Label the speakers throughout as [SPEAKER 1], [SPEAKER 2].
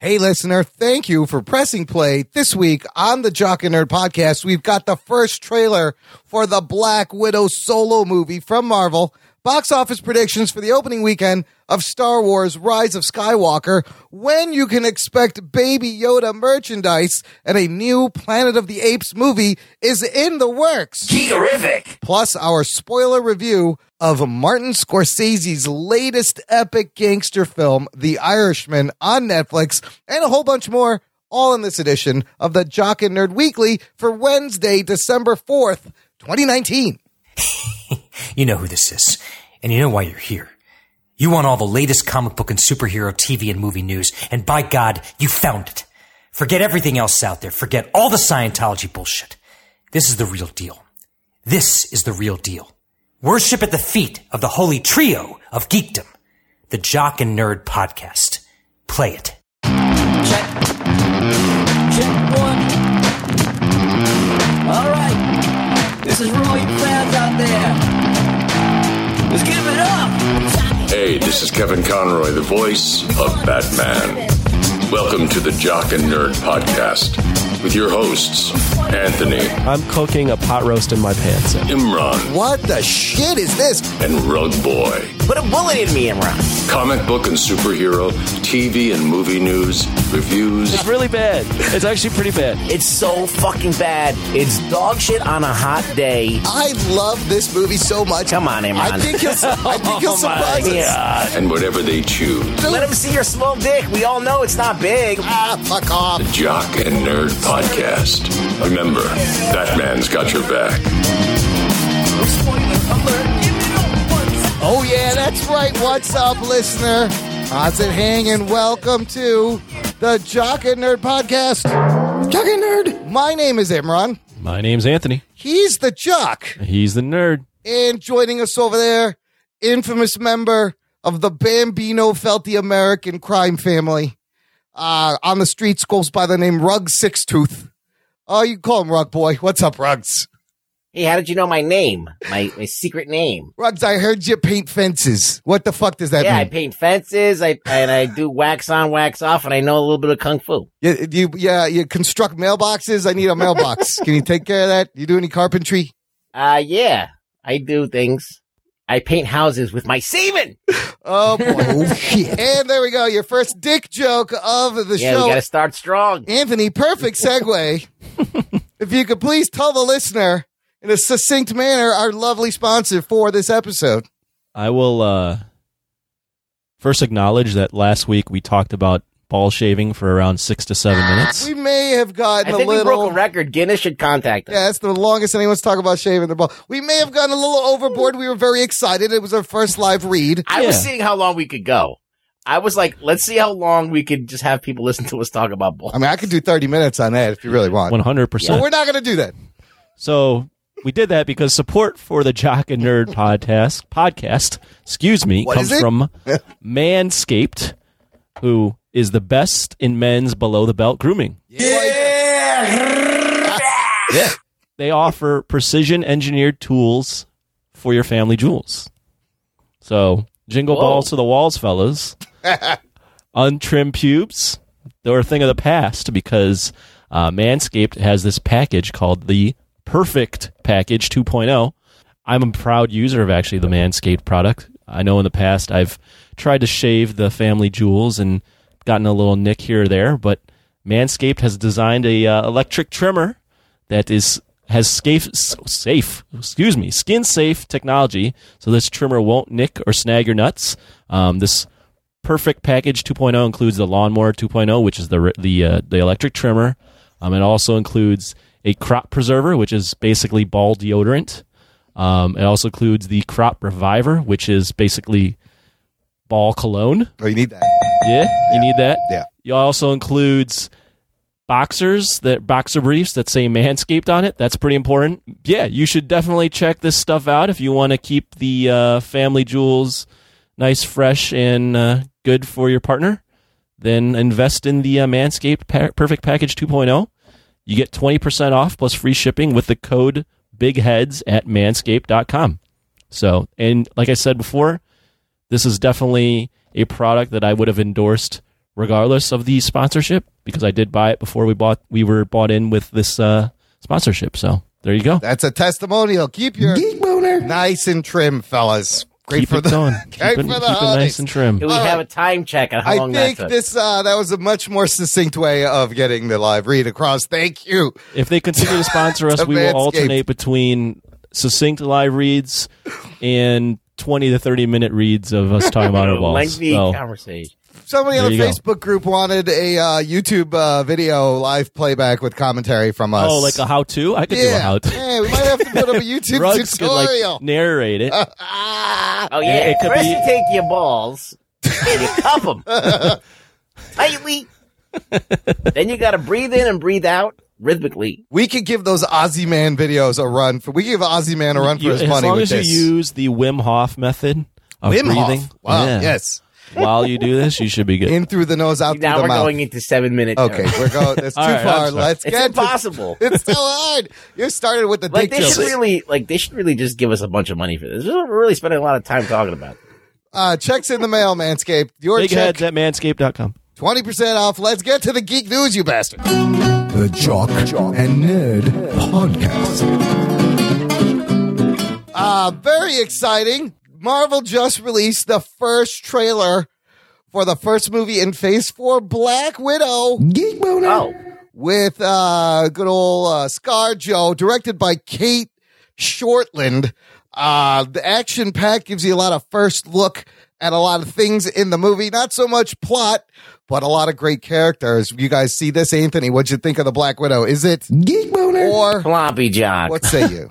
[SPEAKER 1] Hey, listener, thank you for pressing play this week on the Jock and Nerd podcast. We've got the first trailer for the Black Widow solo movie from Marvel, box office predictions for the opening weekend of Star Wars Rise of Skywalker, when you can expect Baby Yoda merchandise, and a new Planet of the Apes movie is in the works
[SPEAKER 2] Geekerific.
[SPEAKER 1] plus our spoiler review of Martin Scorsese's latest epic gangster film, The Irishman, on Netflix, and a whole bunch more, all in this edition of the Jock and Nerd Weekly for Wednesday, December 4th, 2019.
[SPEAKER 2] You know who this is, and you know why you're here. You want all the latest comic book and superhero TV and movie news, and by God, you found it. Forget everything else out there. Forget all the Scientology bullshit. This is the real deal. This is the real deal. Worship at the feet of the holy trio of geekdom, the Jock and Nerd podcast. Play it.
[SPEAKER 3] Check. Check one. All right. This is for all you fans out there. Let's give it up.
[SPEAKER 4] Hey, this is Kevin Conroy, the voice of Batman. Welcome to the Jock and Nerd Podcast with your hosts, Anthony,
[SPEAKER 5] I'm cooking a pot roast in my pants.
[SPEAKER 4] Imran,
[SPEAKER 1] What the shit is this?
[SPEAKER 4] and Rug Boy.
[SPEAKER 6] Put a bullet in me, Imran.
[SPEAKER 4] Comic book and superhero, TV and movie news, reviews.
[SPEAKER 5] It's really bad. It's actually pretty bad.
[SPEAKER 6] It's so fucking bad. It's dog shit on a hot day.
[SPEAKER 1] I love this movie so much.
[SPEAKER 6] Come on, Imran.
[SPEAKER 1] I think he'll, I think he'll
[SPEAKER 6] Oh my
[SPEAKER 1] surprise us.
[SPEAKER 6] God.
[SPEAKER 4] And whatever they choose.
[SPEAKER 6] Let him see your small dick. We all know it's not big.
[SPEAKER 1] Ah, fuck off.
[SPEAKER 4] The Jock and Nerd Podcast. Remember, Batman's got your back.
[SPEAKER 1] Oh, yeah, that's right. What's up, listener? How's it hanging? Welcome to the Jock and Nerd Podcast. Jock and Nerd. My name is Imran.
[SPEAKER 5] My name's Anthony.
[SPEAKER 1] He's the Jock.
[SPEAKER 5] He's the nerd.
[SPEAKER 1] And joining us over there, infamous member of the Bambino Felty American crime family. Uh, on the streets goes by the name Rug Sixtooth. Oh, you can call him Rug Boy. What's up, Rugs?
[SPEAKER 6] Hey, how did you know my name? My my secret name.
[SPEAKER 1] Rugs, I heard you paint fences. What the fuck does that
[SPEAKER 6] Yeah, I
[SPEAKER 1] mean?
[SPEAKER 6] paint fences. I and I do wax on, wax off, and I know a little bit of kung fu.
[SPEAKER 1] Yeah, you yeah you construct mailboxes. I need a mailbox. Can you take care of that? You do any carpentry?
[SPEAKER 6] Uh yeah, I do things. I paint houses with my semen.
[SPEAKER 1] Oh boy! and there we go. Your first dick joke of the
[SPEAKER 6] Yeah,
[SPEAKER 1] show,
[SPEAKER 6] we gotta start strong.
[SPEAKER 1] Anthony. Perfect segue. if you could please tell the listener in a succinct manner our lovely sponsor for this episode.
[SPEAKER 5] I will uh, first acknowledge that last week we talked about ball shaving for around six to seven minutes.
[SPEAKER 1] We may have
[SPEAKER 6] I
[SPEAKER 1] gotten
[SPEAKER 6] think
[SPEAKER 1] a
[SPEAKER 6] we
[SPEAKER 1] little.
[SPEAKER 6] broke a record. Guinness should contact us.
[SPEAKER 1] Yeah, that's the longest anyone's talked about shaving the ball. We may have gotten a little overboard. We were very excited. It was our first live read.
[SPEAKER 6] I was
[SPEAKER 5] Yeah.
[SPEAKER 6] seeing how long we could go. I was like, let's see how long we could just have people listen to us talk about bull.
[SPEAKER 1] I mean, I could do 30 minutes on that if you really want.
[SPEAKER 5] One hundred
[SPEAKER 1] But
[SPEAKER 5] percent.
[SPEAKER 1] we're not going to do that.
[SPEAKER 5] So we did that because support for the Jock and Nerd podcast podcast, excuse me,
[SPEAKER 1] What is
[SPEAKER 5] comes
[SPEAKER 1] it?
[SPEAKER 5] from Manscaped, who is the best in men's below the belt grooming.
[SPEAKER 1] Yeah.
[SPEAKER 5] they offer precision engineered tools for your family jewels. So jingle
[SPEAKER 6] Whoa.
[SPEAKER 5] balls to the walls, fellas. Untrimmed pubes, they're a thing of the past because uh, Manscaped has this package called the Perfect Package 2.0. I'm a proud user of actually the Manscaped product. I know in the past I've tried to shave the family jewels and gotten a little nick here or there, but Manscaped has designed a uh, electric trimmer that is has safe, safe, excuse me, skin safe technology, so this trimmer won't nick or snag your nuts. Um, this perfect package 2.0 includes the lawnmower 2.0, which is the the uh, the electric trimmer. Um, it also includes a crop preserver, which is basically ball deodorant. Um, it also includes the crop reviver, which is basically ball cologne.
[SPEAKER 1] Oh, you need that.
[SPEAKER 5] Yeah, you need that.
[SPEAKER 1] Yeah.
[SPEAKER 5] It also includes boxers that boxer briefs that say Manscaped on it. That's pretty important. Yeah, you should definitely check this stuff out if you want to keep the uh, family jewels nice, fresh, and uh, good for your partner. Then invest in the uh, Manscaped pa- Perfect Package 2.0. You get 20% off plus free shipping with the code BIGHEADS at manscaped.com. So, and like I said before, this is definitely a product that I would have endorsed regardless of the sponsorship because I did buy it before we bought we were bought in with this uh, sponsorship. So there you go.
[SPEAKER 1] That's a testimonial. Keep your
[SPEAKER 7] Geek boner.
[SPEAKER 1] nice and trim, fellas. Great
[SPEAKER 5] keep
[SPEAKER 1] for
[SPEAKER 5] it
[SPEAKER 1] the
[SPEAKER 5] going.
[SPEAKER 1] great
[SPEAKER 5] Keep it,
[SPEAKER 1] for the
[SPEAKER 5] keep it
[SPEAKER 1] holidays.
[SPEAKER 5] nice and trim.
[SPEAKER 6] We have a time check on how
[SPEAKER 1] I
[SPEAKER 6] long
[SPEAKER 1] think
[SPEAKER 6] that took.
[SPEAKER 1] this uh, that was a much more succinct way of getting the live read across. Thank you.
[SPEAKER 5] If they continue to sponsor us,
[SPEAKER 1] To
[SPEAKER 5] we will
[SPEAKER 1] Manscaped.
[SPEAKER 5] alternate between succinct live reads and twenty to thirty minute reads of us talking about our balls.
[SPEAKER 6] lengthy
[SPEAKER 5] So,
[SPEAKER 6] conversation.
[SPEAKER 1] Somebody on
[SPEAKER 5] There
[SPEAKER 1] the
[SPEAKER 5] you go.
[SPEAKER 1] Facebook group wanted a uh, YouTube uh, video live playback with commentary from us.
[SPEAKER 5] oh, like a how to? I could do a
[SPEAKER 1] yeah.
[SPEAKER 5] how to.
[SPEAKER 1] Hey, we might have to put up a YouTube
[SPEAKER 5] Rugs could
[SPEAKER 1] tutorial.
[SPEAKER 5] like narrate it.
[SPEAKER 6] Oh yeah,
[SPEAKER 5] it could
[SPEAKER 6] first
[SPEAKER 5] be-
[SPEAKER 6] you take your balls and you cuff them tightly. then you got to breathe in and breathe out rhythmically.
[SPEAKER 1] we could give those Ozzy Man videos a run. For, we give Ozzy Man a run for
[SPEAKER 5] You-
[SPEAKER 1] his
[SPEAKER 5] as
[SPEAKER 1] money
[SPEAKER 5] long
[SPEAKER 1] with
[SPEAKER 5] as
[SPEAKER 1] this.
[SPEAKER 5] you use the Wim Hof method of
[SPEAKER 1] Wim Hof.
[SPEAKER 5] breathing,
[SPEAKER 1] Wow.
[SPEAKER 5] yeah,
[SPEAKER 1] Yes.
[SPEAKER 5] while you do this, you should be good.
[SPEAKER 1] In through the nose, out
[SPEAKER 6] Now
[SPEAKER 1] through the
[SPEAKER 6] we're
[SPEAKER 1] mouth.
[SPEAKER 6] going into seven minutes.
[SPEAKER 1] okay, we're going. It's too
[SPEAKER 5] All right,
[SPEAKER 1] far.
[SPEAKER 5] I'm sorry.
[SPEAKER 1] Let's
[SPEAKER 6] it's
[SPEAKER 1] get
[SPEAKER 6] impossible.
[SPEAKER 1] To, it's so hard. You started with the
[SPEAKER 6] like
[SPEAKER 1] dick
[SPEAKER 6] they
[SPEAKER 1] jokes.
[SPEAKER 6] should really, like they should really just give us a bunch of money for this. We're really spending a lot of time talking about. It.
[SPEAKER 1] Uh, checks in the mail, Manscaped. Your
[SPEAKER 5] Big
[SPEAKER 1] check,
[SPEAKER 5] heads at manscaped.com.
[SPEAKER 1] 20% off. Let's get to the geek news, you bastard.
[SPEAKER 7] The Jock, and Nerd Podcast.
[SPEAKER 1] Uh, very exciting. Marvel just released the first trailer for the first movie in phase four, Black Widow,
[SPEAKER 7] Geek boner.
[SPEAKER 6] Oh,
[SPEAKER 1] with uh, good old uh, Scar Joe, directed by Kate Shortland. Uh, the action pack gives you a lot of first look at a lot of things in the movie. Not so much plot, but a lot of great characters. You guys see this, Anthony? What'd you think of the Black Widow? Is it
[SPEAKER 7] Geek boner.
[SPEAKER 1] or
[SPEAKER 6] floppy jock.
[SPEAKER 1] what say you?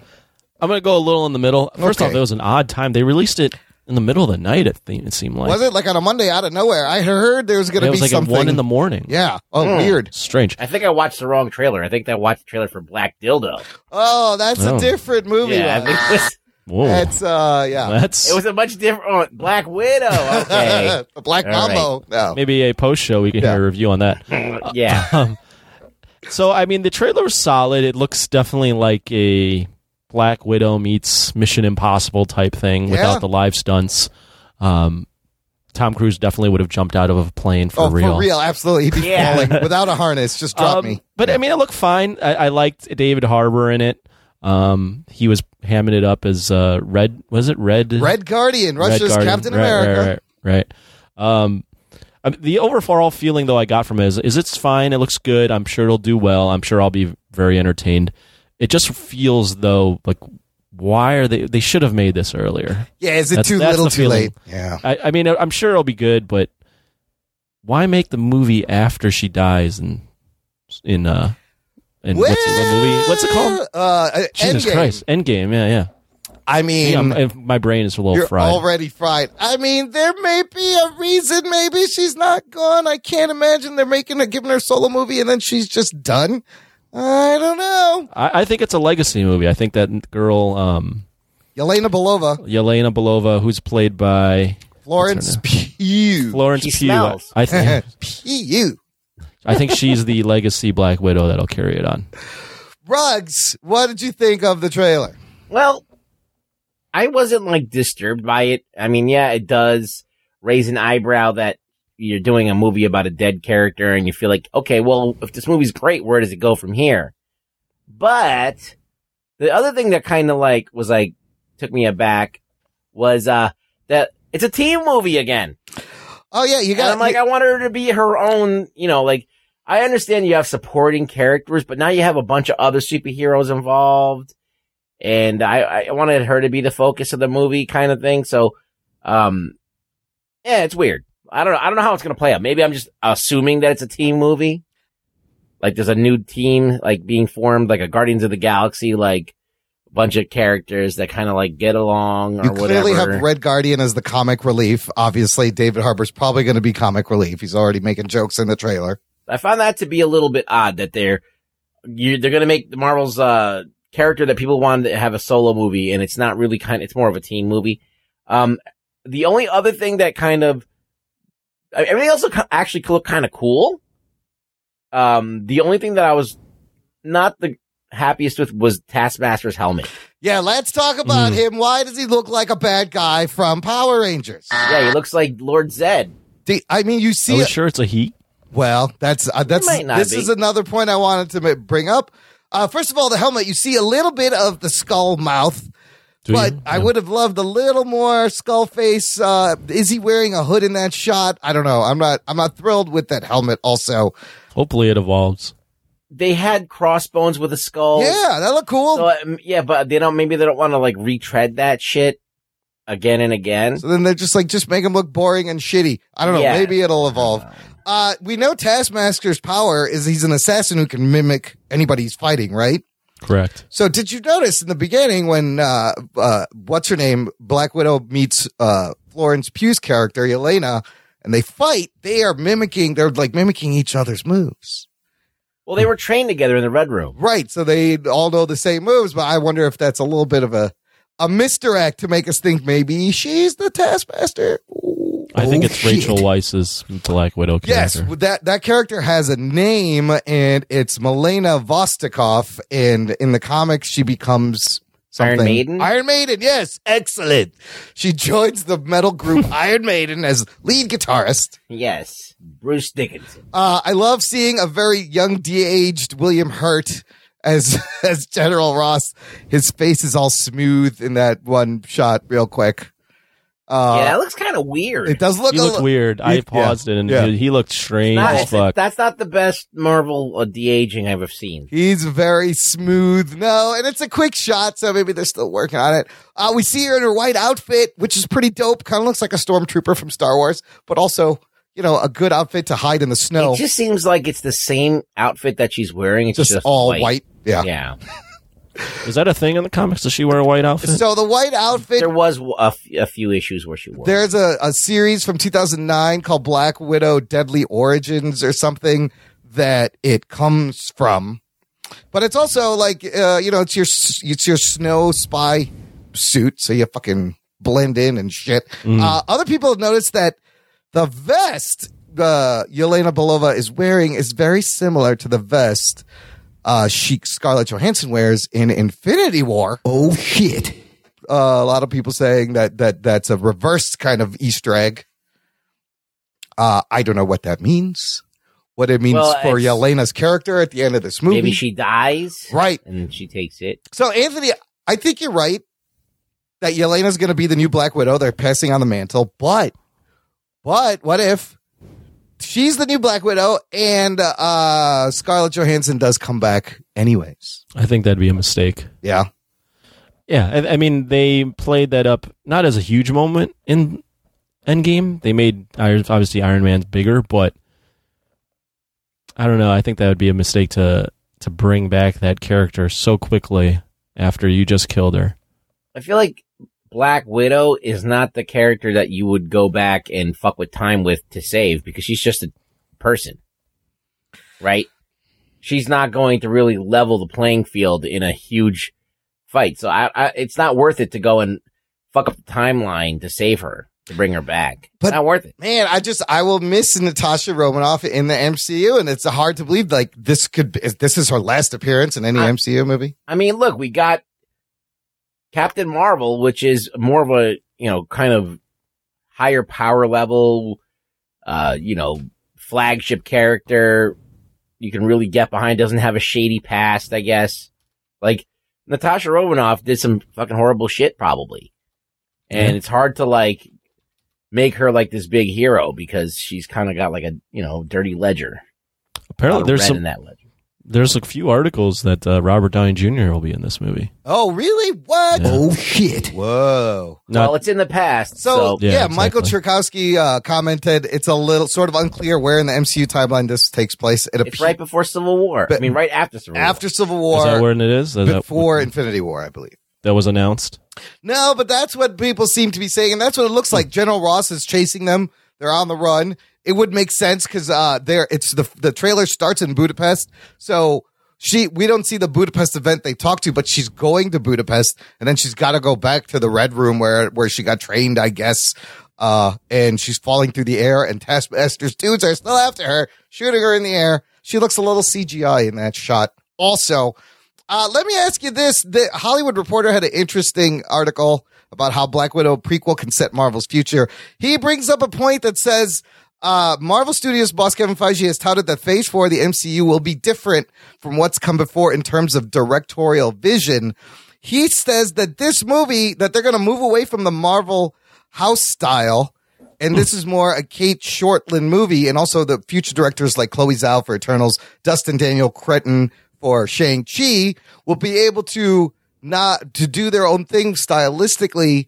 [SPEAKER 5] I'm going to go a little in the middle. First
[SPEAKER 1] Okay.
[SPEAKER 5] off, it was an odd time. They released it in the middle of the night, it, th- it seemed like.
[SPEAKER 1] Was it like on a Monday out of nowhere? I heard there was going
[SPEAKER 5] Yeah,
[SPEAKER 1] to
[SPEAKER 5] it
[SPEAKER 1] be
[SPEAKER 5] was like
[SPEAKER 1] something.
[SPEAKER 5] at 1 in the Hmm. morning.
[SPEAKER 1] yeah. Oh, weird.
[SPEAKER 5] Strange.
[SPEAKER 6] I think I watched the wrong trailer. I think I watched the trailer for Black Dildo.
[SPEAKER 1] Oh, that's a
[SPEAKER 5] Oh.
[SPEAKER 1] different movie.
[SPEAKER 6] Yeah, I
[SPEAKER 1] Ryan.
[SPEAKER 6] think it was,
[SPEAKER 5] Whoa. That's,
[SPEAKER 1] that's uh, yeah.
[SPEAKER 6] it was a much different oh, Black Widow. Okay,
[SPEAKER 1] the Black
[SPEAKER 6] All right.
[SPEAKER 1] Mambo. No.
[SPEAKER 5] maybe a post show we can hear a review on that.
[SPEAKER 6] yeah.
[SPEAKER 5] Um, so, I mean, the trailer was solid. It looks definitely like a Black Widow meets Mission Impossible type thing
[SPEAKER 1] Yeah.
[SPEAKER 5] without the live stunts. Um, Tom Cruise definitely would have jumped out of a plane for
[SPEAKER 1] oh,
[SPEAKER 5] real.
[SPEAKER 1] for real, absolutely. He'd be
[SPEAKER 6] Yeah.
[SPEAKER 1] falling without a harness. Just drop
[SPEAKER 5] Um,
[SPEAKER 1] me.
[SPEAKER 5] But I mean, it looked fine. I, I liked David Harbour in it. Um, he was hamming it up as uh, Red. Was it Red?
[SPEAKER 1] Red Guardian,
[SPEAKER 5] Red
[SPEAKER 1] Russia's
[SPEAKER 5] Guardian.
[SPEAKER 1] Captain
[SPEAKER 5] Right, right,
[SPEAKER 1] America.
[SPEAKER 5] Right, right. Um, I mean, the overall feeling though I got from it is, is it's fine. It looks good. I'm sure it'll do well. I'm sure I'll be very entertained. It just feels though like why are they? They should have made this earlier.
[SPEAKER 1] Yeah, is it
[SPEAKER 5] That's-
[SPEAKER 1] too
[SPEAKER 5] that's
[SPEAKER 1] little,
[SPEAKER 5] the
[SPEAKER 1] too
[SPEAKER 5] feeling.
[SPEAKER 1] late? Yeah.
[SPEAKER 5] I, I mean, I'm sure it'll be good, but why make the movie after she dies in in uh in what's it, the movie? What's it called?
[SPEAKER 1] Uh, uh,
[SPEAKER 5] Jesus
[SPEAKER 1] Endgame.
[SPEAKER 5] Christ, Endgame. Yeah, yeah.
[SPEAKER 1] I
[SPEAKER 5] yeah
[SPEAKER 1] mean,
[SPEAKER 5] I'm- I- my brain is a little
[SPEAKER 1] you're
[SPEAKER 5] fried.
[SPEAKER 1] already fried. I mean, there may be a reason. Maybe she's not gone. I can't imagine they're making her, giving her a solo movie, and then she's just done. I don't know.
[SPEAKER 5] I, I think it's a legacy movie. I think that girl, um,
[SPEAKER 1] Yelena Belova,
[SPEAKER 5] Yelena Belova, who's played by
[SPEAKER 1] Florence Pugh.
[SPEAKER 5] Florence
[SPEAKER 6] She
[SPEAKER 5] Pugh.
[SPEAKER 6] smells.
[SPEAKER 5] I think
[SPEAKER 1] Pugh.
[SPEAKER 5] I think she's the legacy Black Widow that'll carry it on.
[SPEAKER 1] Rugs, what did you think of the trailer?
[SPEAKER 6] Well, I wasn't like disturbed by it. I mean, yeah, it does raise an eyebrow that you're doing a movie about a dead character and you feel like, okay, well, if this movie's great, where does it go from here? But the other thing that kind of like was like took me aback was uh that it's a team movie again.
[SPEAKER 1] Oh yeah, you
[SPEAKER 6] And
[SPEAKER 1] got
[SPEAKER 6] I'm like, I want her to be her own, you know, like, I understand you have supporting characters, but now you have a bunch of other superheroes involved. And I, I wanted her to be the focus of the movie kind of thing. So, um, yeah, it's weird. I don't know. I don't know how it's going to play out. Maybe I'm just assuming that it's a team movie. Like there's a new team, like being formed, like a Guardians of the Galaxy, like bunch of characters that kind of like get along or
[SPEAKER 1] you
[SPEAKER 6] whatever.
[SPEAKER 1] clearly have Red Guardian as the comic relief. Obviously, David Harbour's probably going to be comic relief. He's already making jokes in the trailer.
[SPEAKER 6] I found that to be a little bit odd that they're you, they're going to make Marvel's uh, character that people wanted to have a solo movie, and it's not really kind. It's more of a team movie. Um, the only other thing that kind of I- everything else look- actually looked kind of cool. Um, the only thing that I was not the happiest with was Taskmaster's helmet.
[SPEAKER 1] Yeah, let's talk about
[SPEAKER 6] Hmm.
[SPEAKER 1] him. Why does he look like a bad guy from Power Rangers?
[SPEAKER 6] Yeah, he looks like Lord Zed.
[SPEAKER 1] The- I mean, you
[SPEAKER 5] Are
[SPEAKER 1] see, uh,
[SPEAKER 5] we sure it's a he?
[SPEAKER 1] Well, that's uh, that's
[SPEAKER 6] Oh, might not
[SPEAKER 1] this
[SPEAKER 6] be.
[SPEAKER 1] is another point I wanted to ma- bring up. Uh, first of all, the helmet you see a little bit of the skull mouth,
[SPEAKER 5] Do
[SPEAKER 1] but
[SPEAKER 5] you?
[SPEAKER 1] I would have loved a little more skull face. Uh, is he wearing a hood in that shot? I don't know. I'm not. I'm not thrilled with that helmet. Also,
[SPEAKER 5] Hopefully, it evolves.
[SPEAKER 6] They had crossbones with a skull.
[SPEAKER 1] yeah, that looked cool.
[SPEAKER 6] Oh. So, um, yeah, but they don't. Maybe they don't want to like retread that shit again and again.
[SPEAKER 1] So then they're just like, just make him look boring and shitty. I don't know.
[SPEAKER 6] Yeah.
[SPEAKER 1] Maybe it'll evolve. Uh, we know Taskmaster's power is he's an assassin who can mimic anybody he's fighting, right?
[SPEAKER 5] Correct.
[SPEAKER 1] So did you notice in the beginning when, uh, uh, what's her name? Black Widow meets, uh, Florence Pugh's character, Elena, and they fight. They are mimicking, they're like mimicking each other's moves.
[SPEAKER 6] Well, they were trained together in the red room.
[SPEAKER 1] Right. So they all know the same moves, but I wonder if that's a little bit of a, a misdirect to make us think maybe she's the Taskmaster. Ooh.
[SPEAKER 5] I think
[SPEAKER 1] Oh,
[SPEAKER 5] it's Rachel
[SPEAKER 1] shit.
[SPEAKER 5] Weiss's Black Widow
[SPEAKER 1] Yes,
[SPEAKER 5] character.
[SPEAKER 1] that that character has a name, and it's Milena Vostokov. And in the comics, she becomes
[SPEAKER 6] Iron
[SPEAKER 1] something.
[SPEAKER 6] Maiden?
[SPEAKER 1] Iron Maiden, yes, excellent. She joins the metal group Iron Maiden as lead guitarist.
[SPEAKER 6] Yes, Bruce Dickinson.
[SPEAKER 1] Uh, I love seeing a very young, de-aged William Hurt as as General Ross. His face is all smooth in that one shot, real quick. Uh,
[SPEAKER 6] yeah, that looks kind of weird.
[SPEAKER 1] it does look
[SPEAKER 5] He
[SPEAKER 1] a
[SPEAKER 5] looked
[SPEAKER 1] li-
[SPEAKER 5] weird. I
[SPEAKER 1] Yeah.
[SPEAKER 5] paused it, and
[SPEAKER 1] Yeah.
[SPEAKER 5] he- he looked strange
[SPEAKER 6] Not-
[SPEAKER 5] as
[SPEAKER 6] it's- it's-
[SPEAKER 5] fuck.
[SPEAKER 6] that's not the best Marvel uh, de aging I've ever seen.
[SPEAKER 1] He's very smooth. No, and it's a quick shot, so maybe they're still working on it. Uh, we see her in her white outfit, which is pretty dope. Kind of looks like a stormtrooper from Star Wars, but also, you know, a good outfit to hide in the snow.
[SPEAKER 6] It just seems like it's the same outfit that she's wearing. It's
[SPEAKER 1] just,
[SPEAKER 6] just,
[SPEAKER 1] all white. Yeah.
[SPEAKER 6] Yeah,
[SPEAKER 5] Is that a thing in the comics? Does she wear a white outfit?
[SPEAKER 1] So the white outfit.
[SPEAKER 6] there was a, f- a few issues where she wore. it.
[SPEAKER 1] There's a, a series from 2009 called Black Widow Deadly Origins or something that it comes from. But it's also like, uh, you know, it's your, s- it's your snow spy suit. So you fucking blend in and shit. Uh, other people have noticed that the vest, uh, Yelena Belova is wearing is very similar to the vest, uh, she Scarlett Johansson wears in Infinity War
[SPEAKER 7] Oh shit.
[SPEAKER 1] uh, a lot of people saying that that that's a reverse kind of Easter egg. Uh, I don't know what that means. What it means
[SPEAKER 6] Well,
[SPEAKER 1] for
[SPEAKER 6] it's-
[SPEAKER 1] Yelena's character at the end of this movie,
[SPEAKER 6] Maybe she dies,
[SPEAKER 1] right?
[SPEAKER 6] and she takes it.
[SPEAKER 1] So Anthony, I think you're right that Yelena's going to be the new Black Widow. They're passing on the mantle, but but what if she's the new Black Widow and uh, Scarlett Johansson does come back anyways?
[SPEAKER 5] I think that'd be a mistake.
[SPEAKER 1] Yeah,
[SPEAKER 5] Yeah, I, I mean they played that up not as a huge moment in Endgame. They made Iron- obviously Iron Man's bigger, but I don't know. I think that would be a mistake to to bring back that character so quickly after you just killed her.
[SPEAKER 6] I feel like Black Widow is not the character that you would go back and fuck with time with to save because she's just a person, right? She's not going to really level the playing field in a huge fight. So I, I it's not worth it to go and fuck up the timeline to save her to bring her back.
[SPEAKER 1] But-
[SPEAKER 6] it's not worth it.
[SPEAKER 1] man, I just I will miss Natasha Romanoff in the MCU, and it's hard to believe like this could be, this is her last appearance in any
[SPEAKER 6] I-
[SPEAKER 1] MCU movie.
[SPEAKER 6] I mean, look, we got Captain Marvel, which is more of a, you know, kind of higher power level, uh, you know, flagship character you can really get behind, doesn't have a shady past, I guess. Like, Natasha Romanoff did some fucking horrible shit, probably. And it's hard to, like, make her like this big hero because she's kind of got like a, you know, dirty ledger. A lot
[SPEAKER 5] Apparently,
[SPEAKER 6] of
[SPEAKER 5] there's
[SPEAKER 6] red in
[SPEAKER 5] some
[SPEAKER 6] that ledger.
[SPEAKER 5] there's a few articles that uh, Robert Downey Jr. will be in this movie.
[SPEAKER 1] Oh, really? What?
[SPEAKER 5] Yeah.
[SPEAKER 7] Oh shit.
[SPEAKER 1] Whoa.
[SPEAKER 5] Not
[SPEAKER 6] well, it's in the past.
[SPEAKER 1] So,
[SPEAKER 6] so
[SPEAKER 1] yeah,
[SPEAKER 5] Yeah,
[SPEAKER 1] Michael Cherkowski uh, commented it's a little sort of unclear where in the MCU timeline this takes place. It
[SPEAKER 6] It's
[SPEAKER 1] appears
[SPEAKER 6] right before Civil War. I
[SPEAKER 1] But-
[SPEAKER 6] mean, right after Civil War.
[SPEAKER 1] after Civil
[SPEAKER 5] is that
[SPEAKER 1] War,
[SPEAKER 5] where it is? Is that-
[SPEAKER 1] before Infinity War, I believe.
[SPEAKER 5] that was announced.
[SPEAKER 1] No, but that's what people seem to be saying, and that's what it looks like. General Ross is chasing them; they're on the run. It would make sense because uh, there it's the the trailer starts in Budapest, so she we don't see the Budapest event they talked to, but she's going to Budapest, and then she's got to go back to the Red Room where where she got trained, I guess. Uh, and she's falling through the air, and Taskmaster's dudes are still after her, shooting her in the air. She looks a little CGI in that shot. Also, uh, let me ask you this: The Hollywood Reporter had an interesting article about how Black Widow prequel can set Marvel's future. He brings up a point that says Uh, Marvel Studios boss Kevin Feige has touted that Phase 4 of the MCU will be different from what's come before in terms of directorial vision. He says that this movie, that they're going to move away from the Marvel house style, and this is more a Kate Shortland movie, and also the future directors like Chloe Zhao for Eternals, Dustin Daniel Cretton for Shang-Chi will be able to not, to do their own thing stylistically,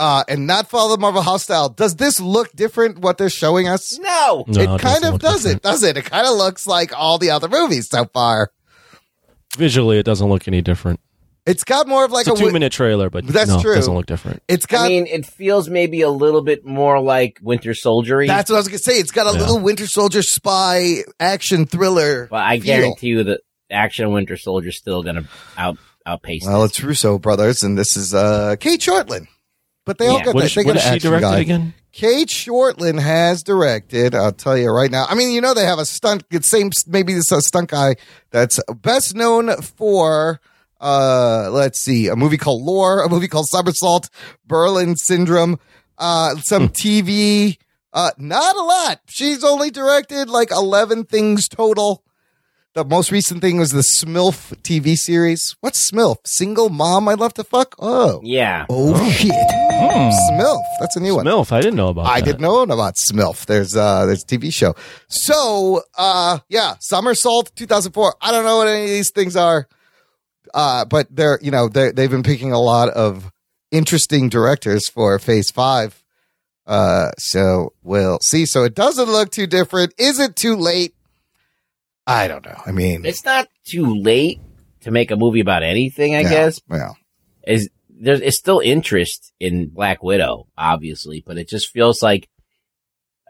[SPEAKER 1] uh, and not follow the Marvel house style. Does this look different? What they're showing us?
[SPEAKER 6] No.
[SPEAKER 5] No,
[SPEAKER 1] it kind
[SPEAKER 5] doesn't
[SPEAKER 1] of
[SPEAKER 5] look
[SPEAKER 1] does
[SPEAKER 5] different.
[SPEAKER 1] it, does it? It kind of looks like all the other movies so far.
[SPEAKER 5] Visually, it doesn't look any different.
[SPEAKER 1] It's got more of like
[SPEAKER 5] It's a
[SPEAKER 1] a wi-
[SPEAKER 5] two-minute trailer, but
[SPEAKER 1] That's
[SPEAKER 5] no,
[SPEAKER 1] true.
[SPEAKER 5] it doesn't look different.
[SPEAKER 1] It's got.
[SPEAKER 6] I mean, it feels maybe a little bit more like Winter Soldiery.
[SPEAKER 1] that's what I was gonna say. It's got a
[SPEAKER 5] Yeah.
[SPEAKER 1] little Winter Soldier spy action thriller.
[SPEAKER 6] but I
[SPEAKER 1] feel.
[SPEAKER 6] guarantee you that action of Winter Soldier's still going to out outpace.
[SPEAKER 1] Well, it's Russo brothers, and this is uh Kate Shortland. But they all
[SPEAKER 6] Yeah.
[SPEAKER 1] got
[SPEAKER 5] What
[SPEAKER 1] that.
[SPEAKER 5] is,
[SPEAKER 1] they
[SPEAKER 5] what
[SPEAKER 1] got
[SPEAKER 5] is
[SPEAKER 1] an
[SPEAKER 5] she
[SPEAKER 1] action
[SPEAKER 5] directed
[SPEAKER 1] guy.
[SPEAKER 5] again?
[SPEAKER 1] Kate Shortland has directed. I'll tell you right now. I mean, you know they have a stunt. It's same maybe this uh, stunt guy that's best known for. Uh, let's see, a movie called Lore, a movie called Somersault, Berlin Syndrome, uh, some TV. Uh, not a lot. She's only directed like eleven things total. The most recent thing was the Smilf TV series. What's Smilf? Single mom I love to fuck. Oh,
[SPEAKER 6] yeah.
[SPEAKER 1] oh shit, Smilf. That's a new one.
[SPEAKER 5] Milf, I didn't know about
[SPEAKER 1] I
[SPEAKER 5] that.
[SPEAKER 1] didn't know about Smilf. There's uh there's a TV show. So uh yeah, Somersault 2004. I don't know what any of these things are. Uh but they're you know, they they've been picking a lot of interesting directors for phase five. Uh so we'll see. So it doesn't look too different. Is it too late? I don't know. I mean
[SPEAKER 6] It's not too late to make a movie about anything, I
[SPEAKER 1] yeah,
[SPEAKER 6] guess.
[SPEAKER 1] Well.
[SPEAKER 6] Is there's it's still interest in Black Widow, obviously, but it just feels like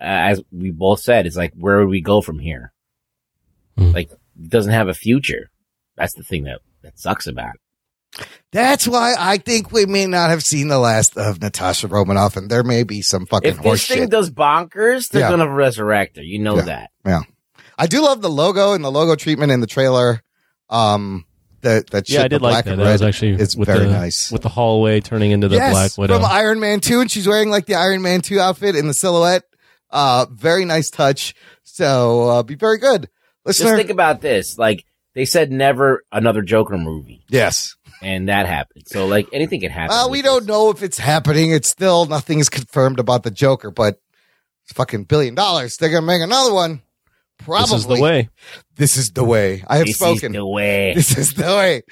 [SPEAKER 6] uh, as we both said, it's like where would we go from here?
[SPEAKER 5] Hmm.
[SPEAKER 6] Like it doesn't have a future. That's the thing that that sucks about it.
[SPEAKER 1] That's why I think we may not have seen the last of Natasha Romanoff, and there may be some fucking
[SPEAKER 6] If this
[SPEAKER 1] horseshit.
[SPEAKER 6] thing does bonkers, they're
[SPEAKER 1] Yeah.
[SPEAKER 6] gonna resurrect her. You know
[SPEAKER 1] Yeah.
[SPEAKER 6] that.
[SPEAKER 1] I do love the logo and the logo treatment in the trailer. Um, that that shit,
[SPEAKER 5] Yeah, I
[SPEAKER 1] the
[SPEAKER 5] did
[SPEAKER 1] black
[SPEAKER 5] like that.
[SPEAKER 1] and
[SPEAKER 5] That was
[SPEAKER 1] red
[SPEAKER 5] actually
[SPEAKER 1] is
[SPEAKER 5] with
[SPEAKER 1] very
[SPEAKER 5] the,
[SPEAKER 1] nice.
[SPEAKER 5] with the hallway turning into the
[SPEAKER 1] yes,
[SPEAKER 5] Black Widow.
[SPEAKER 1] from Iron Man Two, and she's wearing like the Iron Man Two outfit in the silhouette. Uh, very nice touch. So uh, be very good,
[SPEAKER 6] Just
[SPEAKER 1] listener.
[SPEAKER 6] think about this. Like they said never another Joker movie.
[SPEAKER 1] yes.
[SPEAKER 6] And that happened. So like anything can happen.
[SPEAKER 1] Well,
[SPEAKER 6] with
[SPEAKER 1] we
[SPEAKER 6] this.
[SPEAKER 1] don't know if it's happening. It's still nothing's confirmed about the Joker, but it's fucking billion dollars. They're gonna make another one. Probably.
[SPEAKER 5] this is the way.
[SPEAKER 1] This is the way. I have
[SPEAKER 6] This
[SPEAKER 1] spoken.
[SPEAKER 6] is the way.
[SPEAKER 1] this is the way.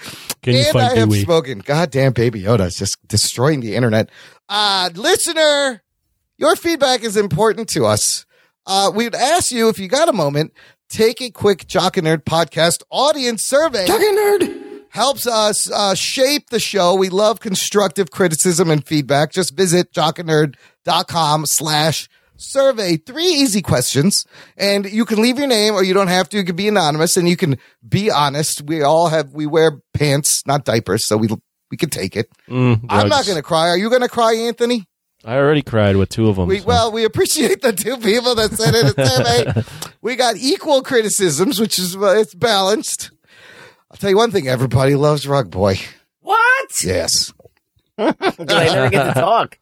[SPEAKER 5] Can you
[SPEAKER 1] and
[SPEAKER 5] find
[SPEAKER 1] I have
[SPEAKER 5] Dewey?
[SPEAKER 1] spoken. Goddamn, Baby Yoda is just destroying the internet. Uh, listener, your feedback is important to us. Uh, we'd ask you if you got a moment, take a quick Jock and Nerd podcast audience survey. Jock and Nerd helps us uh, shape the show. We love constructive criticism and feedback. Just visit jockandnerd.com slash survey. Three easy questions, and you can leave your name or you don't have to. You can be anonymous and you can be honest. We all have, we wear pants, not diapers, so we, we can take it.
[SPEAKER 5] Mm,
[SPEAKER 1] I'm not
[SPEAKER 5] drugs.
[SPEAKER 1] going to cry. Are you going to cry, Anthony?
[SPEAKER 5] I already cried with two of them.
[SPEAKER 1] We,
[SPEAKER 5] so.
[SPEAKER 1] well, we appreciate the two people that sent in a survey. we got equal criticisms, which is uh, it's balanced. I'll tell you one thing: everybody loves Rug Boy.
[SPEAKER 6] What?
[SPEAKER 1] Yes,
[SPEAKER 6] Dude, I never get to talk.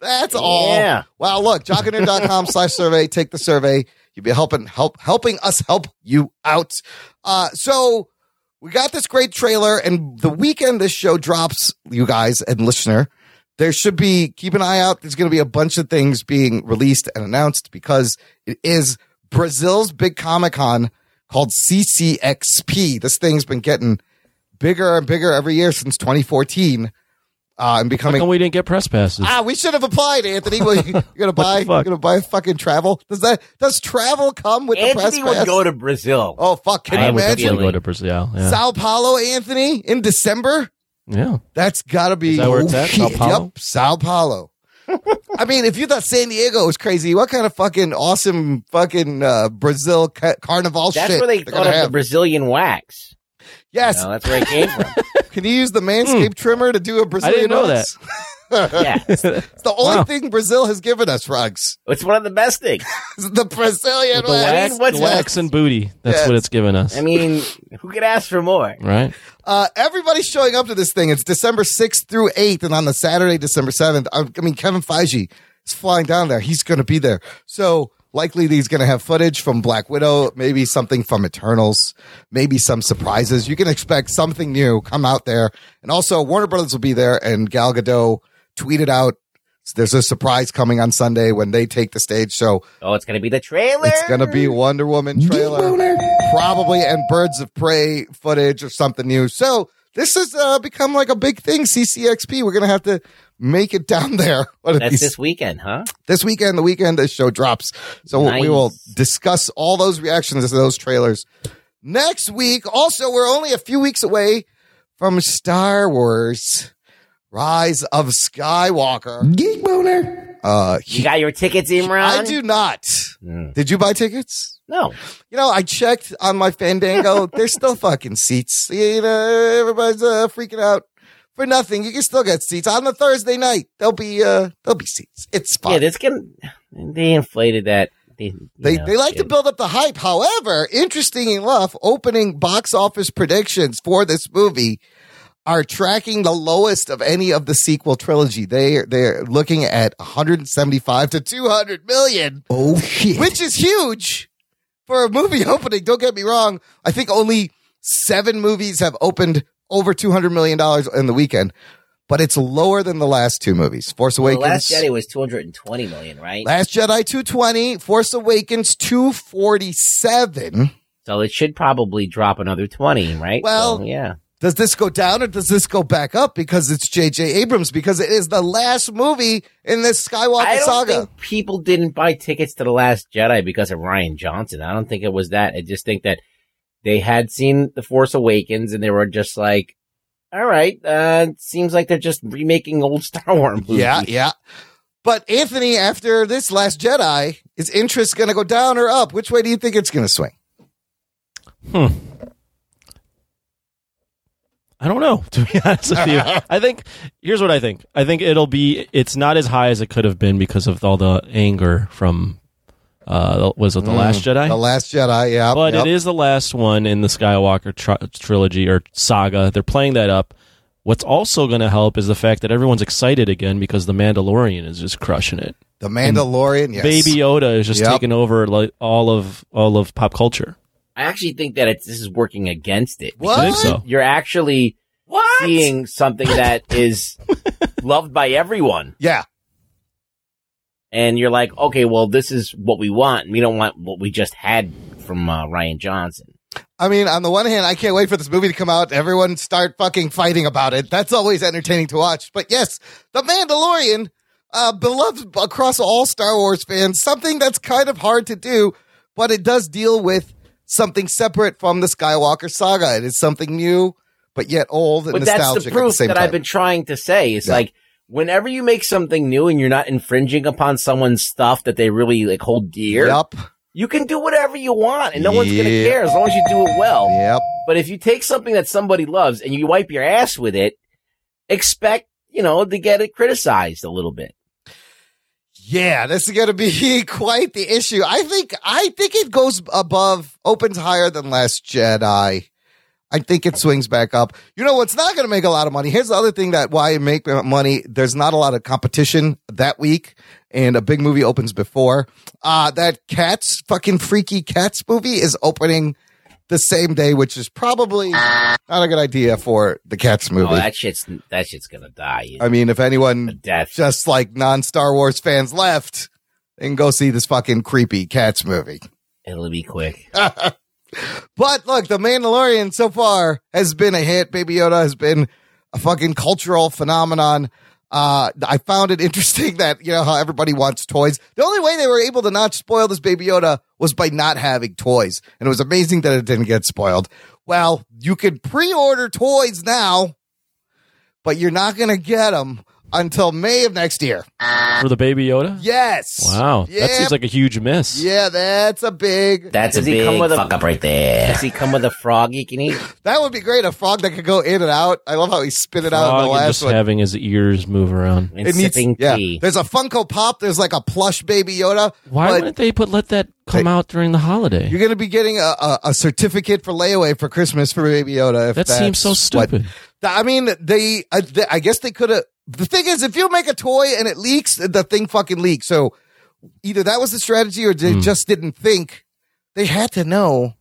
[SPEAKER 1] that's all.
[SPEAKER 6] Yeah.
[SPEAKER 1] Wow. Look, jockiner.com slash survey. Take the survey. You'll be helping help helping us help you out. Uh, so we got this great trailer, and the weekend this show drops, you guys and listener, there should be keep an eye out. There's going to be a bunch of things being released and announced because it is Brazil's big Comic Con called CCXP. This thing's been getting bigger and bigger every year since 2014. Uh, and
[SPEAKER 5] How
[SPEAKER 1] becoming
[SPEAKER 5] come we didn't get press passes?
[SPEAKER 1] Ah, we should have applied, Anthony. Well, you- you're gonna buy,
[SPEAKER 5] fuck?
[SPEAKER 1] you're gonna buy fucking travel. Does that does travel come with the press
[SPEAKER 6] Anthony
[SPEAKER 1] pass?
[SPEAKER 6] would go to Brazil.
[SPEAKER 1] oh fuck! Can
[SPEAKER 6] I
[SPEAKER 1] you
[SPEAKER 5] I would
[SPEAKER 1] imagine
[SPEAKER 5] definitely
[SPEAKER 6] feeling.
[SPEAKER 5] go to Brazil. Yeah.
[SPEAKER 1] Sao Paulo, Anthony, in December?
[SPEAKER 5] yeah.
[SPEAKER 1] That's gotta be
[SPEAKER 5] Is that where it's
[SPEAKER 1] Oh,
[SPEAKER 5] at? Sao
[SPEAKER 1] shit.
[SPEAKER 5] Paulo?
[SPEAKER 1] Yep, Sao Paulo. I mean, if you thought San Diego was crazy, what kind of fucking awesome fucking uh, Brazil ca- carnival
[SPEAKER 6] That's
[SPEAKER 1] shit?
[SPEAKER 6] where they
[SPEAKER 1] they're
[SPEAKER 6] thought
[SPEAKER 1] gonna
[SPEAKER 6] of the
[SPEAKER 1] have?
[SPEAKER 6] Brazilian wax.
[SPEAKER 1] yes,
[SPEAKER 6] No, that's where it came from.
[SPEAKER 1] can you use the Manscaped trimmer to do a Brazilian?
[SPEAKER 5] Hmm. know
[SPEAKER 1] wax?
[SPEAKER 6] Yeah.
[SPEAKER 1] It's the only
[SPEAKER 5] Wow.
[SPEAKER 1] thing Brazil has given us, rugs.
[SPEAKER 6] It's one of the best things.
[SPEAKER 1] the Brazilian
[SPEAKER 5] With the
[SPEAKER 1] wax.
[SPEAKER 6] I mean, what's
[SPEAKER 5] Wax and booty. That's
[SPEAKER 1] Yes.
[SPEAKER 5] what it's giving us.
[SPEAKER 6] I mean, who could ask for more?
[SPEAKER 5] right?
[SPEAKER 1] Uh, everybody's showing up to this thing. It's December 6th through 8th, and on the Saturday, December 7th, I, I mean, Kevin Feige is flying down there. He's going to be there. So Likely he's going to have footage from Black Widow, maybe something from Eternals, maybe some surprises. You can expect something new come out there. And also Warner Brothers will be there and Gal Gadot tweeted out there's a surprise coming on Sunday when they take the stage. So
[SPEAKER 6] Oh, it's gonna be the trailer.
[SPEAKER 1] it's going to be Wonder Woman trailer, probably, and Birds of Prey footage or something new. So this has uh, become like a big thing. CCXP, we're going to have to make it down there. One of
[SPEAKER 6] That's
[SPEAKER 1] these-
[SPEAKER 6] this weekend, huh?
[SPEAKER 1] this weekend, the weekend this show drops. So we
[SPEAKER 6] Nice.
[SPEAKER 1] will discuss all those reactions to those trailers next week. Also, we're only a few weeks away from Star Wars Rise of Skywalker.
[SPEAKER 7] Geek boner.
[SPEAKER 1] Uh,
[SPEAKER 6] You got your tickets, Imran?
[SPEAKER 1] I do not.
[SPEAKER 6] Mm.
[SPEAKER 1] Did you buy tickets?
[SPEAKER 6] No.
[SPEAKER 1] You know, I checked on my Fandango. There's still fucking seats. You know, everybody's uh, freaking out for nothing. You can still get seats on the Thursday night. There'll be uh, there'll be seats. It's fine.
[SPEAKER 6] Yeah, this can. They inflated that. They, you
[SPEAKER 1] They,
[SPEAKER 6] know,
[SPEAKER 1] they like to
[SPEAKER 6] it-
[SPEAKER 1] build up the hype. However, interesting enough, opening box office predictions for this movie are tracking the lowest of any of the sequel trilogy. They they're looking at 175 to 200 million,
[SPEAKER 7] Oh shit.
[SPEAKER 1] which is huge for a movie opening. Don't get me wrong. I think only seven movies have opened over 200 million dollars in the weekend, but it's lower than the last two movies. Force
[SPEAKER 6] The
[SPEAKER 1] Awakens.
[SPEAKER 6] last Jedi was 220 million, right?
[SPEAKER 1] Last Jedi 220, Force Awakens 247.
[SPEAKER 6] so it should probably drop another 20, right?
[SPEAKER 1] Well-
[SPEAKER 6] So, yeah.
[SPEAKER 1] Does this go down or does this go back up because it's J.J. Abrams? Because it is the last movie in this
[SPEAKER 6] I
[SPEAKER 1] Skywalker
[SPEAKER 6] don't
[SPEAKER 1] saga.
[SPEAKER 6] think people didn't buy tickets to The Last Jedi because of Ryan Johnson. I don't think it was that. I just think that they had seen The Force Awakens and they were just like, all right, uh, it seems like they're just remaking old Star Wars movies.
[SPEAKER 1] Yeah, yeah. But Anthony, after this Last Jedi, is interest going to go down or up? Which way do you think it's going to swing?
[SPEAKER 5] I don't know, to be honest with you. I think here's what I think. I think it'll be it's not as high as it could have been because of all the anger from uh was it the last Jedi?
[SPEAKER 1] Mm, Hmm. The Last Jedi, yeah.
[SPEAKER 5] but
[SPEAKER 1] yep.
[SPEAKER 5] it is the last one in the Skywalker tri- trilogy or saga. They're playing that up. What's also going to help is the fact that everyone's excited again because the Mandalorian is just crushing it.
[SPEAKER 1] The Mandalorian, yes.
[SPEAKER 5] Baby Yoda is just
[SPEAKER 1] Yep.
[SPEAKER 5] taking over like all of all of pop culture.
[SPEAKER 6] I actually think that it's, this is working against it.
[SPEAKER 1] What?
[SPEAKER 5] I think so.
[SPEAKER 6] You're actually seeing something that is loved by everyone.
[SPEAKER 1] Yeah.
[SPEAKER 6] and you're like, okay, well, this is what we want. We don't want what we just had from uh, Ryan Johnson.
[SPEAKER 1] I mean, on the one hand, I can't wait for this movie to come out. Everyone start fucking fighting about it. That's always entertaining to watch. But yes, The Mandalorian, uh, beloved across all Star Wars fans, something that's kind of hard to do, but it does deal with something separate from the Skywalker saga. It is something new, but yet old and
[SPEAKER 6] But that's
[SPEAKER 1] nostalgic
[SPEAKER 6] the
[SPEAKER 1] at
[SPEAKER 6] proof
[SPEAKER 1] the same
[SPEAKER 6] that
[SPEAKER 1] time.
[SPEAKER 6] I've been trying to say. It's
[SPEAKER 1] Yeah.
[SPEAKER 6] like whenever you make something new and you're not infringing upon someone's stuff that they really like hold dear,
[SPEAKER 1] Yep.
[SPEAKER 6] you can do whatever you want, and no one's gonna
[SPEAKER 1] Yeah.
[SPEAKER 6] care as long as you do it well.
[SPEAKER 1] Yep.
[SPEAKER 6] But if you take something that somebody loves and you wipe your ass with it, expect you know to get it criticized a little bit.
[SPEAKER 1] Yeah, this is going to be quite the issue. I think I think it goes above, opens higher than Last Jedi. I think it swings back up. You know what's not going to make a lot of money? Here's the other thing that why it make money. There's not a lot of competition that week, and a big movie opens before. Uh that Cats fucking freaky Cats movie is opening the same day, which is probably not a good idea for the Cats movie.
[SPEAKER 6] Oh, that shit's that shit's gonna die.
[SPEAKER 1] I mean, if anyone
[SPEAKER 6] Death.
[SPEAKER 1] just like non Star Wars fans left and go see this fucking creepy cats movie.
[SPEAKER 6] It'll be quick.
[SPEAKER 1] But look, The Mandalorian so far has been a hit. Baby Yoda has been a fucking cultural phenomenon. Uh, I found it interesting that, you know, how everybody wants toys. The only way they were able to not spoil this Baby Yoda was by not having toys. And it was amazing that it didn't get spoiled. Well, you can pre order toys now, but you're not going to get them until May of next year.
[SPEAKER 5] For the Baby Yoda?
[SPEAKER 1] Yes.
[SPEAKER 5] Wow.
[SPEAKER 1] Yeah.
[SPEAKER 5] That seems like a huge miss.
[SPEAKER 1] Yeah, that's a big.
[SPEAKER 3] That's a
[SPEAKER 6] Does he come
[SPEAKER 3] big
[SPEAKER 6] with a-
[SPEAKER 3] fuck up right there.
[SPEAKER 6] Does he come with a frog you can eat?
[SPEAKER 1] That would be great. A frog that could go in and out. I love how he spit it out in the
[SPEAKER 5] Frog and
[SPEAKER 1] last
[SPEAKER 5] just
[SPEAKER 1] one.
[SPEAKER 5] having his ears move around.
[SPEAKER 6] and
[SPEAKER 1] It needs-
[SPEAKER 6] sipping
[SPEAKER 1] yeah.
[SPEAKER 6] tea.
[SPEAKER 1] There's a Funko Pop. There's like a plush Baby Yoda.
[SPEAKER 5] Why
[SPEAKER 1] but
[SPEAKER 5] wouldn't they put let that come out during the holiday?
[SPEAKER 1] You're going to be getting a, a, a certificate for layaway for Christmas for Baby Yoda. If
[SPEAKER 5] That seems
[SPEAKER 1] that's
[SPEAKER 5] so
[SPEAKER 1] what-
[SPEAKER 5] stupid.
[SPEAKER 1] Th- I mean, they, uh, I, th I guess they could have. The thing is, if you make a toy and it leaks, the thing fucking leaks. So either that was the strategy or
[SPEAKER 5] Hmm.
[SPEAKER 1] they just didn't think they had to know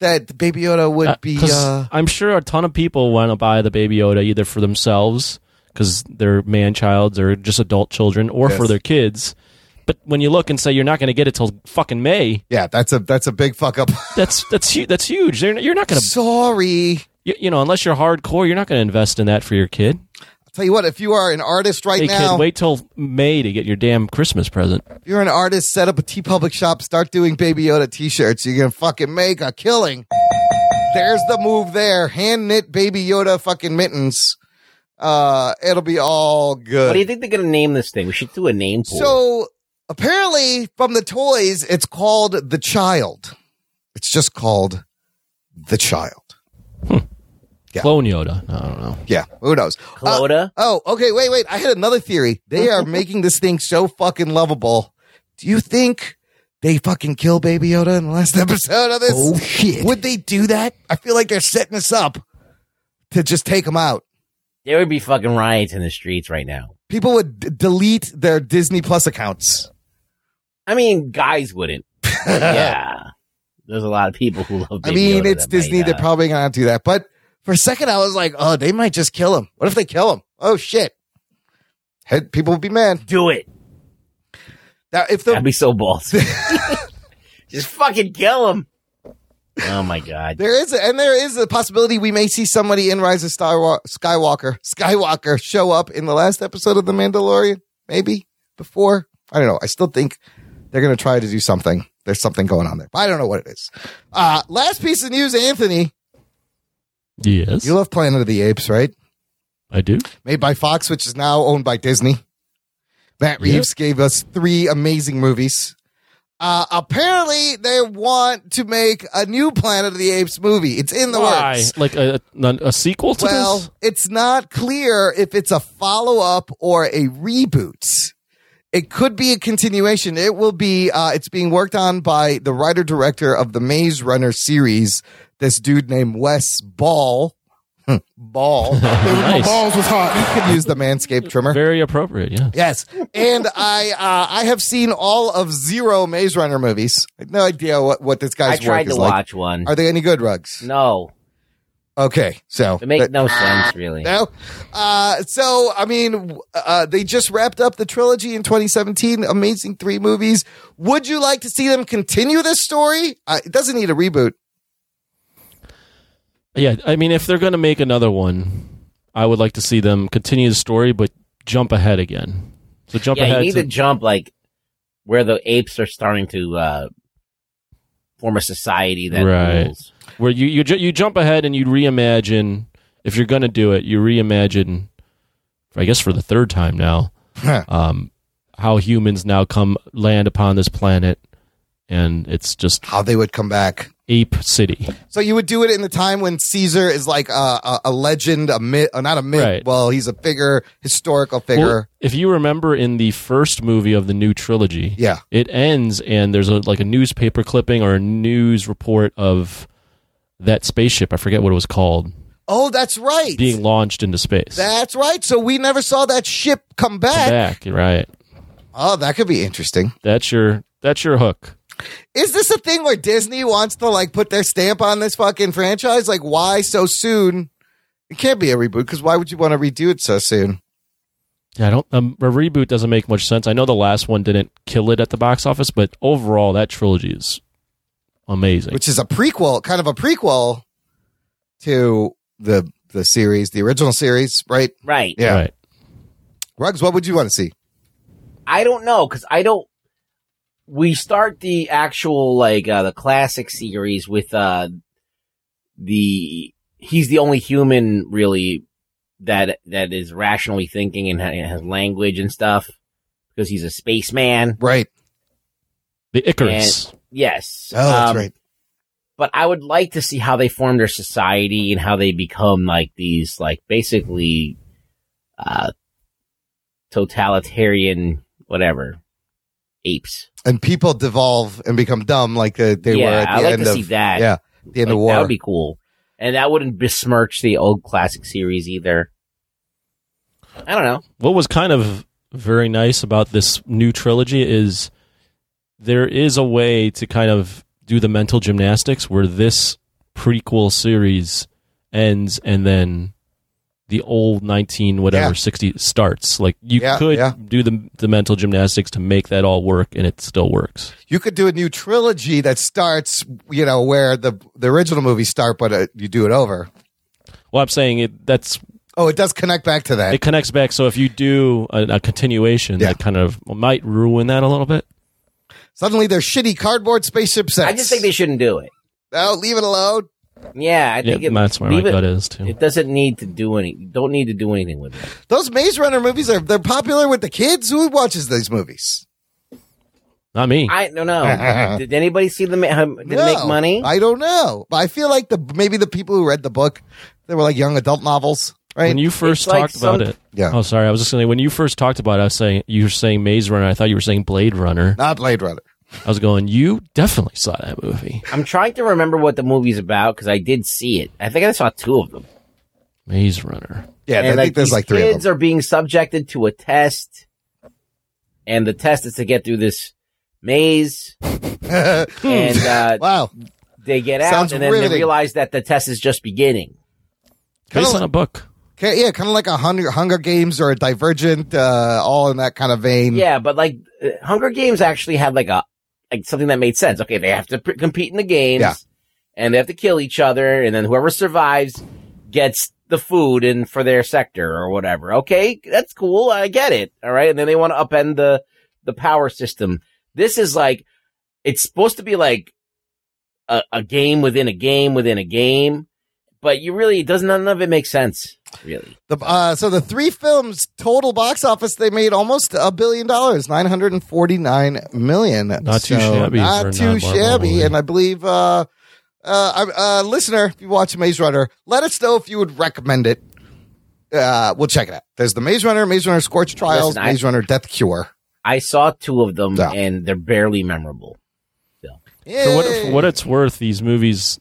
[SPEAKER 1] that Baby Yoda would
[SPEAKER 5] Uh,
[SPEAKER 1] be.
[SPEAKER 5] 'cause
[SPEAKER 1] Uh,
[SPEAKER 5] I'm sure a ton of people want to buy the Baby Yoda either for themselves because they're man childs or just adult children, or for
[SPEAKER 1] Yes.
[SPEAKER 5] their kids. But when you look and say you're not going to get it till fucking May,
[SPEAKER 1] yeah, that's a that's a big fuck up.
[SPEAKER 5] that's that's hu- that's huge. They're, you're not going to,
[SPEAKER 1] Sorry.
[SPEAKER 5] you, you know, unless you're hardcore, you're not going to invest in that for your kid.
[SPEAKER 1] I'll tell you what, if you are an artist right
[SPEAKER 5] Hey,
[SPEAKER 1] now,
[SPEAKER 5] kid, wait till May to get your damn Christmas present.
[SPEAKER 1] if you're an artist, set up a T Public shop, start doing Baby Yoda t shirts. You're going to fucking make a killing. There's the move there. Hand knit Baby Yoda fucking mittens. Uh, it'll be all good.
[SPEAKER 6] What do you think they're gonna name this thing? We should do a name pool.
[SPEAKER 1] So apparently, from the toys, it's called the child. It's just called the child. Yeah.
[SPEAKER 5] Clone Yoda. I don't know.
[SPEAKER 1] Yeah, who knows? Uh,
[SPEAKER 6] Cloda.
[SPEAKER 1] oh, okay. Wait, wait. I had another theory. They are making this thing so fucking lovable. Do you think they fucking kill Baby Yoda in the last episode of this?
[SPEAKER 7] Oh, shit.
[SPEAKER 1] Would they do that? I feel like they're setting us up to just take him out.
[SPEAKER 6] there would be fucking riots in the streets right now.
[SPEAKER 1] People would d- delete their Disney Plus accounts.
[SPEAKER 6] I mean, guys wouldn't. yeah. There's a lot of people who love Baby
[SPEAKER 1] I mean,
[SPEAKER 6] Yoda
[SPEAKER 1] it's
[SPEAKER 6] that might uh,
[SPEAKER 1] Disney.
[SPEAKER 6] not.
[SPEAKER 1] They're probably going to do that. But for a second, I was like, oh, they might just kill him. What if they kill him? Oh, shit. Head, people would be mad.
[SPEAKER 6] do it.
[SPEAKER 1] Now, if
[SPEAKER 6] That'd
[SPEAKER 1] the,
[SPEAKER 6] be so ballsy. Just fucking kill him. Oh my god.
[SPEAKER 1] there is, a, and there is a possibility we may see somebody in Rise of Star Wa- Skywalker, Skywalker show up in the last episode of The Mandalorian, maybe before. I don't know. I still think they're going to try to do something. There's something going on there. But I don't know what it is. Uh, last piece of news, Anthony.
[SPEAKER 5] Yes,
[SPEAKER 1] You love Planet of the Apes, right?
[SPEAKER 5] I do.
[SPEAKER 1] made by Fox, which is now owned by Disney. Matt Reeves gave us three amazing movies. Uh, apparently, they want to make a new Planet of the Apes movie. It's in the
[SPEAKER 5] Why?
[SPEAKER 1] works.
[SPEAKER 5] Like a, a, a sequel to this?
[SPEAKER 1] Well, it's not clear if it's a follow up or a reboot. It could be a continuation. It will be. Uh, it's being worked on by the writer director of the Maze Runner series. This dude named Wes Ball. Ball.
[SPEAKER 5] Nice.
[SPEAKER 7] Balls was hot.
[SPEAKER 1] Could use the Manscaped trimmer.
[SPEAKER 5] Very appropriate. Yeah.
[SPEAKER 1] Yes, and I uh, I have seen all of zero Maze Runner movies. I have no idea what, what this
[SPEAKER 6] I
[SPEAKER 1] guy's
[SPEAKER 6] tried
[SPEAKER 1] work
[SPEAKER 6] to
[SPEAKER 1] is like.
[SPEAKER 6] watch one.
[SPEAKER 1] Are they any good rugs?
[SPEAKER 6] No.
[SPEAKER 1] Okay, so
[SPEAKER 6] It makes
[SPEAKER 1] but-
[SPEAKER 6] no sense really.
[SPEAKER 1] no. Uh, so I mean, w- uh, they just wrapped up the trilogy in 2017. Amazing three movies. Would you like to see them continue this story? Uh, it doesn't need a reboot.
[SPEAKER 5] Yeah, I mean, if they're going to make another one, I would like to see them continue the story, but jump ahead again. So jump
[SPEAKER 6] yeah, you
[SPEAKER 5] ahead.
[SPEAKER 6] need
[SPEAKER 5] to-
[SPEAKER 6] to jump like where the apes are starting to uh form a society that
[SPEAKER 5] Right.
[SPEAKER 6] rules.
[SPEAKER 5] where you you, ju- you jump ahead and you reimagine. If you're going to do it, you reimagine. I guess for the third time now, um, how humans now come land upon this planet, and it's just
[SPEAKER 1] How they would come back.
[SPEAKER 5] ape city.
[SPEAKER 1] So you would do it in the time when Caesar is like a, a, a legend, a myth, uh, not a myth.
[SPEAKER 5] Right.
[SPEAKER 1] Well, he's a figure, historical figure.
[SPEAKER 5] Well, if you remember in the first movie of the new trilogy,
[SPEAKER 1] Yeah.
[SPEAKER 5] it ends and there's a like a newspaper clipping or a news report of that spaceship. I forget what it was called
[SPEAKER 1] oh, that's right.
[SPEAKER 5] being launched into space.
[SPEAKER 1] That's right. So we never saw that ship come back.
[SPEAKER 5] back, right?
[SPEAKER 1] Oh, that could be interesting.
[SPEAKER 5] That's your that's your hook.
[SPEAKER 1] Is this a thing where Disney wants to like put their stamp on this fucking franchise? Like, why so soon? It can't be a reboot because why would you want to redo it so soon?
[SPEAKER 5] Yeah, I don't. Um, a reboot doesn't make much sense. I know the last one didn't kill it at the box office, but overall, that trilogy is amazing.
[SPEAKER 1] Which is a prequel, kind of a prequel to the the series, the original series, right?
[SPEAKER 6] Right.
[SPEAKER 1] Yeah.
[SPEAKER 5] Right.
[SPEAKER 1] Rugs, what would you want to see?
[SPEAKER 6] I don't know because I don't. We start the actual like uh, the classic series with uh the he's the only human really that that is rationally thinking and ha- has language and stuff because he's a spaceman.
[SPEAKER 1] Right.
[SPEAKER 5] The Icarus.
[SPEAKER 6] Yes.
[SPEAKER 1] Oh, that's
[SPEAKER 6] Um,
[SPEAKER 1] right.
[SPEAKER 6] But I would like to see how they form their society and how they become like these like basically uh totalitarian whatever apes.
[SPEAKER 1] And people devolve and become dumb like uh, they were
[SPEAKER 6] Yeah,
[SPEAKER 1] at the
[SPEAKER 6] I'd like
[SPEAKER 1] end
[SPEAKER 6] to
[SPEAKER 1] of
[SPEAKER 6] see that.
[SPEAKER 1] yeah, the end
[SPEAKER 6] Like,
[SPEAKER 1] of war.
[SPEAKER 6] That would be cool. And that wouldn't besmirch the old classic series either. I don't know.
[SPEAKER 5] what was kind of very nice about this new trilogy is there is a way to kind of do the mental gymnastics where this prequel series ends and then the old 19 whatever
[SPEAKER 1] Yeah.
[SPEAKER 5] 60 starts like you
[SPEAKER 1] Yeah,
[SPEAKER 5] could
[SPEAKER 1] yeah.
[SPEAKER 5] do the, the mental gymnastics to make that all work and it still works
[SPEAKER 1] You could do a new trilogy that starts, you know, where the the original movies start, but uh, you do it over.
[SPEAKER 5] well i'm saying it that's
[SPEAKER 1] Oh, it does connect back to that.
[SPEAKER 5] it connects back so if you do a, a continuation
[SPEAKER 1] Yeah.
[SPEAKER 5] that kind of might ruin that a little bit
[SPEAKER 1] Suddenly, they're shitty cardboard spaceship sets.
[SPEAKER 6] I just think they shouldn't do it.
[SPEAKER 1] oh, leave it alone.
[SPEAKER 6] Yeah, I
[SPEAKER 5] yeah,
[SPEAKER 6] think it,
[SPEAKER 5] that's where my
[SPEAKER 6] leave it,
[SPEAKER 5] gut is too
[SPEAKER 6] It doesn't need to do any. Don't need to do anything with it.
[SPEAKER 1] Those Maze Runner movies are they're popular with the kids. Who watches these movies?
[SPEAKER 5] not me
[SPEAKER 6] I don't know. Did anybody see them? um, Did it make
[SPEAKER 1] No,
[SPEAKER 6] money?
[SPEAKER 1] I don't know. But I feel like the maybe the people who read the book, they were like young adult novels, right?
[SPEAKER 5] when you first
[SPEAKER 6] it's like
[SPEAKER 5] talked about
[SPEAKER 6] some-
[SPEAKER 5] it
[SPEAKER 1] Yeah.
[SPEAKER 5] oh sorry i was just saying when you first talked about it i was saying you were saying maze runner i thought you were saying blade runner
[SPEAKER 1] Not Blade Runner.
[SPEAKER 5] i was going you definitely saw that movie
[SPEAKER 6] I'm trying to remember what the movie's about because I did see it. I think I saw two of them.
[SPEAKER 5] maze runner
[SPEAKER 1] Yeah, I think there's
[SPEAKER 6] these
[SPEAKER 1] like three
[SPEAKER 6] kids
[SPEAKER 1] of them.
[SPEAKER 6] are being subjected to a test, and the test is to get through this maze, and uh,
[SPEAKER 1] Wow,
[SPEAKER 6] they get out,
[SPEAKER 1] Sounds
[SPEAKER 6] and then they
[SPEAKER 1] riveting.
[SPEAKER 6] realize that the test is just beginning.
[SPEAKER 1] Kinda
[SPEAKER 5] based
[SPEAKER 1] like-
[SPEAKER 5] on a book
[SPEAKER 1] Okay, yeah, kind of like a Hunger, Hunger Games or a Divergent, uh, all in that kind of vein.
[SPEAKER 6] Yeah, but like uh, Hunger Games actually had like a like something that made sense. Okay, they have to pr- compete in the games,
[SPEAKER 1] Yeah.
[SPEAKER 6] and they have to kill each other, and then whoever survives gets the food and for their sector or whatever. Okay, that's cool. I get it. All right, and then they want to upend the the power system. This is like it's supposed to be like a, a game within a game within a game, but you really it doesn't none of it makes sense. Really,
[SPEAKER 1] The, uh, so the three films total box office, they made almost a billion dollars, nine hundred and forty nine million.
[SPEAKER 5] Not too
[SPEAKER 1] So,
[SPEAKER 5] shabby for a
[SPEAKER 1] Not too
[SPEAKER 5] non-Marvel
[SPEAKER 1] shabby.
[SPEAKER 5] movie.
[SPEAKER 1] And I believe, uh, uh, uh, listener, if you watch Maze Runner, let us know if you would recommend it. Uh, we'll check it out. There's the Maze Runner, Maze Runner Scorch Trials,
[SPEAKER 6] Listen, I-
[SPEAKER 1] Maze Runner Death Cure.
[SPEAKER 6] I saw two of them,
[SPEAKER 1] Yeah.
[SPEAKER 6] and they're barely memorable.
[SPEAKER 5] for what,
[SPEAKER 1] Yay!
[SPEAKER 5] for what it's worth these movies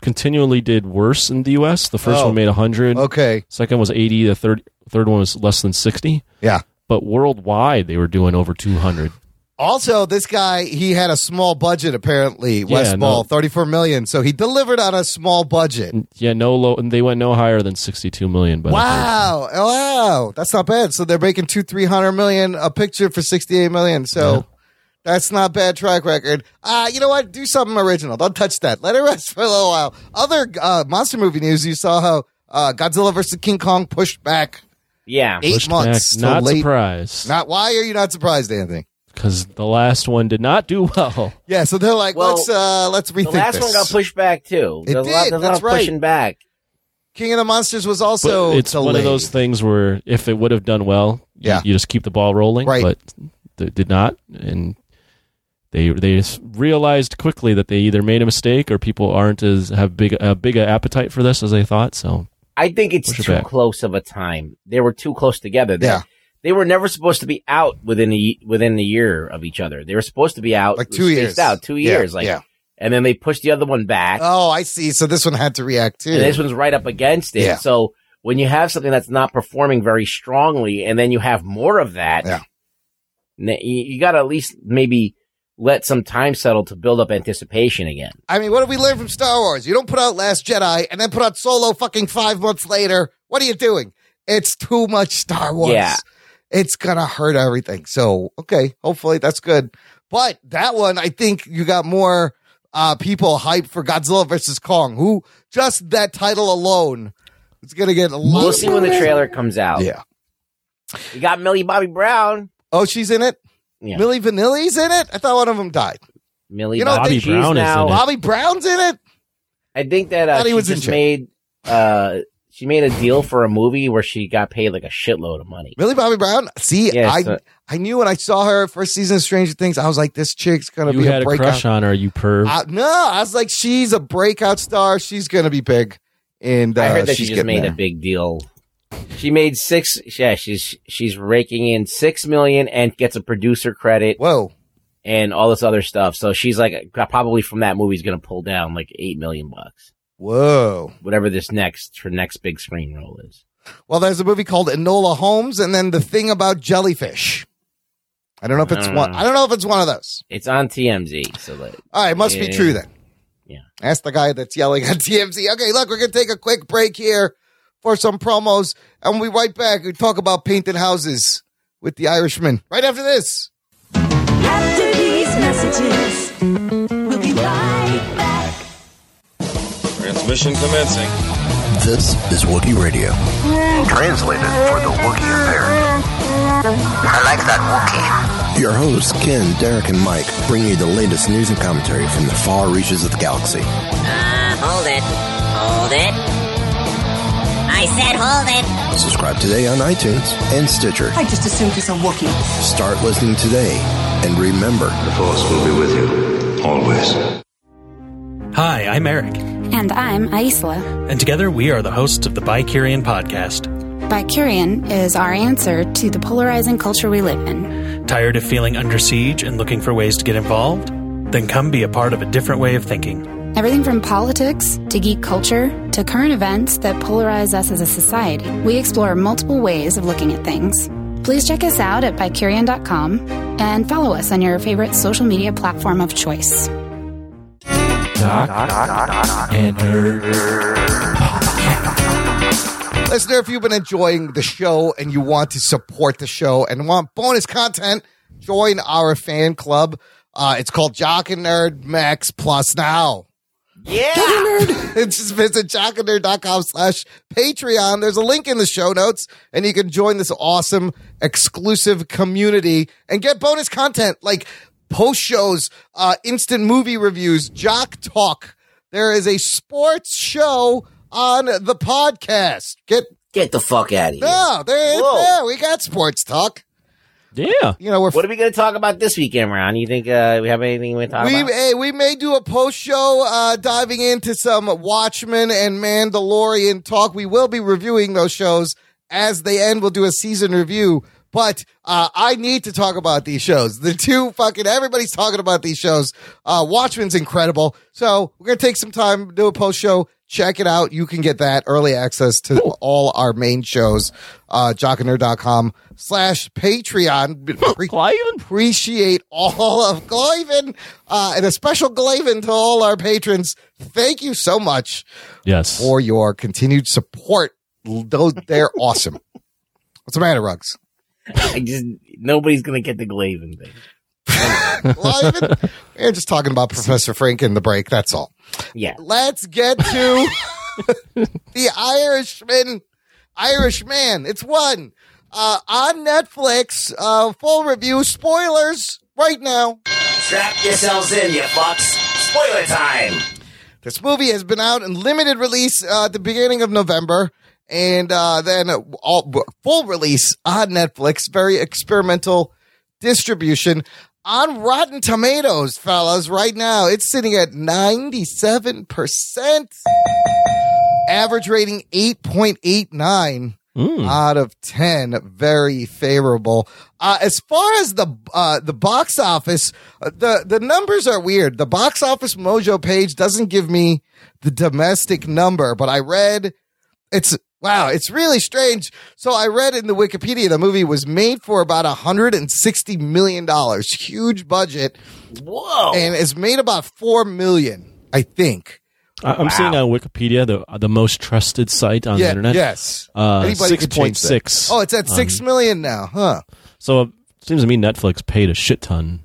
[SPEAKER 5] continually did worse in the us the first
[SPEAKER 1] Oh.
[SPEAKER 5] one made 100
[SPEAKER 1] okay,
[SPEAKER 5] second was 80 the third third one was less than 60
[SPEAKER 1] yeah.
[SPEAKER 5] but worldwide they were doing over 200
[SPEAKER 1] Also, this guy he had a small budget apparently. West
[SPEAKER 5] no.
[SPEAKER 1] Ball, thirty four million. So he delivered on a small budget.
[SPEAKER 5] yeah no low and they went no higher than 62 million by the third.
[SPEAKER 1] Wow, wow, that's not bad. So they're making two three hundred million a picture for sixty eight million. So. That's not bad track record. Uh, you know what? Do something original. Don't touch that. Let it rest for a little while. Other uh, monster movie news. You saw how uh, Godzilla vs King Kong pushed back
[SPEAKER 6] Yeah.
[SPEAKER 1] eight
[SPEAKER 5] Pushed
[SPEAKER 1] months.
[SPEAKER 5] back.
[SPEAKER 1] till
[SPEAKER 5] not
[SPEAKER 1] late.
[SPEAKER 5] surprised
[SPEAKER 1] Not why are you not surprised, Anthony?
[SPEAKER 5] because the last one did not do well
[SPEAKER 1] Yeah. So they're like,
[SPEAKER 6] Well,
[SPEAKER 1] let's uh, let's rethink
[SPEAKER 6] The last
[SPEAKER 1] this.
[SPEAKER 6] one got pushed back too.
[SPEAKER 1] It
[SPEAKER 6] There's
[SPEAKER 1] did,
[SPEAKER 6] A lot, there's a lot
[SPEAKER 1] that's
[SPEAKER 6] of
[SPEAKER 1] right.
[SPEAKER 6] pushing back.
[SPEAKER 1] King of the Monsters was
[SPEAKER 5] But
[SPEAKER 1] also
[SPEAKER 5] it's one of
[SPEAKER 1] delayed.
[SPEAKER 5] those things where if it would have done well, you-
[SPEAKER 1] Yeah.
[SPEAKER 5] you, just keep the ball rolling.
[SPEAKER 1] Right.
[SPEAKER 5] But it did not, and they they s- realized quickly that they either made a mistake or people aren't as have big a big a appetite for this as they thought. So
[SPEAKER 6] I think it's
[SPEAKER 5] Push it
[SPEAKER 6] too
[SPEAKER 5] back.
[SPEAKER 6] close of a time. They were too close together. They,
[SPEAKER 1] Yeah.
[SPEAKER 6] They were never supposed to be out within a ye- within a year of each other. They were supposed to be out
[SPEAKER 1] Like two
[SPEAKER 6] spaced
[SPEAKER 1] years.
[SPEAKER 6] out two
[SPEAKER 1] Yeah,
[SPEAKER 6] years, like,
[SPEAKER 1] yeah.
[SPEAKER 6] and then they pushed the other one back,
[SPEAKER 1] Oh, I see. So this one had to react too.
[SPEAKER 6] and this one's right up against it.
[SPEAKER 1] Yeah.
[SPEAKER 6] So when you have something that's not performing very strongly, and then you have more of that,
[SPEAKER 1] Yeah.
[SPEAKER 6] n- you, you got to at least maybe let some time settle to build up anticipation again.
[SPEAKER 1] I mean, what did we learn from Star Wars? You don't put out Last Jedi and then put out Solo fucking five months later. What are you doing? It's too much Star Wars.
[SPEAKER 6] Yeah.
[SPEAKER 1] It's gonna hurt everything. So, okay, hopefully that's good. But that one, I think you got more uh, people hyped for Godzilla versus Kong, who just that title alone is gonna get a lot.
[SPEAKER 6] We'll
[SPEAKER 1] of-
[SPEAKER 6] see when the trailer comes out.
[SPEAKER 1] Yeah.
[SPEAKER 6] You got Millie Bobby Brown.
[SPEAKER 1] Oh, she's in it.
[SPEAKER 6] Yeah.
[SPEAKER 1] Millie Vanilli's in it. I thought one of them died.
[SPEAKER 6] Millie
[SPEAKER 1] You know,
[SPEAKER 6] Bobby
[SPEAKER 1] Bobby
[SPEAKER 6] She's
[SPEAKER 5] Brown is
[SPEAKER 6] now,
[SPEAKER 5] in it.
[SPEAKER 1] Bobby Brown's in it.
[SPEAKER 6] I think that uh,
[SPEAKER 1] Thought he
[SPEAKER 6] she
[SPEAKER 1] was in
[SPEAKER 6] just
[SPEAKER 1] jail.
[SPEAKER 6] made uh, she made a deal for a movie where she got paid like a shitload of money.
[SPEAKER 1] Millie Bobby Brown. See,
[SPEAKER 6] Yeah,
[SPEAKER 1] I
[SPEAKER 6] so-
[SPEAKER 1] I knew when I saw her first season of Stranger Things, I was like, this chick's gonna
[SPEAKER 5] you
[SPEAKER 1] be
[SPEAKER 5] had
[SPEAKER 1] a
[SPEAKER 5] a,
[SPEAKER 1] breakout.
[SPEAKER 5] crush on her, you perv.
[SPEAKER 1] I- no, I was like, she's a breakout star. She's gonna be big. And uh,
[SPEAKER 6] I heard that she
[SPEAKER 1] she's
[SPEAKER 6] just
[SPEAKER 1] getting
[SPEAKER 6] made
[SPEAKER 1] there.
[SPEAKER 6] a big deal. She made six. Yeah, she's she's raking in six million and gets a producer credit
[SPEAKER 1] Whoa,
[SPEAKER 6] and all this other stuff. So she's like probably from that movie's gonna pull down like eight million bucks,
[SPEAKER 1] whoa.
[SPEAKER 6] whatever this next her next big screen role is.
[SPEAKER 1] Well, there's a movie called Enola Holmes, and then the thing about jellyfish. I don't know if it's
[SPEAKER 6] don't
[SPEAKER 1] one.
[SPEAKER 6] know.
[SPEAKER 1] I don't know if it's one of those.
[SPEAKER 6] It's on TMZ, so that
[SPEAKER 1] All right, it must be
[SPEAKER 6] Yeah.
[SPEAKER 1] true then.
[SPEAKER 6] Yeah.
[SPEAKER 1] Ask the guy that's yelling at TMZ. Okay, look, we're gonna take a quick break here for some promos, and we'll be right back. We talk about painting houses with the Irishman right after this.
[SPEAKER 8] After these messages, we'll be right back.
[SPEAKER 9] Transmission commencing.
[SPEAKER 10] This is Wookiee Radio.
[SPEAKER 11] Translated for the Wookiee imperative. I like that Wookiee.
[SPEAKER 10] Your hosts, Ken, Derek, and Mike, bring you the latest news and commentary from the far reaches of the galaxy.
[SPEAKER 12] Uh, hold it. Hold it. I said hold it.
[SPEAKER 10] Subscribe today on iTunes and Stitcher.
[SPEAKER 12] I just assumed he's a Wookiee.
[SPEAKER 10] Start listening today, and remember the Force will be with you always.
[SPEAKER 13] Hi, I'm Eric,
[SPEAKER 14] And I'm Aisla.
[SPEAKER 13] and together we are the hosts of the Bicurian podcast.
[SPEAKER 14] Bicurian is our answer to the polarizing culture we live in.
[SPEAKER 13] Tired of feeling under siege and looking for ways to get involved? Then come be a part of a different way of thinking.
[SPEAKER 14] Everything from politics to geek culture to current events that polarize us as a society, we explore multiple ways of looking at things. Please check us out at bicurian.com and follow us on your favorite social media platform of choice.
[SPEAKER 5] and
[SPEAKER 1] Listener, if you've been enjoying the show and you want to support the show and want bonus content, join our fan club. Uh, it's called Jock and Nerd Max Plus now. Yeah. Just visit jockandnerd.com slash Patreon. There's a link in the show notes and you can join this awesome exclusive community and get bonus content like post shows, uh, instant movie reviews, jock talk. There is a sports show on the podcast. Get
[SPEAKER 6] get the fuck out of here.
[SPEAKER 1] no, there,
[SPEAKER 6] Whoa.
[SPEAKER 1] there, we got sports talk.
[SPEAKER 5] Yeah.
[SPEAKER 1] You know, we're
[SPEAKER 6] what are we going to talk about this weekend, Ron? You think uh, we have anything we talk
[SPEAKER 1] we
[SPEAKER 6] about?
[SPEAKER 1] hey, we may do a post show uh, diving into some Watchmen and Mandalorian talk. We will be reviewing those shows as they end. We'll do a season review. But uh, I need to talk about these shows. The two fucking everybody's talking about these shows. Uh, Watchmen's incredible. So we're gonna take some time do a post show. Check it out. You can get that early access to all our main shows. Uh, jockandnerd.com slash Patreon. Pre- Appreciate all of Cliven, uh, and a special Glaven to all our patrons. Thank you so much
[SPEAKER 5] Yes.
[SPEAKER 1] for your continued support. Though they're awesome. What's the matter, Rugs?
[SPEAKER 6] I just nobody's going to get the Glaven thing.
[SPEAKER 1] Cliven? We're just talking about Professor Frank in the break. That's all.
[SPEAKER 6] Yeah.
[SPEAKER 1] Let's get to the Irishman. Irishman. It's one uh, on Netflix. Uh, full review. Spoilers right now.
[SPEAKER 3] Strap yourselves in, you fucks. Spoiler time.
[SPEAKER 1] This movie has been out in limited release uh, at the beginning of November, and uh, then uh, all, full release on Netflix. Very experimental distribution on Rotten Tomatoes, fellas. Right now, it's sitting at ninety-seven percent, average rating eight point eight nine. Out of ten, very favorable. Uh, as far as the uh, the box office, uh, the the numbers are weird. The box office Mojo page doesn't give me the domestic number, but I read it's wow, it's really strange. So I read in the Wikipedia the movie was made for about 160 million dollars, huge budget.
[SPEAKER 6] Whoa.
[SPEAKER 1] And it's made about 4 million, I think.
[SPEAKER 5] I- I'm seeing on Wikipedia the the most trusted site on
[SPEAKER 1] Yeah,
[SPEAKER 5] the internet.
[SPEAKER 1] yes.
[SPEAKER 5] uh,
[SPEAKER 1] Anybody
[SPEAKER 5] six
[SPEAKER 1] could change
[SPEAKER 5] point
[SPEAKER 1] that.
[SPEAKER 5] six. Um,
[SPEAKER 1] Oh, it's at six million now, huh?
[SPEAKER 5] So it seems to me Netflix paid a shit ton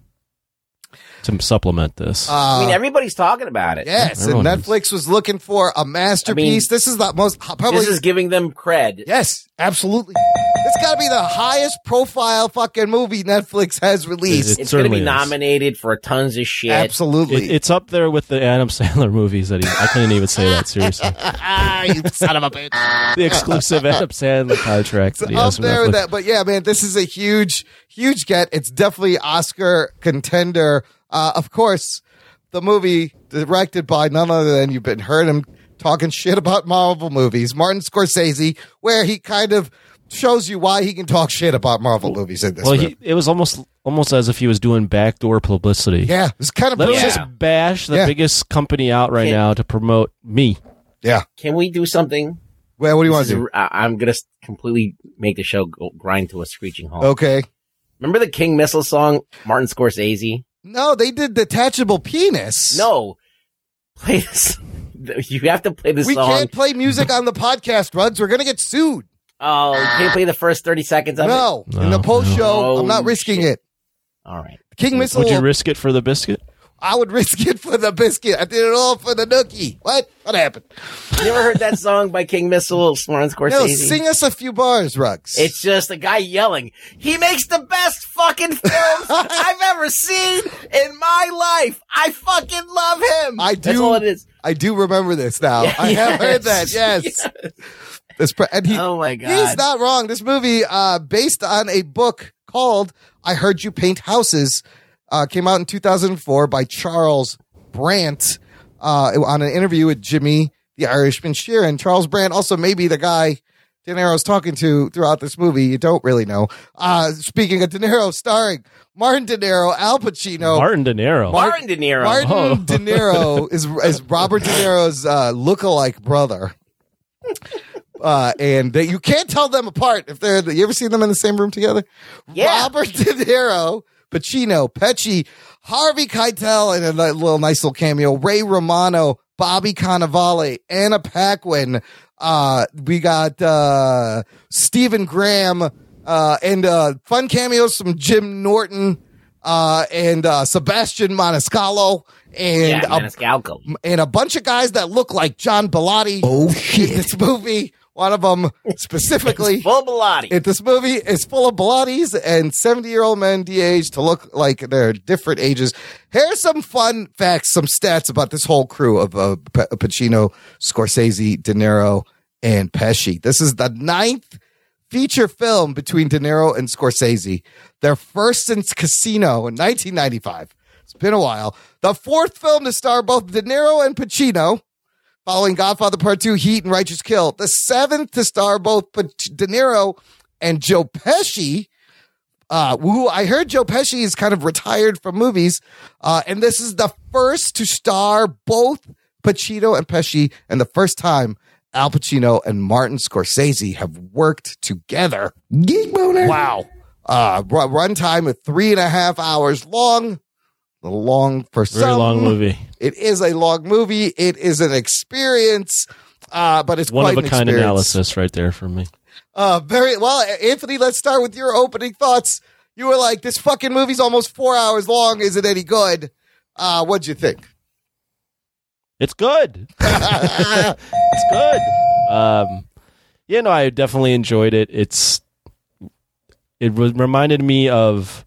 [SPEAKER 5] to supplement this.
[SPEAKER 1] Uh,
[SPEAKER 6] I mean, everybody's talking about it.
[SPEAKER 1] Yes, and
[SPEAKER 5] Everyone is.
[SPEAKER 1] Netflix was looking for a masterpiece. this is the most probably
[SPEAKER 6] this is giving them cred.
[SPEAKER 1] Yes, absolutely. It's got to be the highest profile fucking movie Netflix has released.
[SPEAKER 6] It's
[SPEAKER 5] It
[SPEAKER 6] going to
[SPEAKER 5] certainly
[SPEAKER 6] be
[SPEAKER 5] is.
[SPEAKER 6] nominated for tons of shit.
[SPEAKER 1] Absolutely.
[SPEAKER 5] It- it's up there with the Adam Sandler movies that he. I couldn't even say that seriously.
[SPEAKER 1] ah, you son of a bitch.
[SPEAKER 5] the exclusive Adam Sandler contract. that he has
[SPEAKER 1] Up
[SPEAKER 5] from
[SPEAKER 1] there
[SPEAKER 5] Netflix.
[SPEAKER 1] with that, but yeah, man, this is a huge, huge get. It's definitely Oscar contender. Uh, of course, the movie directed by none other than you've been heard him talking shit about Marvel movies, Martin Scorsese, where he kind of shows you why he can talk shit about Marvel movies in this.
[SPEAKER 5] Well,
[SPEAKER 1] movie.
[SPEAKER 5] he, it was almost almost as if he was doing backdoor publicity.
[SPEAKER 1] yeah, it was kind of
[SPEAKER 5] Let us
[SPEAKER 1] brilliant.
[SPEAKER 5] just bash the
[SPEAKER 1] Yeah.
[SPEAKER 5] biggest company out right
[SPEAKER 6] Yeah.
[SPEAKER 5] now to promote me.
[SPEAKER 1] yeah.
[SPEAKER 6] Can we do something?
[SPEAKER 1] Well, what do you want
[SPEAKER 6] This
[SPEAKER 1] to
[SPEAKER 6] is,
[SPEAKER 1] do?
[SPEAKER 6] I, I'm going to completely make the show go, grind to a screeching halt.
[SPEAKER 1] Okay.
[SPEAKER 6] Remember the King Missile song, Martin Scorsese?
[SPEAKER 1] No, they did detachable penis.
[SPEAKER 6] No, play this. You have to play this
[SPEAKER 1] we
[SPEAKER 6] song.
[SPEAKER 1] can't play music on the podcast, Ruds. We're gonna get sued.
[SPEAKER 6] Oh, you can't play the first thirty seconds of
[SPEAKER 1] No,
[SPEAKER 6] it.
[SPEAKER 1] in the post show,
[SPEAKER 6] Oh,
[SPEAKER 1] I'm not risking it.
[SPEAKER 6] All right,
[SPEAKER 1] King Missile.
[SPEAKER 5] Would you risk it for the biscuit?
[SPEAKER 1] I would risk it for the biscuit. I did it all for the nookie. What? What happened?
[SPEAKER 6] You ever heard that song by King Missile, Martin Scorsese?
[SPEAKER 1] No, sing us a few bars, Rux.
[SPEAKER 6] It's just a guy yelling. He makes the best fucking films I've ever seen in my life. I fucking love him.
[SPEAKER 1] I do.
[SPEAKER 6] That's all it is.
[SPEAKER 1] I do remember this now. I have heard that. Yes. This pre- and he,
[SPEAKER 6] oh my god.
[SPEAKER 1] He's not wrong. This movie, uh, based on a book called "I Heard You Paint Houses," uh, came out in 2004 by Charles Brandt. Uh, on an interview with Jimmy the Irishman Sheeran, Charles Brandt also may be the guy De Niro's talking to throughout this movie. You don't really know. Uh, speaking of De Niro, starring Martin De Niro, Al Pacino,
[SPEAKER 5] Martin De Niro.
[SPEAKER 6] Martin De Niro.
[SPEAKER 1] Oh. Martin
[SPEAKER 5] Oh.
[SPEAKER 1] De Niro is is Robert De Niro's uh, lookalike brother, uh, and they, you can't tell them apart if they're. You ever seen them in the same room together?
[SPEAKER 6] Yeah.
[SPEAKER 1] Robert De Niro, Pacino, Pesci, Harvey Keitel, and a li- little nice little cameo. Ray Romano, Bobby Cannavale, Anna Paquin. Uh, we got uh, Stephen Graham, uh, and uh, fun cameos from Jim Norton. Uh, and uh, Sebastian Maniscalco and uh,
[SPEAKER 6] yeah,
[SPEAKER 1] a-
[SPEAKER 6] Maniscalco.
[SPEAKER 1] and a bunch of guys that look like John Bellotti. Oh shit! In this movie, one of them specifically.
[SPEAKER 6] Full Bellotti.
[SPEAKER 1] If this movie is full of Bellottis and 70 year old men de-aged to look like they're different ages. Here's some fun facts, some stats about this whole crew of uh, Pa- Pacino, Scorsese, De Niro, and Pesci. This is the ninth feature film between De Niro and Scorsese. Their first since Casino in 1995. It's been a while. The fourth film to star both De Niro and Pacino following Godfather Part 2, Heat, and Righteous Kill. The seventh to star both P- De Niro and Joe Pesci. Uh, who I heard Joe Pesci is kind of retired from movies, uh, and this is the first to star both Pacino and Pesci, and the first time Al Pacino and Martin Scorsese have worked together. Geek boner! Wow, uh, run runtime of three and a half hours long. The long for
[SPEAKER 5] Very
[SPEAKER 1] some.
[SPEAKER 5] long movie.
[SPEAKER 1] It is a long movie. It is an experience, uh, but it's
[SPEAKER 5] One
[SPEAKER 1] quite
[SPEAKER 5] of a
[SPEAKER 1] an
[SPEAKER 5] kind
[SPEAKER 1] experience.
[SPEAKER 5] analysis right there for me.
[SPEAKER 1] Uh, very well, Anthony. Let's start with your opening thoughts. You were like, "This fucking movie's almost four hours long. Is it any good?" Uh, what'd you think?
[SPEAKER 5] It's good. it's good. Um, yeah, no, I definitely enjoyed it. It's it was, reminded me of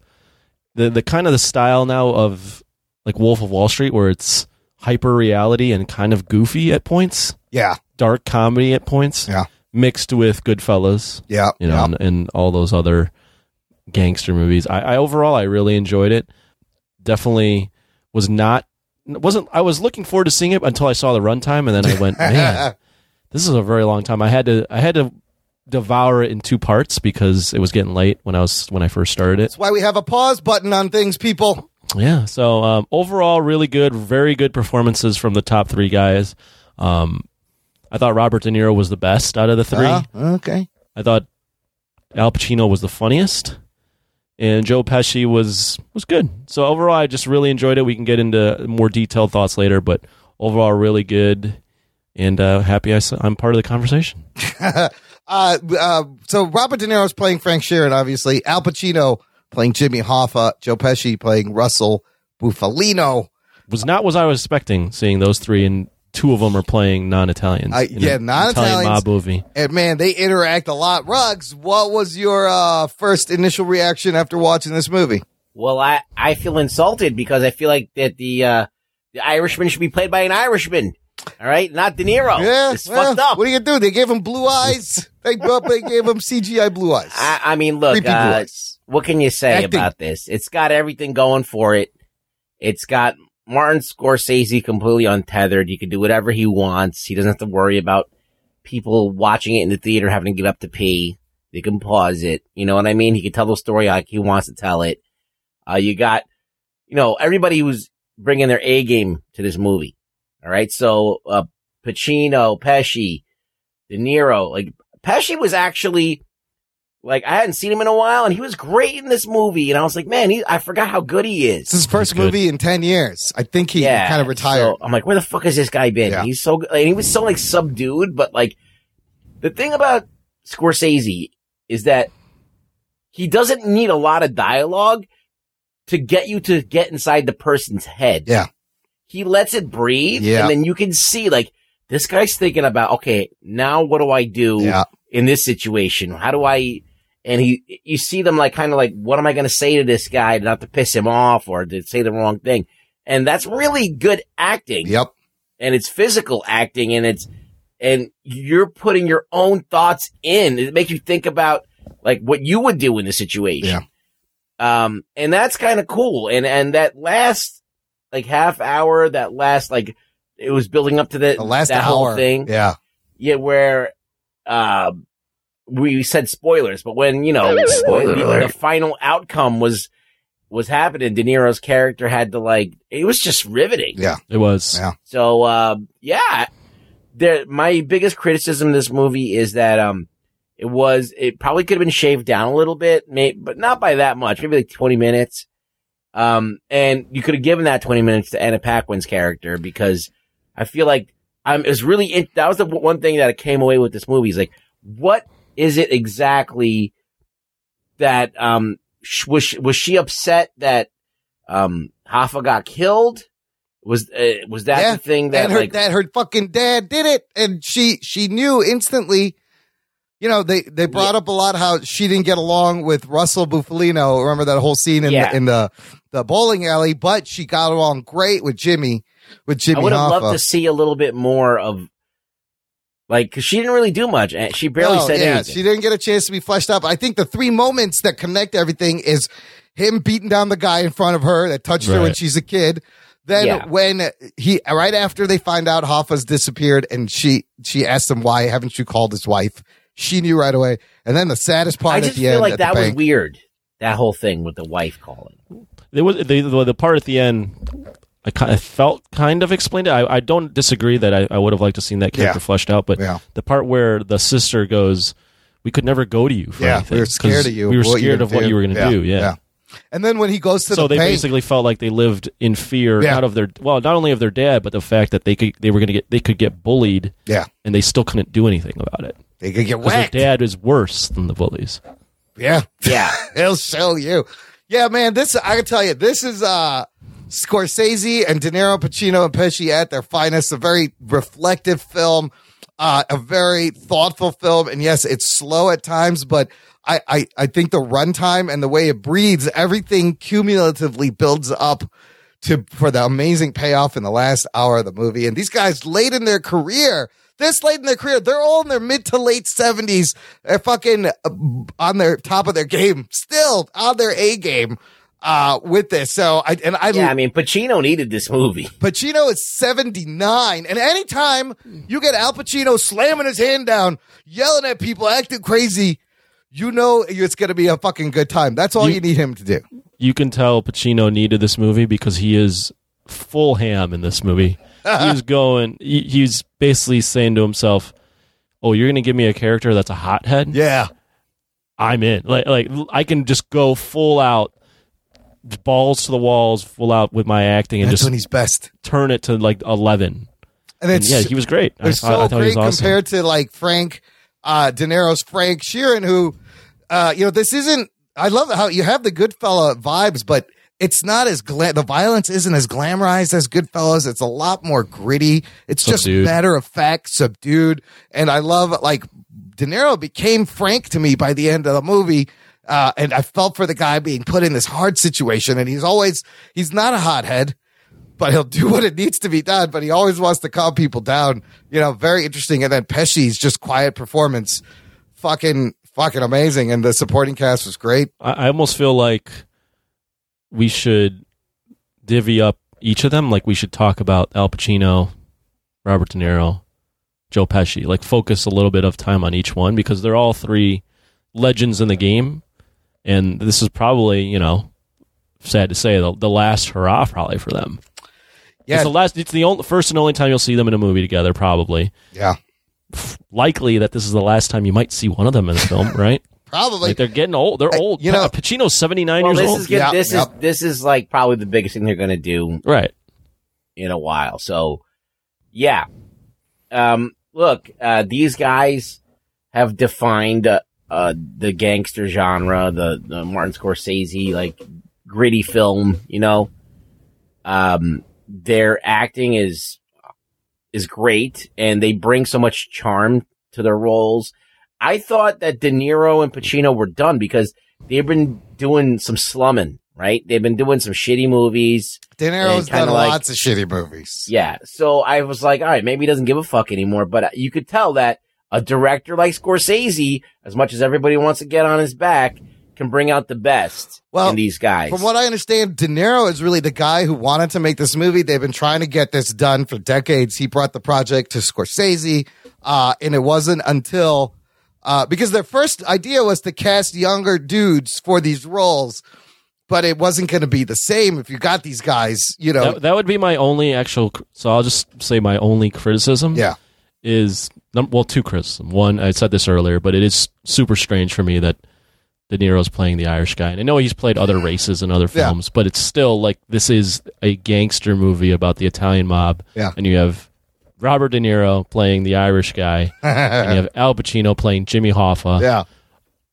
[SPEAKER 5] the the kind of the style now of like Wolf of Wall Street, where it's hyper reality and kind of goofy at points.
[SPEAKER 1] Yeah.
[SPEAKER 5] dark comedy at points.
[SPEAKER 1] Yeah,
[SPEAKER 5] mixed with Goodfellas.
[SPEAKER 1] Yeah,
[SPEAKER 5] you know,
[SPEAKER 1] yeah.
[SPEAKER 5] And, and all those other gangster movies. I, I overall I really enjoyed it. Definitely was not wasn't I was looking forward to seeing it until I saw the runtime, and then I went, man, this is a very long time. I had to I had to devour it in two parts because it was getting late when I was when I first started it.
[SPEAKER 1] That's why we have a pause button on things, people.
[SPEAKER 5] Yeah. So um, overall, really good, very good performances from the top three guys. Um, I thought Robert De Niro was the best out of the three.
[SPEAKER 1] Ah, okay.
[SPEAKER 5] I thought Al Pacino was the funniest, and Joe Pesci was was good. So overall, I just really enjoyed it. We can get into more detailed thoughts later, but overall, really good, and uh, happy I, am part of the conversation.
[SPEAKER 1] uh, uh, so Robert De Niro's playing Frank Sheeran, obviously. Al Pacino playing Jimmy Hoffa. Joe Pesci playing Russell Bufalino.
[SPEAKER 5] Was not what I was expecting seeing those three, and two of them are playing non-Italians.
[SPEAKER 1] I-
[SPEAKER 5] in
[SPEAKER 1] yeah,
[SPEAKER 5] an Italian
[SPEAKER 1] non-Italians.
[SPEAKER 5] mob movie.
[SPEAKER 1] And man, they interact a lot. Rugs, what was your uh, first initial reaction after watching this movie?
[SPEAKER 6] Well, I, I feel insulted because I feel like that the uh, the Irishman should be played by an Irishman. All right, not De Niro.
[SPEAKER 1] Yeah,
[SPEAKER 6] Oh, it's
[SPEAKER 1] well,
[SPEAKER 6] fucked up.
[SPEAKER 1] What are you gonna do? They gave him blue eyes. They they gave him CGI blue eyes.
[SPEAKER 6] I, I mean, look,
[SPEAKER 1] Creepy
[SPEAKER 6] uh,
[SPEAKER 1] voice.
[SPEAKER 6] what can you say
[SPEAKER 1] Acting.
[SPEAKER 6] about this? It's got everything going for it. It's got Martin Scorsese completely untethered. He can do whatever he wants. He doesn't have to worry about people watching it in the theater having to get up to pee. They can pause it. You know what I mean? He can tell the story like he wants to tell it. Uh, you got, you know, everybody who's bringing their A game to this movie. All right. So, uh, Pacino, Pesci, De Niro, like Pesci was actually Like I hadn't seen him in a while, and he was great in this movie. And I was like, man, he, I forgot how good he is.
[SPEAKER 1] This is his first movie in ten years. I think he
[SPEAKER 6] Yeah.
[SPEAKER 1] kind of retired.
[SPEAKER 6] So I'm like, where the fuck has this guy been?
[SPEAKER 1] Yeah.
[SPEAKER 6] He's so good. And he was so like subdued, but like the thing about Scorsese is that he doesn't need a lot of dialogue to get you to get inside the person's head.
[SPEAKER 1] Yeah.
[SPEAKER 6] He lets it breathe
[SPEAKER 1] Yeah.
[SPEAKER 6] and then you can see like this guy's thinking about, okay, now what do I do in this situation? How do I, and he, you see them like kind of like, what am I going to say to this guy not to piss him off or to say the wrong thing? And that's really good acting.
[SPEAKER 1] Yep.
[SPEAKER 6] And it's physical acting and it's, and you're putting your own thoughts in. It makes you think about like what you would do in the situation.
[SPEAKER 1] Yeah.
[SPEAKER 6] Um, and that's kind of cool. And, and that last like half hour, that last like, it was building up to the,
[SPEAKER 1] The last
[SPEAKER 6] that
[SPEAKER 1] hour
[SPEAKER 6] whole thing.
[SPEAKER 1] Yeah.
[SPEAKER 6] Yeah, where um we said spoilers, but when you know
[SPEAKER 1] Spoiler
[SPEAKER 6] the,
[SPEAKER 1] alert.
[SPEAKER 6] the final outcome was was happening, De Niro's character had to like it was just riveting.
[SPEAKER 1] Yeah.
[SPEAKER 5] It was. Yeah.
[SPEAKER 6] So um yeah, there. My biggest criticism of this movie is that um it was it probably could have been shaved down a little bit, may, but not by that much, maybe like twenty minutes. Um, and you could have given that twenty minutes to Anna Paquin's character because I feel like I'm. It's really in, that was the one thing that I came away with this movie is like, what is it exactly that um sh- was she, was she upset that um Hoffa got killed? Was uh, was that the thing that
[SPEAKER 1] and her
[SPEAKER 6] like
[SPEAKER 1] that her fucking dad did it, and she she knew instantly. You know they they brought up a lot how she didn't get along with Russell Bufalino. Remember that whole scene in
[SPEAKER 6] Yeah.
[SPEAKER 1] the, in the the bowling alley, but she got along great with Jimmy with Jimmy.
[SPEAKER 6] I would have
[SPEAKER 1] Hoffa.
[SPEAKER 6] loved to see a little bit more of like because she didn't really do much and she barely
[SPEAKER 1] Oh,
[SPEAKER 6] said
[SPEAKER 1] yeah,
[SPEAKER 6] anything.
[SPEAKER 1] She didn't get a chance to be fleshed up. I think the three moments that connect everything is him beating down the guy in front of her that touched her when
[SPEAKER 7] Right.
[SPEAKER 1] she's a kid. Then
[SPEAKER 7] Yeah.
[SPEAKER 1] when he right after they find out Hoffa's disappeared and she she asked him why haven't you called his wife? She knew right away. And then the saddest part
[SPEAKER 6] I
[SPEAKER 1] at
[SPEAKER 6] just
[SPEAKER 1] the
[SPEAKER 6] feel
[SPEAKER 1] end
[SPEAKER 6] like
[SPEAKER 1] at the
[SPEAKER 6] that was
[SPEAKER 1] bank.
[SPEAKER 6] weird. That whole thing with the wife calling.
[SPEAKER 5] There was the, the, the part at the end. I, ki- I felt kind of explained it. I, I don't disagree that I, I would have liked to seen that character
[SPEAKER 1] Yeah.
[SPEAKER 5] fleshed out, but
[SPEAKER 1] Yeah.
[SPEAKER 5] the part where the sister goes, "We could never go to you for
[SPEAKER 1] Yeah,
[SPEAKER 5] anything.
[SPEAKER 1] we were scared
[SPEAKER 5] 'cause
[SPEAKER 1] of you,
[SPEAKER 5] We were
[SPEAKER 1] what you
[SPEAKER 5] scared
[SPEAKER 1] were
[SPEAKER 5] of what
[SPEAKER 1] gonna
[SPEAKER 5] you were going
[SPEAKER 1] do."
[SPEAKER 5] to
[SPEAKER 1] Yeah,
[SPEAKER 5] do." Yeah.
[SPEAKER 1] yeah. And then when he goes to
[SPEAKER 5] so
[SPEAKER 1] the
[SPEAKER 5] they
[SPEAKER 1] bank,
[SPEAKER 5] basically felt like they lived in fear,
[SPEAKER 1] Yeah.
[SPEAKER 5] not of their well, not only of their dad, but the fact that they could they were going to get they could get bullied.
[SPEAKER 1] Yeah.
[SPEAKER 5] and they still couldn't do anything about it.
[SPEAKER 1] They could get
[SPEAKER 5] Their
[SPEAKER 1] whacked.
[SPEAKER 5] dad is worse than the bullies.
[SPEAKER 1] Yeah. Yeah. He'll show you. Yeah, man, this I can tell you, this is uh Scorsese and De Niro, Pacino, and Pesci at their finest. A very reflective film, uh, a very thoughtful film. And yes, it's slow at times, but I, I, I think the runtime and the way it breathes, everything cumulatively builds up to for the amazing payoff in the last hour of the movie. And these guys late in their career, this late in their career, they're all in their mid to late seventies. They're fucking uh, on their top of their game, still on their A game uh, with this. So I and I
[SPEAKER 6] yeah, I mean Pacino needed this movie.
[SPEAKER 1] Pacino is 79. And anytime you get Al Pacino slamming his hand down, yelling at people, acting crazy, you know it's going to be a fucking good time. That's all you, need him to do.
[SPEAKER 5] You can tell Pacino needed this movie because he is full ham in this movie. he's going. He, he's basically saying to himself, "Oh, you're going to give me a character that's a hothead?
[SPEAKER 1] Yeah,
[SPEAKER 5] I'm in. Like, like I can just go full out." Balls to the walls, full out with my acting, and
[SPEAKER 1] That's
[SPEAKER 5] just
[SPEAKER 1] when he's best.
[SPEAKER 5] Turn it to like eleven,
[SPEAKER 1] And it's
[SPEAKER 5] yeah, he was great. I
[SPEAKER 1] They're
[SPEAKER 5] thought- I
[SPEAKER 1] so
[SPEAKER 5] thought he was
[SPEAKER 1] great
[SPEAKER 5] awesome.
[SPEAKER 1] compared to like Frank uh De Niro's Frank Sheeran, who uh you know, this isn't I love how you have the Goodfella vibes, but it's not as gla- the violence isn't as glamorized as Goodfellas. It's a lot more gritty. It's just
[SPEAKER 7] Subdued.
[SPEAKER 1] matter of fact, subdued. And I love like De Niro became Frank to me by the end of the movie. Uh, and I felt for the guy being put in this hard situation, and he's always he's not a hothead but he'll do what it needs to be done. But he always wants to calm people down. You know, very interesting. And then Pesci's just quiet performance, fucking fucking amazing. And the supporting cast was great.
[SPEAKER 5] I, I almost feel like we should divvy up each of them. Like we should talk about Al Pacino, Robert De Niro, Joe Pesci. Like focus a little bit of time on each one because they're all three legends in the game, and this is probably you know sad to say the, the last hurrah probably for them.
[SPEAKER 1] Yeah.
[SPEAKER 5] it's the last. It's the only first and only time you'll see them in a movie together, probably.
[SPEAKER 1] Yeah,
[SPEAKER 5] Likely that this is the last time you might see one of them in the film, right?
[SPEAKER 1] Probably.
[SPEAKER 5] Like they're getting old. They're old.
[SPEAKER 1] you
[SPEAKER 5] You
[SPEAKER 1] know-
[SPEAKER 5] know, Pacino's seventy nine
[SPEAKER 6] Well,
[SPEAKER 5] years
[SPEAKER 6] this
[SPEAKER 5] old.
[SPEAKER 6] is good. this is this is like probably the biggest thing they're going to do
[SPEAKER 5] right
[SPEAKER 6] in a while. So, yeah. Um, look, uh, these guys have defined uh, uh, the gangster genre, the the Martin Scorsese like gritty film. You know, um, their acting is is great, and they bring so much charm to their roles. I thought that De Niro and Pacino were done because they've been doing some slumming, right? They've been doing some shitty movies.
[SPEAKER 1] De
[SPEAKER 6] and
[SPEAKER 1] Niro's
[SPEAKER 6] kinda
[SPEAKER 1] done
[SPEAKER 6] like-
[SPEAKER 1] lots of shitty movies.
[SPEAKER 6] yeah. So I was like, all right, maybe he doesn't give a fuck anymore. But you could tell that a director like Scorsese, as much as everybody wants to get on his back, can bring out the best in these guys.
[SPEAKER 1] From what I understand, De Niro is really the guy who wanted to make this movie. They've been trying to get this done for decades. He brought the project to Scorsese, uh, and it wasn't until uh, because their first idea was to cast younger dudes for these roles, but it wasn't going to be the same if you got these guys, you know.
[SPEAKER 5] that, that would be my only actual. cr- So I'll just say my only criticism.
[SPEAKER 1] Yeah.
[SPEAKER 5] Is num- well two criticism. One, I said this earlier, but it is super strange for me that De Niro's playing the Irish guy, and I know he's played other races in other
[SPEAKER 1] Yeah.
[SPEAKER 5] films, but it's still like this is a gangster movie about the Italian mob.
[SPEAKER 1] Yeah.
[SPEAKER 5] And you have Robert De Niro playing the Irish guy, and you have Al Pacino playing Jimmy Hoffa.
[SPEAKER 1] Yeah.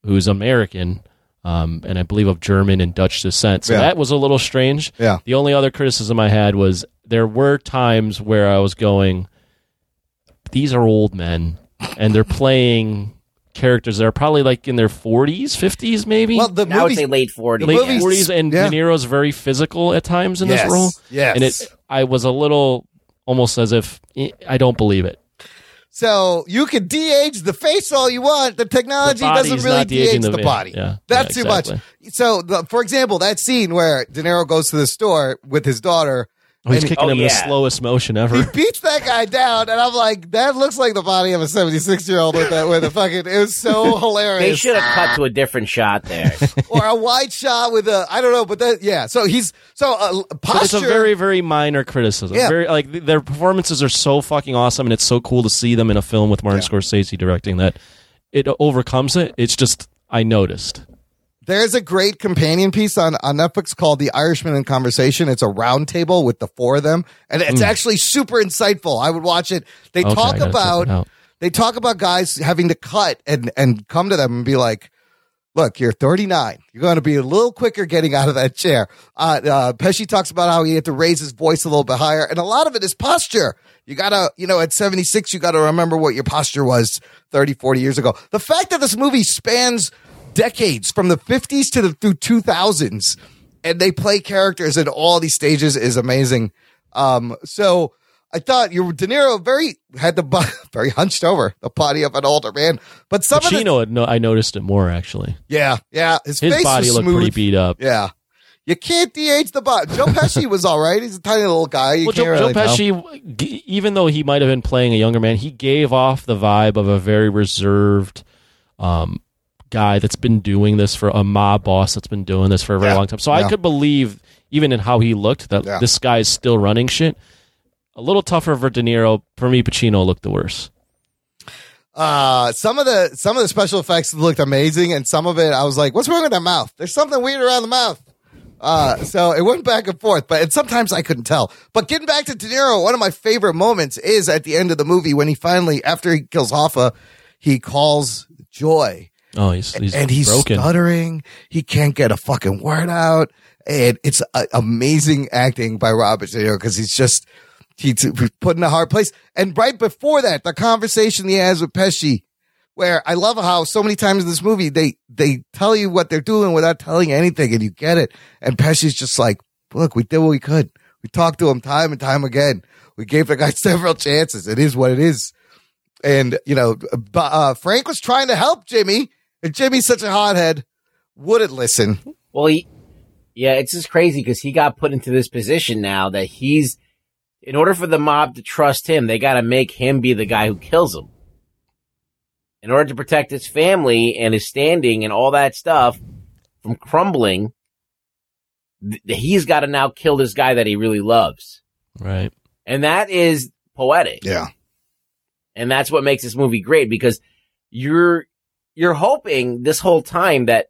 [SPEAKER 5] Who's American. Um, and I believe of German and Dutch descent. So
[SPEAKER 1] Yeah.
[SPEAKER 5] that was a little strange.
[SPEAKER 1] Yeah.
[SPEAKER 5] The only other criticism I had was there were times where I was going, these are old men, and they're playing characters that are probably like in their 40s, 50s, maybe.
[SPEAKER 1] Well, the
[SPEAKER 6] I would say late 40s.
[SPEAKER 5] late
[SPEAKER 6] yeah.
[SPEAKER 5] 40s, and
[SPEAKER 1] yeah.
[SPEAKER 5] De Niro's very physical at times in
[SPEAKER 1] Yes,
[SPEAKER 5] this role.
[SPEAKER 1] yes.
[SPEAKER 5] And it, I was a little almost as if eh, I don't believe it.
[SPEAKER 1] So you can de-age the face all you want. The technology
[SPEAKER 5] The body's
[SPEAKER 1] doesn't really
[SPEAKER 5] not
[SPEAKER 1] de-age
[SPEAKER 5] de-aging
[SPEAKER 1] the,
[SPEAKER 5] the-
[SPEAKER 1] body.
[SPEAKER 5] yeah, yeah,
[SPEAKER 1] That's too
[SPEAKER 5] exactly.
[SPEAKER 1] much. So, the, for example, that scene where De Niro goes to the store with his daughter.
[SPEAKER 5] Oh, he's
[SPEAKER 1] and he-
[SPEAKER 5] kicking him in
[SPEAKER 6] yeah.
[SPEAKER 5] the slowest motion
[SPEAKER 1] he
[SPEAKER 5] ever.
[SPEAKER 1] beats that guy down, and I'm like, that looks like the body of a 76 year old with that with a fucking. It was so
[SPEAKER 6] They
[SPEAKER 1] hilarious,
[SPEAKER 6] should have cut to a different shot there.
[SPEAKER 1] or a wide shot with a I don't know, but that yeah. So he's so uh,
[SPEAKER 5] But
[SPEAKER 1] posture.
[SPEAKER 5] it's a very, very minor criticism.
[SPEAKER 1] Yeah.
[SPEAKER 5] Very like th- their performances are so fucking awesome, and it's so cool to see them in a film with Martin Scorsese directing that it overcomes it. It's just I noticed.
[SPEAKER 1] There's a great companion piece on, on Netflix called The Irishman in Conversation. It's a round table with the four of them. And it's actually super insightful. I would watch it. They
[SPEAKER 5] Hmm. Okay, I
[SPEAKER 1] talk
[SPEAKER 5] gotta check it Oh.
[SPEAKER 1] about
[SPEAKER 5] out.
[SPEAKER 1] they talk about guys having to cut and, and come to them and be like, look, you're 39. You're going to be a little quicker getting out of that chair. Uh, uh, Pesci talks about how he had to raise his voice a little bit higher. And a lot of it is posture. You got to, you know, at 76, you got to remember what your posture was 30, 40 years ago. The fact that this movie spans decades from the 50s to the through 2000s and they play characters in all these stages is amazing. Um, so I thought your De Niro very had the bo- very hunched over the body of an older man, but some of the
[SPEAKER 5] Pacino, had no, I noticed it more actually.
[SPEAKER 1] yeah, yeah. His,
[SPEAKER 5] His
[SPEAKER 1] face
[SPEAKER 5] body
[SPEAKER 1] was
[SPEAKER 5] looked
[SPEAKER 1] smooth.
[SPEAKER 5] pretty beat up.
[SPEAKER 1] Yeah. You can't de-age the body. Joe Pesci was all right. He's a tiny little guy. You
[SPEAKER 5] Well, Joe,
[SPEAKER 1] can't really
[SPEAKER 5] Joe
[SPEAKER 1] tell.
[SPEAKER 5] Pesci, g- even though he might have been playing a younger man, he gave off the vibe of a very reserved um, guy that's been doing this for a mob boss that's been doing this for a very
[SPEAKER 1] Yeah.
[SPEAKER 5] long time. So
[SPEAKER 1] Yeah.
[SPEAKER 5] I could believe, even in how he looked, that
[SPEAKER 1] Yeah.
[SPEAKER 5] this guy is still running shit. A little tougher for De Niro. For me, Pacino looked the worst.
[SPEAKER 1] Uh, some of the some of the special effects looked amazing, and some of it I was like, "What's wrong with their mouth? There's something weird around the mouth." Uh, so it went back and forth, but and sometimes I couldn't tell. But getting back to De Niro, one of my favorite moments is at the end of the movie when he finally, after he kills Hoffa, he calls Joy,
[SPEAKER 5] Oh, he's, he's
[SPEAKER 1] and he's
[SPEAKER 5] broken.
[SPEAKER 1] stuttering. He can't get a fucking word out. And it's uh amazing acting by Robert De Niro because he's just he's put in a hard place. And right before that, the conversation he has with Pesci, where I love how so many times in this movie they they tell you what they're doing without telling you anything, and you get it. And Pesci's just like, "Look, we did what we could. We talked to him time and time again. We gave the guy several chances. It is what it is." and you know, bu- uh, Frank was trying to help Jimmy, and Jimmy's such a hothead, wouldn't listen.
[SPEAKER 6] Well, he, yeah, it's just crazy because he got put into this position now that he's, in order for the mob to trust him, they got to make him be the guy who kills him. In order to protect his family and his standing and all that stuff from crumbling, th- he's got to now kill this guy that he really loves.
[SPEAKER 5] Right.
[SPEAKER 6] And that is poetic.
[SPEAKER 1] Yeah.
[SPEAKER 6] And that's what makes this movie great because you're, you're hoping this whole time that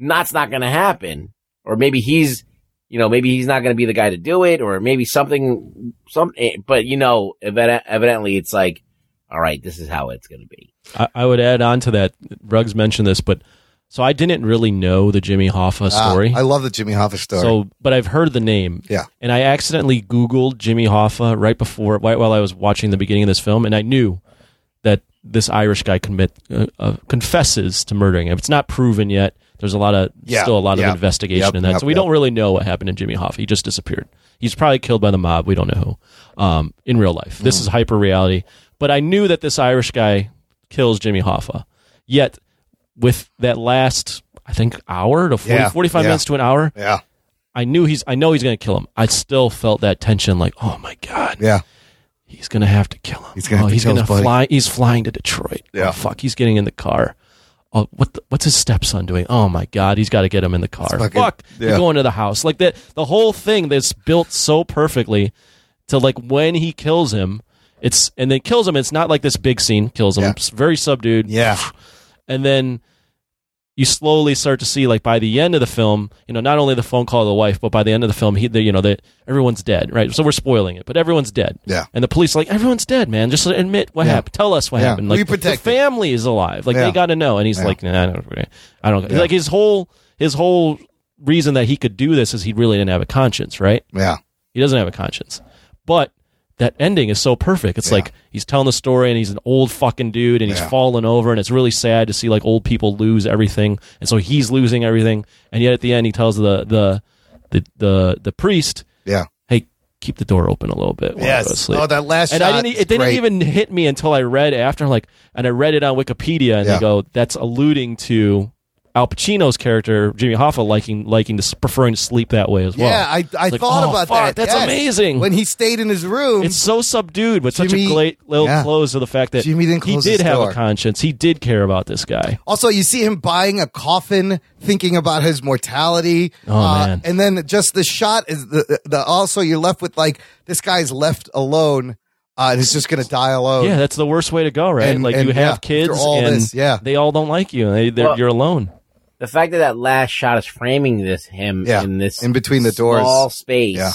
[SPEAKER 6] that's not going to happen, or maybe he's, you know, maybe he's not going to be the guy to do it, or maybe something, some. eh, But you know, evident, evidently, it's like, all right, this is how it's going to be.
[SPEAKER 5] I, I would add on to that. Ruggs mentioned this, but so I didn't really know the Jimmy Hoffa
[SPEAKER 1] Ah,
[SPEAKER 5] story.
[SPEAKER 1] I love the Jimmy Hoffa story.
[SPEAKER 5] So, but I've heard the name.
[SPEAKER 1] Yeah.
[SPEAKER 5] And I accidentally Googled Jimmy Hoffa right before, right while I was watching the beginning of this film, and I knew that this Irish guy commit uh, uh, confesses to murdering him. It's not proven yet. There's a lot of
[SPEAKER 1] Yeah,
[SPEAKER 5] still a lot
[SPEAKER 1] yeah.
[SPEAKER 5] of investigation
[SPEAKER 1] Yep,
[SPEAKER 5] in that,
[SPEAKER 1] yep,
[SPEAKER 5] so we
[SPEAKER 1] yep.
[SPEAKER 5] don't really know what happened to Jimmy Hoffa. He just disappeared. He's probably killed by the mob. We don't know who. Um, in real life, this
[SPEAKER 1] Mm.
[SPEAKER 5] is hyper reality. But I knew that this Irish guy kills Jimmy Hoffa. Yet with that last, I think hour to 40,
[SPEAKER 1] Yeah,
[SPEAKER 5] 45
[SPEAKER 1] yeah.
[SPEAKER 5] minutes to an hour,
[SPEAKER 1] yeah,
[SPEAKER 5] I knew he's. I know he's going to kill him. I still felt that tension, like, oh my god,
[SPEAKER 1] yeah,
[SPEAKER 5] he's going to have to kill him.
[SPEAKER 1] He's gonna
[SPEAKER 5] oh,
[SPEAKER 1] have to
[SPEAKER 5] he's
[SPEAKER 1] kill
[SPEAKER 5] gonna
[SPEAKER 1] his buddy.
[SPEAKER 5] fly. He's flying to Detroit.
[SPEAKER 1] Yeah.
[SPEAKER 5] Oh, fuck, he's getting in the car. Oh, what the, what's his stepson doing? Oh my god, he's got to get him in the car.
[SPEAKER 1] fucking-
[SPEAKER 5] fuck,
[SPEAKER 1] yeah.
[SPEAKER 5] they're going to the house. Like that, the whole thing that's built so perfectly to like when he kills him, it's and then kills him. It's not like this big scene kills him. It's very subdued.
[SPEAKER 1] Yeah,
[SPEAKER 5] and then you slowly start to see like by the end of the film you know not only the phone call to the wife but by the end of the film he they, you know that everyone's dead right so we're spoiling it but everyone's dead
[SPEAKER 1] Yeah.
[SPEAKER 5] and the police are like everyone's dead man just admit what
[SPEAKER 1] Yeah.
[SPEAKER 5] happened tell us what
[SPEAKER 1] Yeah.
[SPEAKER 5] happened
[SPEAKER 1] We
[SPEAKER 5] like the-
[SPEAKER 1] protect it.
[SPEAKER 5] the family is alive like
[SPEAKER 1] Yeah.
[SPEAKER 5] they got to know and he's
[SPEAKER 1] Yeah.
[SPEAKER 5] like nah, i don't i don't
[SPEAKER 1] Yeah.
[SPEAKER 5] like his whole his whole reason that he could do this is he really didn't have a conscience right
[SPEAKER 1] yeah.
[SPEAKER 5] he doesn't have a conscience. But that ending is so perfect. It's like he's telling the story and he's an old fucking dude and he's
[SPEAKER 1] Yeah.
[SPEAKER 5] fallen over and it's really sad to see like old people lose everything. And so he's losing everything. And yet at the end he tells the the the the, the priest,
[SPEAKER 1] Yeah.
[SPEAKER 5] "Hey, keep the door open a little bit while I
[SPEAKER 1] Yes.
[SPEAKER 5] go to sleep."
[SPEAKER 1] Oh, that last
[SPEAKER 5] and
[SPEAKER 1] shot
[SPEAKER 5] I didn't, e,
[SPEAKER 1] is
[SPEAKER 5] it didn't
[SPEAKER 1] great.
[SPEAKER 5] even hit me until I read after I'm like and I read it on Wikipedia and
[SPEAKER 1] Yeah.
[SPEAKER 5] they go, "That's alluding to Al Pacino's character, Jimmy Hoffa, liking liking to preferring to sleep that way as well."
[SPEAKER 1] Yeah, I, I
[SPEAKER 5] It's like,
[SPEAKER 1] thought
[SPEAKER 5] "Oh,
[SPEAKER 1] about
[SPEAKER 5] fuck,
[SPEAKER 1] that.
[SPEAKER 5] That's
[SPEAKER 1] yes.
[SPEAKER 5] amazing.
[SPEAKER 1] When he stayed in his room,
[SPEAKER 5] It's so subdued, but such
[SPEAKER 1] Jimmy-
[SPEAKER 5] a great little
[SPEAKER 1] yeah.
[SPEAKER 5] close to the fact that
[SPEAKER 1] Jimmy didn't close
[SPEAKER 5] he did
[SPEAKER 1] his
[SPEAKER 5] have
[SPEAKER 1] door.
[SPEAKER 5] a conscience. He did care about this guy.
[SPEAKER 1] Also, you see him buying a coffin, thinking about his mortality. Uh,
[SPEAKER 5] Oh, man.
[SPEAKER 1] And then just the shot is the, the also you're left with like this guy's left alone, uh, and he's just gonna die alone.
[SPEAKER 5] Yeah, that's the worst way to go, right?
[SPEAKER 1] Oh. And-
[SPEAKER 5] like
[SPEAKER 1] and,
[SPEAKER 5] you
[SPEAKER 1] yeah,
[SPEAKER 5] have
[SPEAKER 1] after
[SPEAKER 5] kids,
[SPEAKER 1] all
[SPEAKER 5] and
[SPEAKER 1] this, yeah.
[SPEAKER 5] they all don't like you, and they, they're,
[SPEAKER 6] Well-
[SPEAKER 5] you're alone.
[SPEAKER 6] The fact that that last shot is framing this him
[SPEAKER 1] Yeah,
[SPEAKER 6] in this
[SPEAKER 1] in between the doors.
[SPEAKER 6] small space.
[SPEAKER 1] Yeah.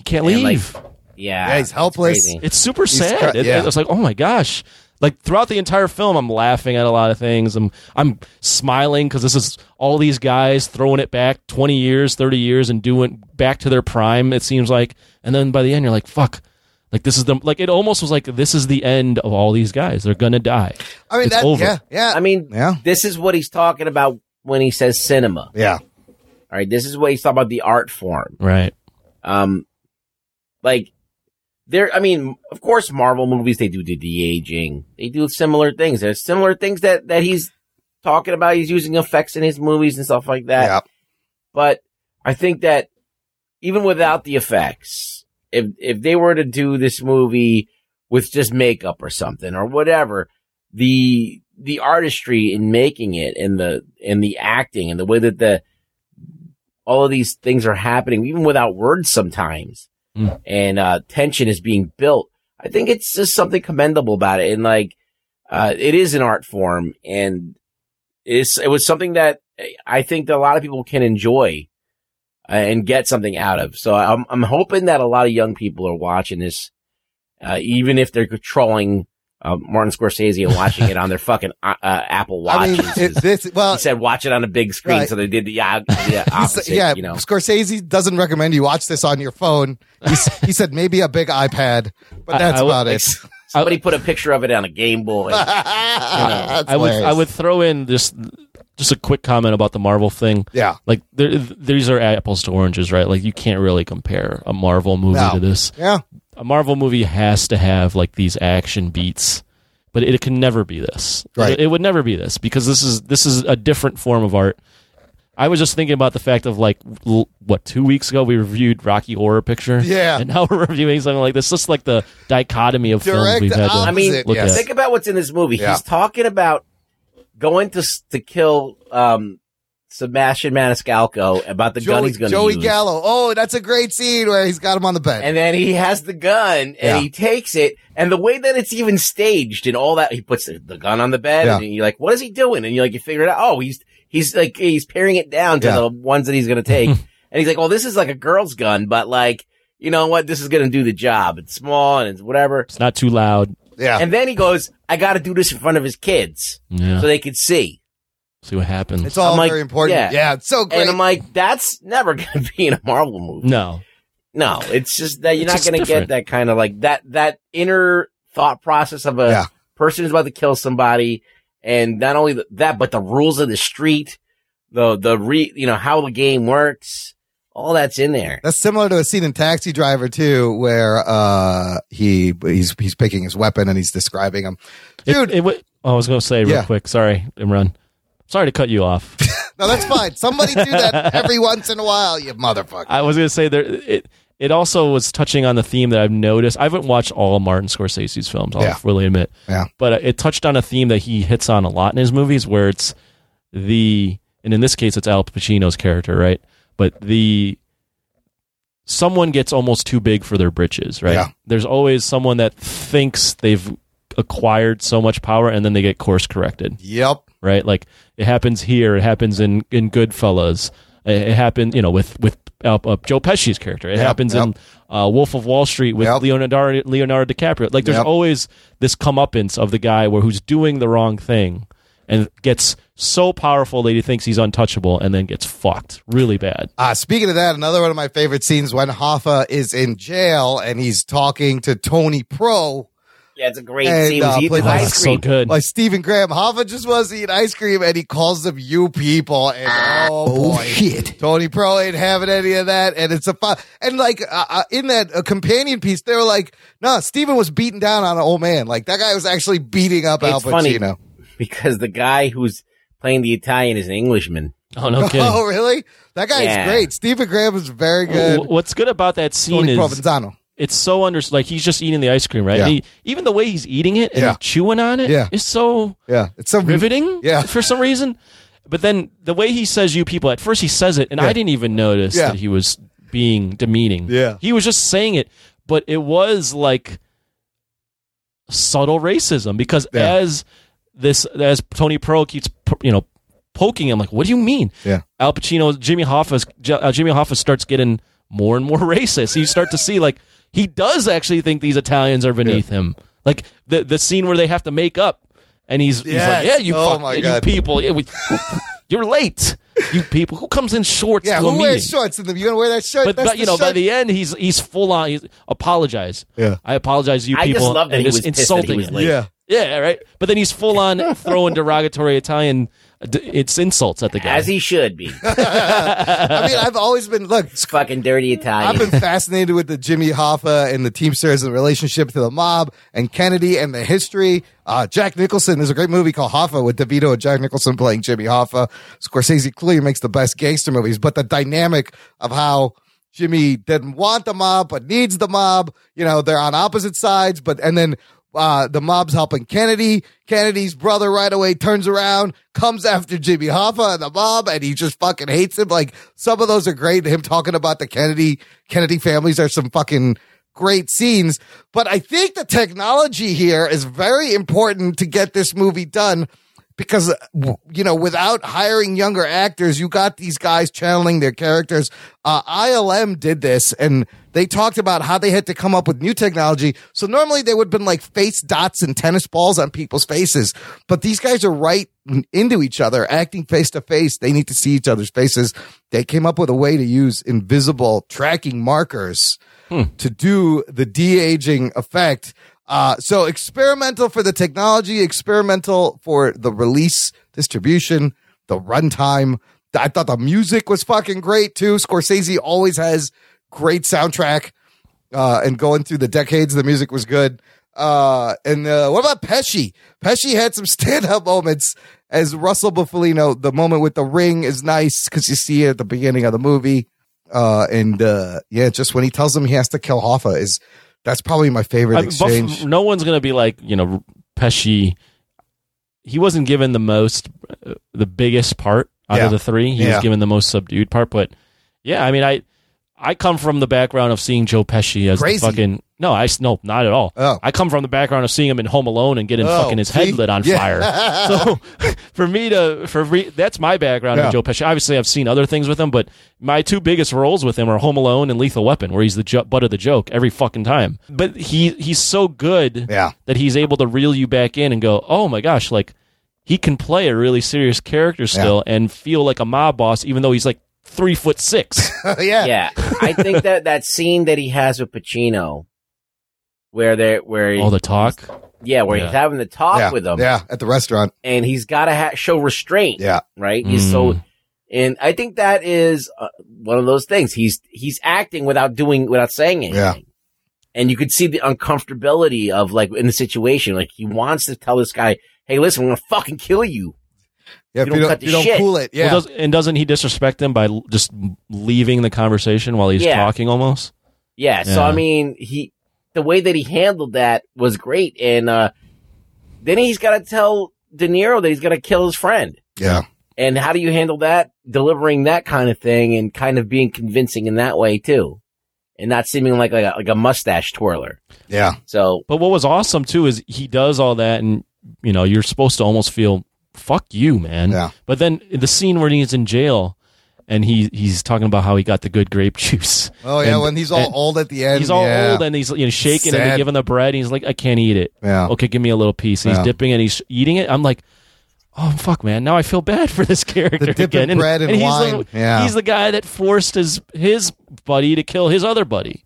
[SPEAKER 5] You can't
[SPEAKER 6] And, like,
[SPEAKER 5] leave.
[SPEAKER 6] yeah,
[SPEAKER 1] Yeah, he's
[SPEAKER 6] it's
[SPEAKER 1] helpless.
[SPEAKER 6] crazy.
[SPEAKER 5] it's super
[SPEAKER 1] He's
[SPEAKER 5] sad.
[SPEAKER 1] cut-
[SPEAKER 5] It-
[SPEAKER 1] yeah.
[SPEAKER 5] it, it's like, oh my gosh. Like throughout the entire film, I'm laughing at a lot of things. I'm I'm smiling because this is all these guys throwing it back 20 years, 30 years, and doing back to their prime. It seems like, and then by the end, you're like, fuck. Like this is the like it almost was like this is the end of all these guys. They're gonna die.
[SPEAKER 1] I mean
[SPEAKER 5] It's
[SPEAKER 1] that.
[SPEAKER 5] over.
[SPEAKER 1] Yeah, yeah,
[SPEAKER 6] I mean,
[SPEAKER 1] Yeah.
[SPEAKER 6] this is what he's talking about when he says cinema.
[SPEAKER 1] yeah,
[SPEAKER 6] All right, this is what he's talking about the art form.
[SPEAKER 5] Right.
[SPEAKER 6] Um, like there, I mean, of course, Marvel movies they do the de aging, they do similar things. There's similar things that that he's talking about. He's using effects in his movies and stuff like that.
[SPEAKER 1] yeah.
[SPEAKER 6] But I think that even without the effects, if if they were to do this movie with just makeup or something or whatever, the the artistry in making it and the and the acting and the way that the all of these things are happening, even without words sometimes,
[SPEAKER 1] Hmm.
[SPEAKER 5] Mm.
[SPEAKER 6] and uh, tension is being built. I think it's just something commendable about it, and like uh, it is an art form, and it's it was something that I think that a lot of people can enjoy uh, and get something out of. So I'm I'm hoping that a lot of young people are watching this, uh, even if they're trolling uh, Martin Scorsese and watching it on their fucking uh, uh, Apple Watch.
[SPEAKER 1] I mean, it, this. Well,
[SPEAKER 6] he said, "Watch it on a big screen,"
[SPEAKER 1] Uh, Right.
[SPEAKER 6] so they did the, uh, the
[SPEAKER 1] he's-
[SPEAKER 6] opposite.
[SPEAKER 1] yeah.
[SPEAKER 6] you know,
[SPEAKER 1] Scorsese doesn't recommend you watch this on your phone. He, s- he said maybe a big iPad, but
[SPEAKER 5] I-
[SPEAKER 1] that's
[SPEAKER 5] I would-
[SPEAKER 1] about it.
[SPEAKER 6] somebody put a picture of it on a Game Boy.
[SPEAKER 1] That's
[SPEAKER 5] I would I
[SPEAKER 1] hilarious.
[SPEAKER 5] would throw in just just a quick comment about the Marvel thing.
[SPEAKER 1] Yeah.
[SPEAKER 5] like there, these are apples to oranges, right? Like you can't really compare a Marvel movie
[SPEAKER 1] No.
[SPEAKER 5] to this.
[SPEAKER 1] Yeah.
[SPEAKER 5] a Marvel movie has to have like these action beats, but it can never be this.
[SPEAKER 1] Right.
[SPEAKER 5] It, it would never be this because this is this is a different form of art. I was just thinking about the fact of like l- what two weeks ago we reviewed Rocky Horror Picture,
[SPEAKER 1] Yeah.
[SPEAKER 5] and now we're reviewing something like this. Just like the dichotomy of films
[SPEAKER 1] Direct
[SPEAKER 5] we've had. To,
[SPEAKER 1] opposite,
[SPEAKER 6] I mean,
[SPEAKER 5] look
[SPEAKER 1] yes.
[SPEAKER 5] at.
[SPEAKER 6] Think about what's in this movie.
[SPEAKER 1] Yeah.
[SPEAKER 6] He's talking about going to s- to kill um, Sebastian Maniscalco about the gun
[SPEAKER 1] Joey-
[SPEAKER 6] he's going to
[SPEAKER 1] Joey
[SPEAKER 6] use.
[SPEAKER 1] Gallo. Oh, that's a great scene where he's got him on the bed.
[SPEAKER 6] And then he has the gun and
[SPEAKER 1] Yeah.
[SPEAKER 6] he takes it. And the way that it's even staged and all that, he puts the, the gun on the bed
[SPEAKER 1] Yeah.
[SPEAKER 6] and you're like, what is he doing? And you like, you figure it out. Oh, he's, he's like, he's paring it down to
[SPEAKER 1] Yeah.
[SPEAKER 6] the ones that he's going to take. and he's like, well, this is like a girl's gun, but like, you know what? This is going to do the job. It's small and it's whatever.
[SPEAKER 5] It's not too loud.
[SPEAKER 1] Yeah.
[SPEAKER 6] And then he goes, I got to do this in front of his kids
[SPEAKER 5] Yeah.
[SPEAKER 6] so they could see.
[SPEAKER 5] See what happens.
[SPEAKER 1] It's all
[SPEAKER 6] I'm like,
[SPEAKER 1] very important. Yeah. it's so great.
[SPEAKER 6] And I'm like, that's never going to be in a Marvel movie.
[SPEAKER 5] no.
[SPEAKER 6] No, it's just that you're
[SPEAKER 5] It's
[SPEAKER 6] not
[SPEAKER 5] just
[SPEAKER 6] going to
[SPEAKER 5] different.
[SPEAKER 6] get that kind of like that that inner thought process of a
[SPEAKER 1] Yeah.
[SPEAKER 6] person who's about to kill somebody, and not only th- that, but the rules of the street, the the re you know how the game works, all that's in there.
[SPEAKER 1] That's similar to a scene in Taxi Driver too, where uh, he he's he's picking his weapon and he's describing him. Dude,
[SPEAKER 5] It, it, wa- oh, I was going to say real
[SPEAKER 1] Yeah.
[SPEAKER 5] quick. Sorry, Imran. Sorry to cut you off.
[SPEAKER 1] no, that's fine. Somebody do that every once in a while, you motherfucker.
[SPEAKER 5] I was going to say there. It it also was touching on the theme that I've noticed. I haven't watched all of Martin Scorsese's films. I'll
[SPEAKER 1] Yeah.
[SPEAKER 5] really admit.
[SPEAKER 1] Yeah.
[SPEAKER 5] But uh, it touched on a theme that he hits on a lot in his movies, where it's the and in this case it's Al Pacino's character, right? But the someone gets almost too big for their britches, right?
[SPEAKER 1] Yeah.
[SPEAKER 5] There's always someone that thinks they've acquired so much power and then they get course corrected
[SPEAKER 1] Yep.
[SPEAKER 5] right? Like it happens here. It happens in in Goodfellas. It, it happened, you know, with with uh, uh, Joe Pesci's character. It
[SPEAKER 1] Yep,
[SPEAKER 5] happens
[SPEAKER 1] yep.
[SPEAKER 5] in uh, Wolf of Wall Street with
[SPEAKER 1] Yep.
[SPEAKER 5] Leonardo Leonardo DiCaprio. Like there's
[SPEAKER 1] Yep.
[SPEAKER 5] always this comeuppance of the guy where who's doing the wrong thing and gets so powerful that he thinks he's untouchable and then gets fucked really bad.
[SPEAKER 1] Uh, speaking of that, another one of my favorite scenes when Hoffa is in jail and he's talking to Tony Pro.
[SPEAKER 6] Yeah, it's a great
[SPEAKER 1] And,
[SPEAKER 6] scene.
[SPEAKER 1] uh,
[SPEAKER 6] He's eating
[SPEAKER 1] played by-
[SPEAKER 6] ice
[SPEAKER 5] Oh, That's so
[SPEAKER 6] cream.
[SPEAKER 5] good.
[SPEAKER 1] Like Stephen Graham, Hoffa just wants to eat ice cream and he calls them you people. And oh,
[SPEAKER 7] Oh,
[SPEAKER 1] boy.
[SPEAKER 7] shit.
[SPEAKER 1] Tony Pro ain't having any of that, and it's a fun. And like uh, uh, in that uh, companion piece, they were like, "No, nah, Steven was beaten down on an old man. Like that guy was actually beating up Al
[SPEAKER 6] It's funny
[SPEAKER 1] Pacino."
[SPEAKER 6] because the guy who's playing the Italian is an Englishman.
[SPEAKER 5] Oh no kidding.
[SPEAKER 1] Oh, really? That guy's
[SPEAKER 6] Yeah.
[SPEAKER 1] great. Stephen Graham is very good.
[SPEAKER 5] Wh- What's good about that scene
[SPEAKER 1] Tony
[SPEAKER 5] is
[SPEAKER 1] Provenzano.
[SPEAKER 5] it's so under like he's just eating the ice cream, right?
[SPEAKER 1] Yeah.
[SPEAKER 5] And he, even the way he's eating it and
[SPEAKER 1] Yeah.
[SPEAKER 5] chewing on it is
[SPEAKER 1] Yeah.
[SPEAKER 5] so
[SPEAKER 1] Yeah, it's so
[SPEAKER 5] riveting
[SPEAKER 1] Yeah.
[SPEAKER 5] for some reason. But then the way he says you people, at first he says it, and
[SPEAKER 1] Yeah.
[SPEAKER 5] I didn't even notice
[SPEAKER 1] Yeah.
[SPEAKER 5] that he was being demeaning.
[SPEAKER 1] Yeah.
[SPEAKER 5] He was just saying it, but it was like subtle racism because
[SPEAKER 1] Yeah.
[SPEAKER 5] as this as Tony Pro keeps you know poking him like what do you mean?
[SPEAKER 1] Yeah.
[SPEAKER 5] Al Pacino, Jimmy Hoffa, uh, Jimmy Hoffa starts getting more and more racist. You start to see like he does actually think these Italians are beneath him. Like the the scene where they have to make up, and he's, he's
[SPEAKER 1] Yes.
[SPEAKER 5] like, "Yeah, you,
[SPEAKER 1] Oh
[SPEAKER 5] fuck-
[SPEAKER 1] my
[SPEAKER 5] you
[SPEAKER 1] God.
[SPEAKER 5] people, yeah, we- you're late. You people, who comes in shorts
[SPEAKER 1] Yeah,
[SPEAKER 5] to a
[SPEAKER 1] who wears
[SPEAKER 5] meeting?"
[SPEAKER 1] shorts? In the, you gonna wear that shirt?
[SPEAKER 5] But,
[SPEAKER 1] That's
[SPEAKER 5] but you
[SPEAKER 1] the
[SPEAKER 5] know, by
[SPEAKER 1] shirt.
[SPEAKER 5] the end, he's he's full on. He's apologize.
[SPEAKER 1] Yeah.
[SPEAKER 5] I apologize, to you
[SPEAKER 6] I just
[SPEAKER 5] people.
[SPEAKER 6] love that
[SPEAKER 5] and
[SPEAKER 6] he was pissed that he
[SPEAKER 5] insulting
[SPEAKER 6] was
[SPEAKER 5] him.
[SPEAKER 6] late.
[SPEAKER 1] yeah,
[SPEAKER 5] Yeah, right. But then he's full on throwing derogatory Italian, d- it's insults at the guy.
[SPEAKER 6] As he should be.
[SPEAKER 1] I mean, I've always been look.
[SPEAKER 6] Fucking dirty
[SPEAKER 1] I've
[SPEAKER 6] Italian.
[SPEAKER 1] been fascinated with the Jimmy Hoffa and the Teamsters and the relationship to the mob and Kennedy and the history. Uh, Jack Nicholson, there's a great movie called Hoffa with DeVito and Jack Nicholson playing Jimmy Hoffa. Scorsese clearly makes the best gangster movies, but the dynamic of how Jimmy didn't want the mob, but needs the mob. You know, they're on opposite sides, but, and then, uh, the mob's helping Kennedy. Kennedy's brother right away turns around, comes after Jimmy Hoffa and the mob, and he just fucking hates him. Like some of those are great. Him talking about the Kennedy Kennedy families are some fucking great scenes. But I think the technology here is very important to get this movie done because uh, w- you know without hiring younger actors you got these guys channeling their characters uh, ilm did this and they talked about how they had to come up with new technology so normally they would have been like face dots and tennis balls on people's faces but these guys are right n- into each other acting face to face they need to see each other's faces they came up with a way to use invisible tracking markers to do the de-aging effect uh, so experimental for the technology, experimental for the release, distribution, the runtime. I thought the music was fucking great too. Scorsese always has great soundtrack. Uh, and going through the decades, the music was good. Uh, and uh, what about Pesci? Pesci had some stand up moments as Russell Buffalino. The moment with the ring is nice because you see it at the beginning of the movie. Uh, and uh, yeah, just when he tells him he has to kill Hoffa is that's probably my favorite
[SPEAKER 5] I mean, Buff-
[SPEAKER 1] exchange.
[SPEAKER 5] no one's gonna be like you know Pesci. He wasn't given the most, uh, the biggest part out
[SPEAKER 1] Yeah.
[SPEAKER 5] of the three. He
[SPEAKER 1] Yeah.
[SPEAKER 5] was given the most subdued part, but yeah, I mean, I I come from the background of seeing Joe Pesci as the
[SPEAKER 1] Crazy.
[SPEAKER 5] fucking no, I s- no, not at all. I come from the background of seeing him in Home Alone and getting
[SPEAKER 1] Oh,
[SPEAKER 5] fucking his
[SPEAKER 1] see?
[SPEAKER 5] head lit on
[SPEAKER 1] Yeah.
[SPEAKER 5] fire. so for me to for re, that's my background
[SPEAKER 1] Yeah.
[SPEAKER 5] of Joe Pesci. Obviously, I've seen other things with him, but my two biggest roles with him are Home Alone and Lethal Weapon, where he's the jo- butt of the joke every fucking time. But he he's so good that he's able to reel you back in and go, oh my gosh, like he can play a really serious character still and feel like a mob boss, even though he's like three foot six.
[SPEAKER 1] yeah,
[SPEAKER 6] yeah. I think that that scene that he has with Pacino, where they where he,
[SPEAKER 5] All the talk.
[SPEAKER 6] yeah, where
[SPEAKER 1] Yeah.
[SPEAKER 6] he's having the talk
[SPEAKER 1] yeah,
[SPEAKER 6] with him,
[SPEAKER 1] Yeah, at the restaurant.
[SPEAKER 6] and he's got to ha- show restraint.
[SPEAKER 1] Yeah.
[SPEAKER 6] right. He's so, and I think that is uh, one of those things. He's he's acting without doing without saying anything.
[SPEAKER 1] Yeah.
[SPEAKER 6] And you could see the uncomfortability of like in the situation, like he wants to tell this guy, "Hey, listen, I'm gonna fucking kill you."
[SPEAKER 1] Yeah,
[SPEAKER 6] you don't, cut the shit.
[SPEAKER 5] Well, does- and doesn't he disrespect them by l- just leaving the conversation while he's
[SPEAKER 6] Yeah.
[SPEAKER 5] talking almost?
[SPEAKER 6] Yeah, so
[SPEAKER 5] Yeah.
[SPEAKER 6] I mean, he the way that he handled that was great, and uh, then he's got to tell De Niro that he's going to kill his friend.
[SPEAKER 1] Yeah.
[SPEAKER 6] And how do you handle that? Delivering that kind of thing and kind of being convincing in that way too, and not seeming like like a, like a mustache twirler.
[SPEAKER 1] Yeah.
[SPEAKER 6] So,
[SPEAKER 5] but what was awesome too is he does all that, and you know you're supposed to almost feel "fuck you, man." Yeah. But then the scene where he's in jail, and he he's talking about how he got the good grape juice.
[SPEAKER 1] Oh yeah,
[SPEAKER 5] And-
[SPEAKER 1] when he's all
[SPEAKER 5] and-
[SPEAKER 1] old at the end.
[SPEAKER 5] He's all
[SPEAKER 1] yeah.
[SPEAKER 5] old and he's you know shaking and
[SPEAKER 1] Sad.
[SPEAKER 5] they give him the bread. And he's like, I can't eat it.
[SPEAKER 1] Yeah.
[SPEAKER 5] Okay, give me a little piece. And
[SPEAKER 1] Yeah.
[SPEAKER 5] He's dipping and he's eating it. I'm like, oh fuck, man. Now I feel bad for this character
[SPEAKER 1] The dip in
[SPEAKER 5] again.
[SPEAKER 1] bread and
[SPEAKER 5] he's
[SPEAKER 1] wine.
[SPEAKER 5] The,
[SPEAKER 1] Yeah.
[SPEAKER 5] He's the guy that forced his his buddy to kill his other buddy.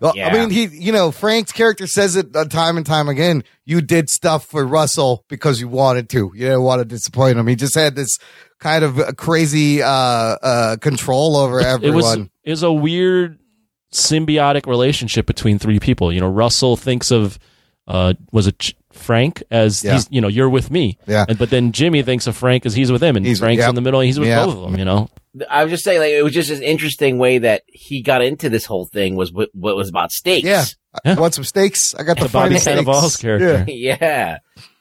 [SPEAKER 1] Well, I mean, he, you know, Frank's character says it uh, time and time again. You did stuff for Russell because you wanted to. You didn't want to disappoint him. He just had this kind of uh, crazy uh, uh, control over
[SPEAKER 5] It
[SPEAKER 1] everyone.
[SPEAKER 5] was it was a weird symbiotic relationship between three people. You know, Russell thinks of uh was it Ch- Frank as
[SPEAKER 1] Yeah.
[SPEAKER 5] he's you know you're with me.
[SPEAKER 1] Yeah.
[SPEAKER 5] And, but then Jimmy thinks of Frank as he's with him, and Frank's
[SPEAKER 1] yeah.
[SPEAKER 5] in the middle. And he's with
[SPEAKER 1] Yeah.
[SPEAKER 5] both of them. You know.
[SPEAKER 6] I was just saying, like it was just an interesting way that he got into this whole thing was what, what was about stakes.
[SPEAKER 1] yeah. I want some steaks? I got the
[SPEAKER 5] And Bobby
[SPEAKER 1] finest steaks.
[SPEAKER 5] Sandoval's character.
[SPEAKER 6] yeah.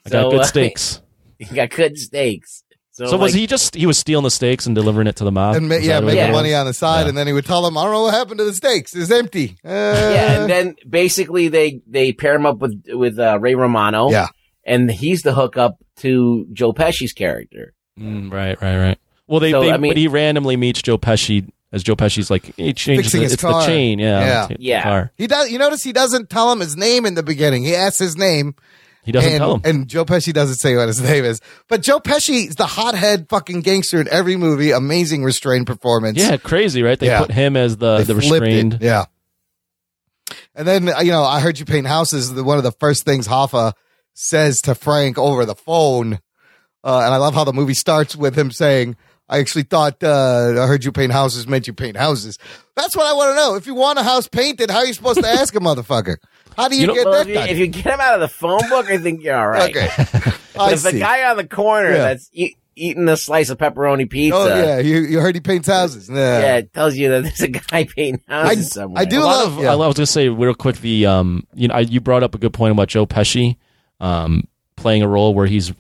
[SPEAKER 5] I got good
[SPEAKER 6] uh,
[SPEAKER 5] stakes.
[SPEAKER 6] he got good stakes. So,
[SPEAKER 5] So, was
[SPEAKER 6] like-
[SPEAKER 5] he just he was stealing the steaks and delivering it to the mob?
[SPEAKER 1] And ma-
[SPEAKER 5] Was
[SPEAKER 1] yeah,
[SPEAKER 5] that what it
[SPEAKER 1] making
[SPEAKER 5] was?
[SPEAKER 1] money on the side, and then he would tell him, "I don't know what happened to the steaks. It's empty." Uh,
[SPEAKER 6] yeah, and then basically they they pair him up with with uh, Ray Romano.
[SPEAKER 1] Yeah.
[SPEAKER 6] and he's the hookup to Joe Pesci's character.
[SPEAKER 5] Mm, right, right, right. Well, they,
[SPEAKER 6] So,
[SPEAKER 5] they
[SPEAKER 6] I mean-
[SPEAKER 5] but he randomly meets Joe Pesci as Joe Pesci's like he changes
[SPEAKER 1] fixing
[SPEAKER 5] the,
[SPEAKER 1] his
[SPEAKER 5] it's
[SPEAKER 1] car.
[SPEAKER 5] the chain, yeah, it's the car.
[SPEAKER 1] He does. You notice he doesn't tell him his name in the beginning. He asks his name.
[SPEAKER 5] He doesn't
[SPEAKER 1] and,
[SPEAKER 5] tell him.
[SPEAKER 1] And Joe Pesci doesn't say what his name is. But Joe Pesci is the hothead fucking gangster in every movie. Amazing restrained performance.
[SPEAKER 5] Yeah, crazy, right? They
[SPEAKER 1] Yeah.
[SPEAKER 5] put him as the
[SPEAKER 1] They
[SPEAKER 5] the
[SPEAKER 1] flipped it.
[SPEAKER 5] restrained.
[SPEAKER 1] Yeah. And then uh, you know, I heard you paint houses. The, one of the first things Hoffa says to Frank over the phone, uh, and I love how the movie starts with him saying, "I actually thought uh, I heard you paint houses meant you paint houses." That's what I want to know. If you want a house painted, how are you supposed to ask a motherfucker? How do you, get
[SPEAKER 6] Well,
[SPEAKER 1] that
[SPEAKER 6] if you,
[SPEAKER 1] done?
[SPEAKER 6] if you get him out of the phone book, I think you're all right.
[SPEAKER 1] Okay.
[SPEAKER 6] But
[SPEAKER 1] I
[SPEAKER 6] if the
[SPEAKER 1] see.
[SPEAKER 6] guy on the corner
[SPEAKER 1] Yeah.
[SPEAKER 6] that's e- eating a slice of pepperoni pizza,
[SPEAKER 1] Oh yeah, you, you heard he paints houses. Yeah.
[SPEAKER 6] yeah, it tells you that there's a guy painting houses somewhere.
[SPEAKER 5] A lot of- I was gonna say real quick the um you know I, you brought up a good point about Joe Pesci um playing a role where he's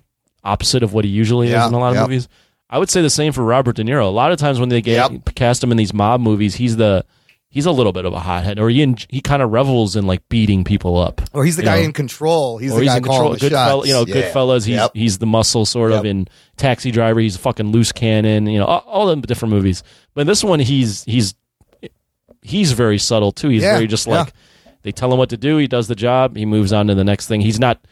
[SPEAKER 5] opposite of what he usually
[SPEAKER 1] Yeah,
[SPEAKER 5] is in a lot of
[SPEAKER 1] yeah.
[SPEAKER 5] movies. I would say the same for Robert De Niro. A lot of times when they get, cast him in these mob movies, he's the he's a little bit of a hothead, or he en- he kind of revels in like beating people up.
[SPEAKER 1] Or he's the
[SPEAKER 5] you
[SPEAKER 1] guy
[SPEAKER 5] know?
[SPEAKER 1] in control. He's
[SPEAKER 5] or
[SPEAKER 1] the
[SPEAKER 5] he's
[SPEAKER 1] guy
[SPEAKER 5] in
[SPEAKER 1] calling
[SPEAKER 5] control.
[SPEAKER 1] the
[SPEAKER 5] Good
[SPEAKER 1] shots.
[SPEAKER 5] you know,
[SPEAKER 1] yeah.
[SPEAKER 5] Goodfellas. He's
[SPEAKER 1] Yep.
[SPEAKER 5] he's the muscle sort of in Taxi Driver. He's a fucking loose cannon. You know, all, all the different movies. But in this one, he's he's he's very subtle too. He's
[SPEAKER 1] Yeah,
[SPEAKER 5] very just
[SPEAKER 1] yeah.
[SPEAKER 5] like they tell him what to do. He does the job. He moves on to the next thing. He's not.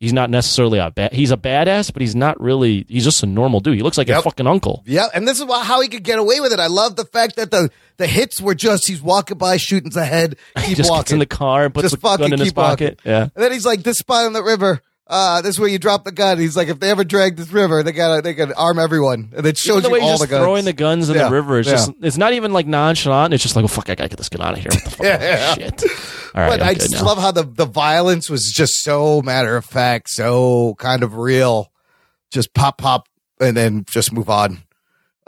[SPEAKER 5] He's not necessarily a bad. He's a badass, but he's not really. He's just a normal dude. He looks like a fucking uncle.
[SPEAKER 1] Yeah, and this is why, how he could get away with it. I love the fact that the the hits were just he's walking by, shooting his head, keep
[SPEAKER 5] He just
[SPEAKER 1] walking
[SPEAKER 5] gets in the car and puts
[SPEAKER 1] Just
[SPEAKER 5] the gun
[SPEAKER 1] fucking
[SPEAKER 5] in his
[SPEAKER 1] keep walking.
[SPEAKER 5] pocket. Yeah.
[SPEAKER 1] And then he's like, "This spot on the river. Uh, this is where you drop the gun." He's like, "If they ever drag this river, they gotta they gotta arm everyone." And it shows
[SPEAKER 5] Even the way
[SPEAKER 1] you
[SPEAKER 5] he's
[SPEAKER 1] all
[SPEAKER 5] just
[SPEAKER 1] the guns.
[SPEAKER 5] throwing the guns in
[SPEAKER 1] Yeah,
[SPEAKER 5] the river. It's
[SPEAKER 1] yeah.
[SPEAKER 5] just it's not even like nonchalant. It's just like, oh fuck, I gotta get this gun out of here. What the fuck?
[SPEAKER 1] Yeah.
[SPEAKER 5] Shit. All right,
[SPEAKER 1] but
[SPEAKER 5] I'm
[SPEAKER 1] I
[SPEAKER 5] good
[SPEAKER 1] just
[SPEAKER 5] now.
[SPEAKER 1] love how the the violence was just so matter of fact, so kind of real. Just pop, pop, and then just move on.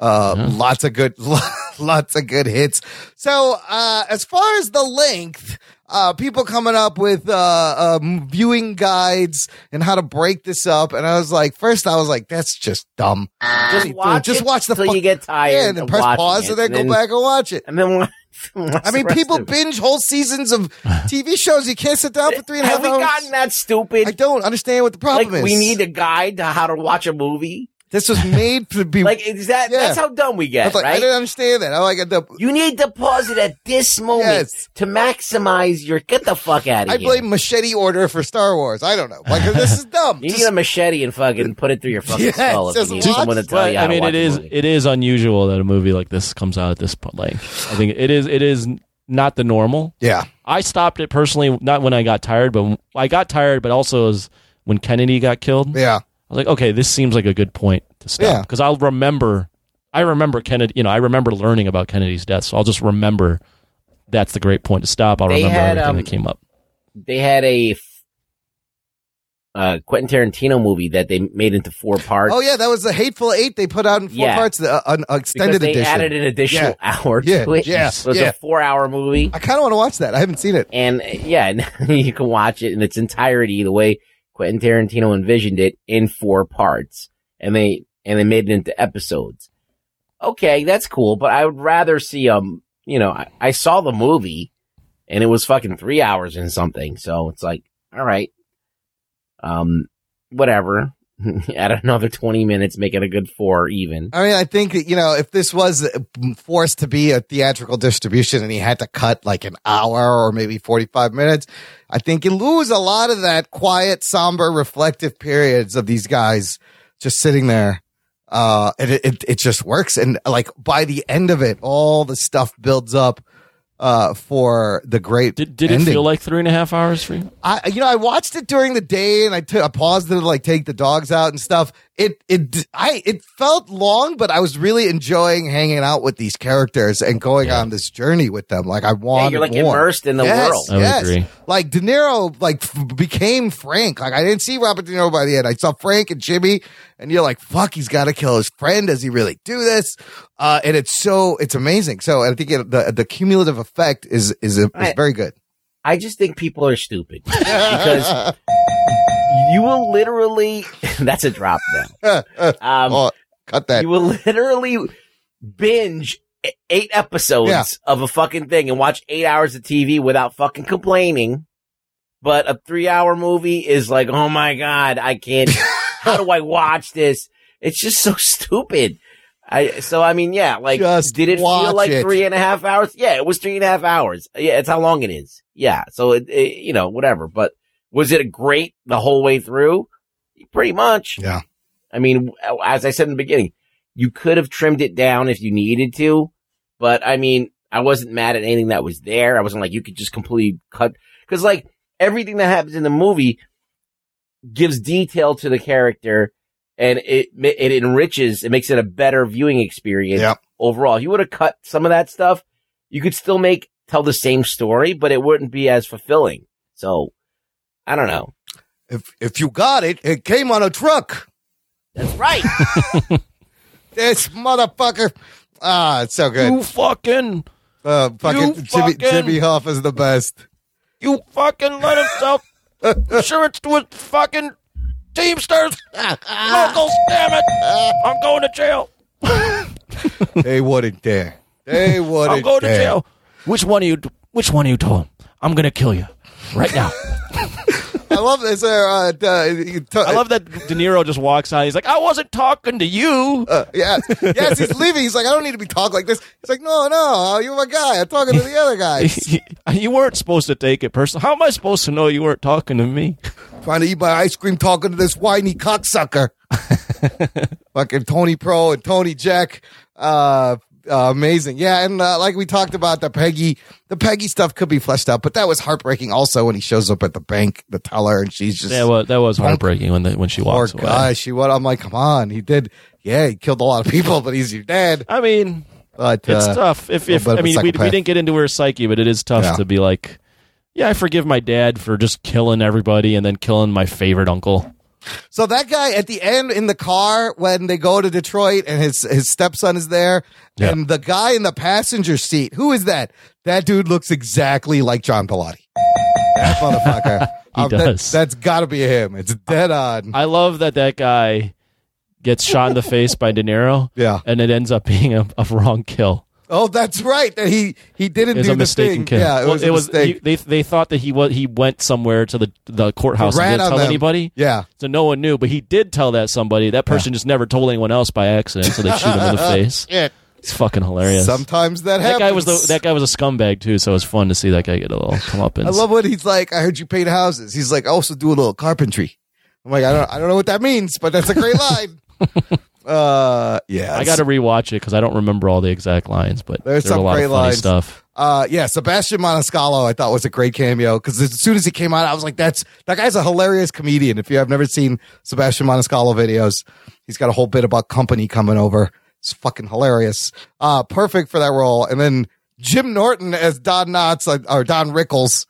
[SPEAKER 1] Uh, Um, Lots of good, Lots of good hits. So, uh, as far as the length, uh, people coming up with uh, um, viewing guides and how to break this up, and I was like, first I was like, that's just dumb.
[SPEAKER 6] Just watch,
[SPEAKER 1] just watch the
[SPEAKER 6] until
[SPEAKER 1] fu-
[SPEAKER 6] you get tired.
[SPEAKER 1] Yeah, and then
[SPEAKER 6] of
[SPEAKER 1] press
[SPEAKER 6] watching
[SPEAKER 1] pause
[SPEAKER 6] it,
[SPEAKER 1] and then go back and watch it.
[SPEAKER 6] And then,
[SPEAKER 1] I mean, people binge whole seasons of TV shows. You can't sit down for three and a half
[SPEAKER 6] have we
[SPEAKER 1] hours.
[SPEAKER 6] gotten that stupid?
[SPEAKER 1] I don't understand what the
[SPEAKER 6] Like
[SPEAKER 1] problem is.
[SPEAKER 6] we need a guide to how to watch a movie.
[SPEAKER 1] This was made to be
[SPEAKER 6] Like is that?
[SPEAKER 1] Yeah.
[SPEAKER 6] That's how dumb we
[SPEAKER 1] I
[SPEAKER 6] get,
[SPEAKER 1] was like, I
[SPEAKER 6] right?
[SPEAKER 1] didn't understand that. I like the
[SPEAKER 6] you need to pause it at this moment to maximize your. Get the fuck out of
[SPEAKER 1] I
[SPEAKER 6] here!
[SPEAKER 1] blame Machete Order for Star Wars. I don't know. Like this is dumb.
[SPEAKER 6] You need a machete and fucking put it through your fucking
[SPEAKER 1] Yes,
[SPEAKER 6] skull if
[SPEAKER 1] just
[SPEAKER 6] you need
[SPEAKER 1] watch-
[SPEAKER 6] someone to tell
[SPEAKER 1] Well,
[SPEAKER 6] you. How
[SPEAKER 5] I mean,
[SPEAKER 6] to watch
[SPEAKER 5] it
[SPEAKER 6] a
[SPEAKER 5] is
[SPEAKER 6] movie.
[SPEAKER 5] it is unusual that a movie like this comes out at this point. Like, I think it is it is not the normal.
[SPEAKER 1] Yeah,
[SPEAKER 5] I stopped it personally, not when I got tired, but when- I got tired, but also as when Kennedy got killed.
[SPEAKER 1] Yeah,
[SPEAKER 5] I was like, okay, this seems like a good point to
[SPEAKER 1] Yeah.
[SPEAKER 5] stop because I'll remember. I remember Kennedy. You know, I remember learning about Kennedy's death, so I'll just remember that's the great point to stop. I'll
[SPEAKER 6] They
[SPEAKER 5] remember
[SPEAKER 6] had,
[SPEAKER 5] everything
[SPEAKER 6] um,
[SPEAKER 5] that came up.
[SPEAKER 6] They had a f- uh, Quentin Tarantino movie that they made into four parts.
[SPEAKER 1] Oh yeah, that was the Hateful Eight they put out in four
[SPEAKER 6] Yeah.
[SPEAKER 1] parts, the, uh, an extended
[SPEAKER 6] because they
[SPEAKER 1] edition.
[SPEAKER 6] added an additional
[SPEAKER 1] Yeah.
[SPEAKER 6] hour to
[SPEAKER 1] Yeah,
[SPEAKER 6] it.
[SPEAKER 1] yeah,
[SPEAKER 6] so it's
[SPEAKER 1] yeah.
[SPEAKER 6] a four-hour movie.
[SPEAKER 1] I kind of want to watch that. I haven't seen it.
[SPEAKER 6] And uh, yeah, and you can watch it in its entirety the way Quentin Tarantino envisioned it in four parts, and they and they made it into episodes. Okay, that's cool, but I would rather see um, you know, I, I saw the movie, and it was fucking three hours and something. So it's like, all right, um, whatever. Add another twenty minutes, make it a good four even.
[SPEAKER 1] I mean, I think that, you know, if this was forced to be a theatrical distribution and he had to cut like an hour or maybe 45 minutes, I think you lose a lot of that quiet, somber, reflective periods of these guys just sitting there. Uh, and it, it, it just works. And like by the end of it, all the stuff builds up, uh, for the great. Did,
[SPEAKER 5] Did it feel like three and a half hours for you?
[SPEAKER 1] I you know I watched it during the day and I took I paused it to like take the dogs out and stuff. It it I it felt long, but I was really enjoying hanging out with these characters and going on this journey with them. Like I wanted
[SPEAKER 6] you're, like,
[SPEAKER 1] more.
[SPEAKER 6] immersed in the
[SPEAKER 1] Yes,
[SPEAKER 6] world. I would
[SPEAKER 1] yes.
[SPEAKER 5] agree.
[SPEAKER 1] Like De Niro like f- became Frank. Like I didn't see Robert De Niro by the end. I saw Frank and Jimmy, and you're like, fuck, he's got to kill his friend. Does he really do this? Uh, and it's so it's amazing. So I think it, the the cumulative effect is is, is
[SPEAKER 6] I-
[SPEAKER 1] very good.
[SPEAKER 6] I just think people are stupid because you will literally. that's a drop now. Um,
[SPEAKER 1] Oh, cut that.
[SPEAKER 6] You will literally binge e- eight episodes
[SPEAKER 1] Yeah.
[SPEAKER 6] of a fucking thing and watch eight hours of TV without fucking complaining. But a three hour movie is like, oh my God, I can't. how do I watch this? It's just so stupid. I, so I mean, yeah, like,
[SPEAKER 1] Just
[SPEAKER 6] did it feel
[SPEAKER 1] watch
[SPEAKER 6] like
[SPEAKER 1] it.
[SPEAKER 6] three and a half hours? Yeah, it was three and a half hours. Yeah, it's how long it is. Yeah, so it, it you know, whatever. But was it great the whole way through? Pretty much.
[SPEAKER 1] Yeah.
[SPEAKER 6] I mean, uh, as I said in the beginning, you could have trimmed it down if you needed to, but I mean, I wasn't mad at anything that was there. I wasn't like you could just completely cut because like everything that happens in the movie gives detail to the character and it it enriches, it makes it a better viewing experience
[SPEAKER 1] Yep.
[SPEAKER 6] overall. If you would have cut some of that stuff, you could still make tell the same story, but it wouldn't be as fulfilling. So I don't know.
[SPEAKER 1] If if you got it, it came on a truck.
[SPEAKER 6] That's right.
[SPEAKER 1] this motherfucker. Ah, it's so good.
[SPEAKER 5] You fucking,
[SPEAKER 1] Uh, fucking,
[SPEAKER 5] you
[SPEAKER 1] Jimmy,
[SPEAKER 5] fucking-
[SPEAKER 1] Jimmy Hoffa's the best.
[SPEAKER 5] you fucking let himself insurance to his fucking Teamsters, locals. Damn it! I'm going to jail.
[SPEAKER 1] They wouldn't dare. They wouldn't
[SPEAKER 5] I'm going to
[SPEAKER 1] dare.
[SPEAKER 5] jail. Which one of you? Which one of you told him? I'm going to kill you right now.
[SPEAKER 1] I love this. Uh, uh, d- uh, t-
[SPEAKER 5] I love that De Niro just walks out. He's like, I wasn't talking to you.
[SPEAKER 1] Uh, yes, yes, he's leaving. He's like, I don't need to be talking like this. He's like, no, no, you're my guy. I'm talking to the other guy.
[SPEAKER 5] you weren't supposed to take it personal. How am I supposed to know you weren't talking to me?
[SPEAKER 1] Trying to eat my ice cream, talking to this whiny cocksucker. Fucking Tony Pro and Tony Jack. Uh, uh, amazing. Yeah. And uh, like we talked about, the Peggy, the Peggy stuff could be fleshed out, but that was heartbreaking also when he shows up at the bank, the teller, and she's just.
[SPEAKER 5] That was that was heartbreaking when the, when she
[SPEAKER 1] Poor
[SPEAKER 5] walks away.
[SPEAKER 1] guy, she what? I'm like, come on, he did. Yeah, he killed a lot of people, but he's your dad.
[SPEAKER 5] I mean,
[SPEAKER 1] But
[SPEAKER 5] It's
[SPEAKER 1] uh,
[SPEAKER 5] tough. If
[SPEAKER 1] a
[SPEAKER 5] if
[SPEAKER 1] bit of
[SPEAKER 5] I
[SPEAKER 1] a
[SPEAKER 5] mean, we, we
[SPEAKER 1] psychopath.
[SPEAKER 5] didn't get into her psyche, but it is tough
[SPEAKER 1] Yeah.
[SPEAKER 5] to be like, yeah, I forgive my dad for just killing everybody and then killing my favorite uncle.
[SPEAKER 1] So that guy at the end in the car when they go to Detroit and his his stepson is there,
[SPEAKER 5] Yeah.
[SPEAKER 1] and the guy in the passenger seat, who is that? That dude looks exactly like John Pilati. That motherfucker. Um,
[SPEAKER 5] He
[SPEAKER 1] that-
[SPEAKER 5] does.
[SPEAKER 1] that's got to be him. It's dead on.
[SPEAKER 5] I love that that guy gets shot in the face by De Niro.
[SPEAKER 1] Yeah.
[SPEAKER 5] And it ends up being a, a wrong kill.
[SPEAKER 1] Oh, that's right. That he he didn't
[SPEAKER 5] It was
[SPEAKER 1] do
[SPEAKER 5] a
[SPEAKER 1] the
[SPEAKER 5] mistaken
[SPEAKER 1] thing.
[SPEAKER 5] kill.
[SPEAKER 1] Yeah, it
[SPEAKER 5] Well,
[SPEAKER 1] was a mistake.
[SPEAKER 5] he- they they thought that he was he went somewhere to the the courthouse and
[SPEAKER 1] rat
[SPEAKER 5] didn't
[SPEAKER 1] on
[SPEAKER 5] tell
[SPEAKER 1] them.
[SPEAKER 5] anybody.
[SPEAKER 1] Yeah.
[SPEAKER 5] So no one knew, but he did tell that somebody. That person just never told anyone else by accident, so they shoot him in the face.
[SPEAKER 1] Shit.
[SPEAKER 5] It's fucking hilarious.
[SPEAKER 1] Sometimes that happens.
[SPEAKER 5] that guy was the, that guy was a scumbag too, so it was fun to see that guy get a little come up and
[SPEAKER 1] I love what he's like. I heard you paint houses. He's like, I also do a little carpentry. I'm like, I don't, I don't know what that means, but that's a great line. uh, yeah,
[SPEAKER 5] I got to rewatch it because I don't remember all the exact lines, but
[SPEAKER 1] There's
[SPEAKER 5] there were
[SPEAKER 1] some
[SPEAKER 5] a lot
[SPEAKER 1] great
[SPEAKER 5] of funny
[SPEAKER 1] lines.
[SPEAKER 5] stuff.
[SPEAKER 1] Uh, yeah, Sebastian Maniscalco, I thought was a great cameo because as soon as he came out, I was like, that's that guy's a hilarious comedian. If you have never seen Sebastian Maniscalco videos, he's got a whole bit about company coming over. It's fucking hilarious. Uh, perfect for that role. And then Jim Norton as Don Knotts uh, or Don Rickles.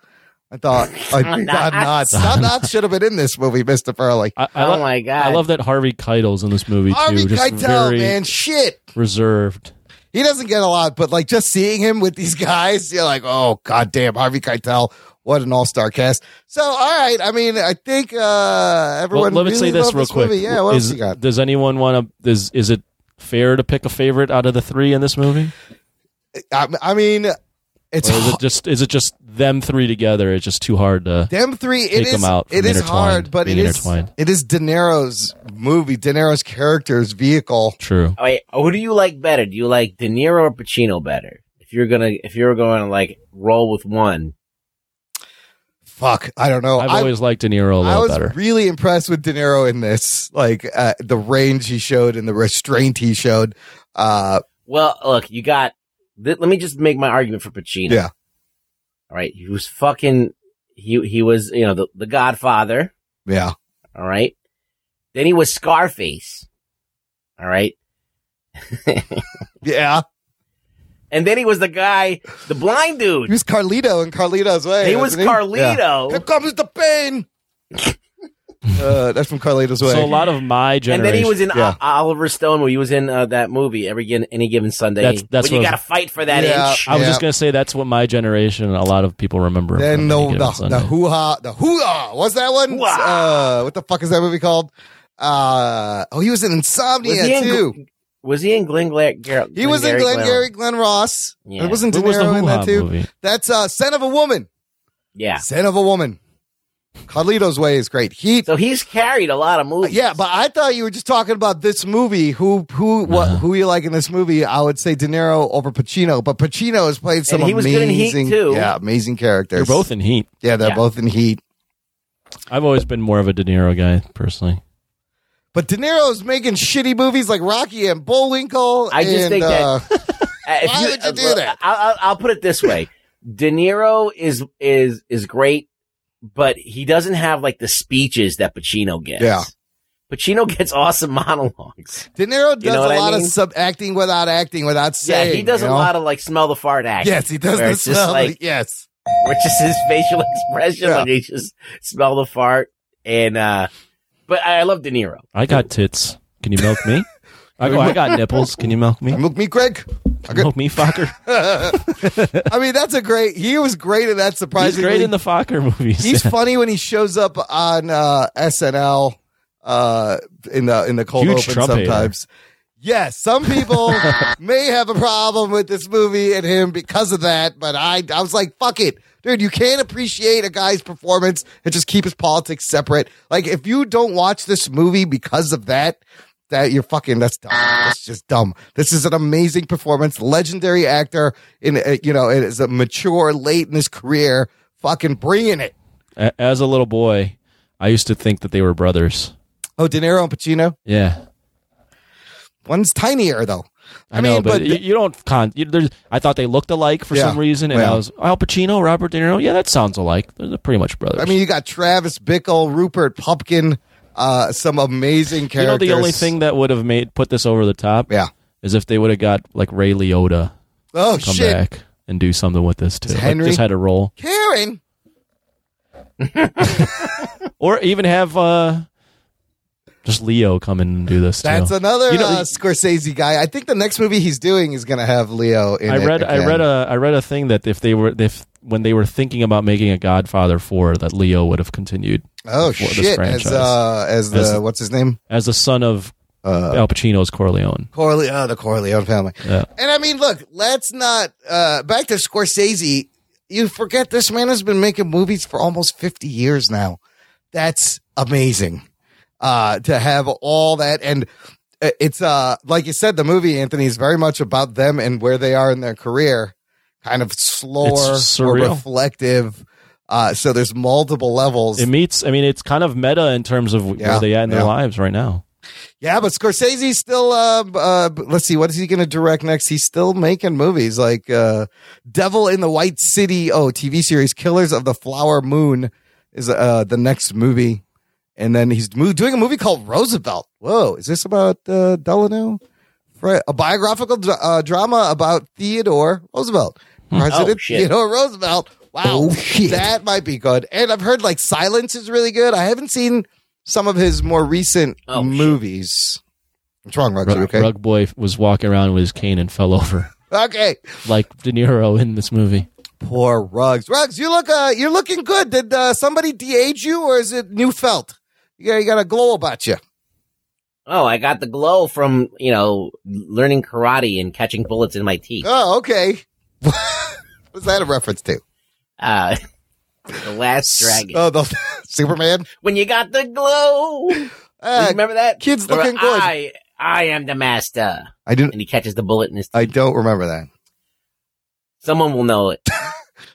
[SPEAKER 1] I thought uh, Don
[SPEAKER 6] Don
[SPEAKER 1] Knotts.
[SPEAKER 6] Knotts.
[SPEAKER 1] Don Knotts should have been in this movie, Mister Furley.
[SPEAKER 5] I
[SPEAKER 6] oh
[SPEAKER 5] lo-
[SPEAKER 6] my god!
[SPEAKER 5] I love that Harvey Keitel's in this movie
[SPEAKER 1] Harvey
[SPEAKER 5] too. Just
[SPEAKER 1] Keitel,
[SPEAKER 5] very
[SPEAKER 1] man, shit.
[SPEAKER 5] reserved.
[SPEAKER 1] He doesn't get a lot, but like just seeing him with these guys, you're like, oh goddamn, Harvey Keitel, what an all-star cast. So, all right, I mean, I think uh
[SPEAKER 5] Well,
[SPEAKER 1] everyone.
[SPEAKER 5] let me
[SPEAKER 1] really
[SPEAKER 5] say this
[SPEAKER 1] loved
[SPEAKER 5] real quick.
[SPEAKER 1] Movie. Yeah, what
[SPEAKER 5] is,
[SPEAKER 1] else you got?
[SPEAKER 5] Does anyone want to? Is is it fair to pick a favorite out of the three in this movie?
[SPEAKER 1] I, I mean, it's
[SPEAKER 5] Or is it just is it just them three together? It's just too hard to.
[SPEAKER 1] them three. It
[SPEAKER 5] Take
[SPEAKER 1] is
[SPEAKER 5] 'em out
[SPEAKER 1] it
[SPEAKER 5] from
[SPEAKER 1] is hard,
[SPEAKER 5] intertwined,
[SPEAKER 1] but it
[SPEAKER 5] being
[SPEAKER 1] is
[SPEAKER 5] intertwined.
[SPEAKER 1] it is De Niro's movie, De Niro's character's vehicle.
[SPEAKER 5] True.
[SPEAKER 6] Oh, Wait, who do you like better? Do you like De Niro or Pacino better? If you're gonna, if you're going to like roll with one,
[SPEAKER 1] Fuck, I don't know.
[SPEAKER 5] I've
[SPEAKER 1] Oh, I-
[SPEAKER 5] always liked De Niro a
[SPEAKER 1] I
[SPEAKER 5] little
[SPEAKER 1] was
[SPEAKER 5] better.
[SPEAKER 1] really impressed with De Niro in this, like uh, the range he showed and the restraint he showed. Uh,
[SPEAKER 6] well, look, you got. Th- let me just make my argument for Pacino.
[SPEAKER 1] Yeah.
[SPEAKER 6] All right, he was fucking. He he was you know the the Godfather.
[SPEAKER 1] yeah,
[SPEAKER 6] All right. Then he was Scarface. All right.
[SPEAKER 1] yeah.
[SPEAKER 6] And then he was the guy, the blind dude.
[SPEAKER 1] He was Carlito in Carlito's way.
[SPEAKER 6] He was
[SPEAKER 1] wasn't
[SPEAKER 6] Carlito.
[SPEAKER 1] Here comes the pain. uh, that's from Carlito's way.
[SPEAKER 5] So a lot of my
[SPEAKER 6] And
[SPEAKER 5] generation.
[SPEAKER 6] then he was in
[SPEAKER 1] Yeah.
[SPEAKER 6] O- Oliver Stone. Where he was in uh, that movie every Gin- any given Sunday.
[SPEAKER 5] That's- that's
[SPEAKER 6] when you
[SPEAKER 5] what I
[SPEAKER 6] got to
[SPEAKER 5] was-
[SPEAKER 6] fight for that
[SPEAKER 1] Yeah.
[SPEAKER 6] inch.
[SPEAKER 5] I was just
[SPEAKER 1] Yeah.
[SPEAKER 5] gonna say that's what my generation. and A lot of people remember.
[SPEAKER 1] then
[SPEAKER 5] from
[SPEAKER 1] the
[SPEAKER 5] Any Given
[SPEAKER 1] the, the
[SPEAKER 5] Sunday.
[SPEAKER 1] hoo ha the hoo ha was that one?
[SPEAKER 6] Hoo-ha.
[SPEAKER 1] Uh, what the fuck is that movie called? Uh, oh, he was in Insomnia
[SPEAKER 6] Was he in
[SPEAKER 1] too.
[SPEAKER 6] Gl- was he in Glenn Gla- Gar-
[SPEAKER 1] he was in Glengarry Glen Ross.
[SPEAKER 6] Yeah.
[SPEAKER 1] It wasn't De
[SPEAKER 5] Who was the
[SPEAKER 1] Niro in
[SPEAKER 5] hoo-ha
[SPEAKER 1] that too.
[SPEAKER 5] movie?
[SPEAKER 1] That's uh, Son of a Woman.
[SPEAKER 6] Yeah.
[SPEAKER 1] Son of a Woman. Carlito's Way is great. He
[SPEAKER 6] So he's carried a lot of movies.
[SPEAKER 1] Uh, Yeah, but I thought you were just talking about this movie. Who who what
[SPEAKER 6] Uh-huh.
[SPEAKER 1] who you like in this movie? I would say De Niro over Pacino, but Pacino has played some
[SPEAKER 6] And he was good
[SPEAKER 1] amazing,
[SPEAKER 6] in Heat, too.
[SPEAKER 1] yeah, amazing characters.
[SPEAKER 5] They're both in heat.
[SPEAKER 1] yeah, they're
[SPEAKER 6] Yeah.
[SPEAKER 1] both in Heat.
[SPEAKER 5] I've always been more of a De Niro guy personally.
[SPEAKER 1] But De Niro's making shitty movies like Rocky and Bullwinkle.
[SPEAKER 6] I just
[SPEAKER 1] and,
[SPEAKER 6] think that-
[SPEAKER 1] uh,
[SPEAKER 6] Uh, if
[SPEAKER 1] Why would you
[SPEAKER 6] uh,
[SPEAKER 1] do
[SPEAKER 6] look,
[SPEAKER 1] that?
[SPEAKER 6] I, I'll, I'll put it this way: De Niro is is is great, but he doesn't have like the speeches that Pacino gets.
[SPEAKER 1] Yeah.
[SPEAKER 6] Pacino gets awesome monologues.
[SPEAKER 1] De Niro does
[SPEAKER 6] know what
[SPEAKER 1] a
[SPEAKER 6] I
[SPEAKER 1] lot
[SPEAKER 6] mean?
[SPEAKER 1] of sub acting without acting without saying.
[SPEAKER 6] yeah, he does
[SPEAKER 1] you
[SPEAKER 6] a
[SPEAKER 1] know?
[SPEAKER 6] lot of like smell the fart acting.
[SPEAKER 1] Yes, he does.
[SPEAKER 6] Where
[SPEAKER 1] The
[SPEAKER 6] it's just
[SPEAKER 1] smell,
[SPEAKER 6] like
[SPEAKER 1] yes,
[SPEAKER 6] which is his facial expression.
[SPEAKER 1] Yeah.
[SPEAKER 6] Like he just smell the fart and. uh But I I love De Niro.
[SPEAKER 5] I got tits. Can you milk me? I go. I got nipples. Can you milk me?
[SPEAKER 1] milk me, Greg.
[SPEAKER 5] Milk me, fucker.
[SPEAKER 1] I mean, that's a great. He was great in that.
[SPEAKER 5] He's
[SPEAKER 1] Surprisingly,
[SPEAKER 5] great in the Fokker movies.
[SPEAKER 1] He's funny when he shows up on uh, SNL uh, in the in the cold
[SPEAKER 5] Huge
[SPEAKER 1] open
[SPEAKER 5] Trump hater.
[SPEAKER 1] sometimes. Yes, some people may have a problem with this movie and him because of that, but I I was like, fuck it. Dude, you can't appreciate a guy's performance and just keep his politics separate. Like if you don't watch this movie because of that, that you're fucking that's dumb. That's just dumb. This is an amazing performance, legendary actor in uh, you know, it is a mature late in his career, fucking bringing it.
[SPEAKER 5] A- As a little boy, I used to think that they were brothers.
[SPEAKER 1] Oh, De Niro and Pacino.
[SPEAKER 5] Yeah,
[SPEAKER 1] One's tinier though.
[SPEAKER 5] I, know, but, you, you don't. Con- you, there's- I thought they looked alike for
[SPEAKER 1] Yeah.
[SPEAKER 5] some reason, and
[SPEAKER 1] Yeah.
[SPEAKER 5] I was Al Pacino, Robert De Niro. Yeah, that sounds alike. They're they're pretty much brothers.
[SPEAKER 1] I mean, you got Travis Bickle, Rupert Pupkin, uh, some amazing
[SPEAKER 5] you know,
[SPEAKER 1] characters.
[SPEAKER 5] the only thing that would have made put this over the top,
[SPEAKER 1] Yeah.
[SPEAKER 5] is if they would have got like Ray Liotta
[SPEAKER 1] Oh
[SPEAKER 5] come
[SPEAKER 1] shit,
[SPEAKER 5] back and do something with this too. Like,
[SPEAKER 1] Henry-
[SPEAKER 5] just had a role,
[SPEAKER 1] Karen.
[SPEAKER 5] or even have uh, Just Leo come in and do this. too.
[SPEAKER 1] That's another
[SPEAKER 5] You know,
[SPEAKER 1] uh, Scorsese guy. I think the next movie he's doing is going to have Leo in
[SPEAKER 5] I
[SPEAKER 1] it
[SPEAKER 5] read I
[SPEAKER 1] again.
[SPEAKER 5] read a I read a thing that if they were if when they were thinking about making a Godfather four that Leo would have continued.
[SPEAKER 1] Oh
[SPEAKER 5] for this
[SPEAKER 1] shit! As
[SPEAKER 5] franchise.
[SPEAKER 1] uh, as the
[SPEAKER 5] As-
[SPEAKER 1] what's his name?
[SPEAKER 5] as the son of Al Pacino's Corleone.
[SPEAKER 1] Corleone, oh, the Corleone family.
[SPEAKER 5] Yeah.
[SPEAKER 1] And I mean, look, let's not uh, back to Scorsese. You forget this man has been making movies for almost fifty years now. That's amazing uh, to have all that, and uh, it's uh, like you said, the movie Anthony is very much about them and where they are in their career, kind of slower,
[SPEAKER 5] It's
[SPEAKER 1] more
[SPEAKER 5] surreal.
[SPEAKER 1] reflective. Uh, so there's multiple levels.
[SPEAKER 5] It meets. I mean, it's kind of meta in terms of where
[SPEAKER 1] Yeah,
[SPEAKER 5] they are in
[SPEAKER 1] yeah.
[SPEAKER 5] their lives right now.
[SPEAKER 1] Yeah, but Scorsese's still. Uh, uh, let's see, what is he going to direct next? He's still making movies like uh, Devil in the White City. Oh, TV series Killers of the Flower Moon is uh, the next movie, and then he's mo- doing a movie called Roosevelt. Whoa, is this about uh, Delano? Fre- A biographical dra- uh, drama about Theodore Roosevelt, President
[SPEAKER 6] Oh, shit. Oh,
[SPEAKER 1] Theodore Roosevelt. Wow, that might be good. And I've heard like Silence is really good. I haven't seen some of his more recent
[SPEAKER 6] Oh,
[SPEAKER 1] movies. What's wrong, Ruggs? You
[SPEAKER 5] Rug,
[SPEAKER 1] okay?
[SPEAKER 5] Rug Boy was walking around with his cane and fell over
[SPEAKER 1] Okay,
[SPEAKER 5] like De Niro in this movie.
[SPEAKER 1] poor Ruggs. Ruggs, you look uh, you're looking good. Did uh, somebody de-age you, or is it new felt? You got, you got a glow about you.
[SPEAKER 6] Oh, I got the glow from, you know, learning karate and catching bullets in my teeth.
[SPEAKER 1] Oh, okay. What's that a reference to?
[SPEAKER 6] Uh, the last dragon.
[SPEAKER 1] Oh, the Superman.
[SPEAKER 6] When you got the glow.
[SPEAKER 1] Uh,
[SPEAKER 6] Remember that?
[SPEAKER 1] kids
[SPEAKER 6] Or,
[SPEAKER 1] looking good.
[SPEAKER 6] I, I am the master.
[SPEAKER 1] I didn't.
[SPEAKER 6] And he catches the bullet in his teeth.
[SPEAKER 1] I don't remember that.
[SPEAKER 6] Someone will know it.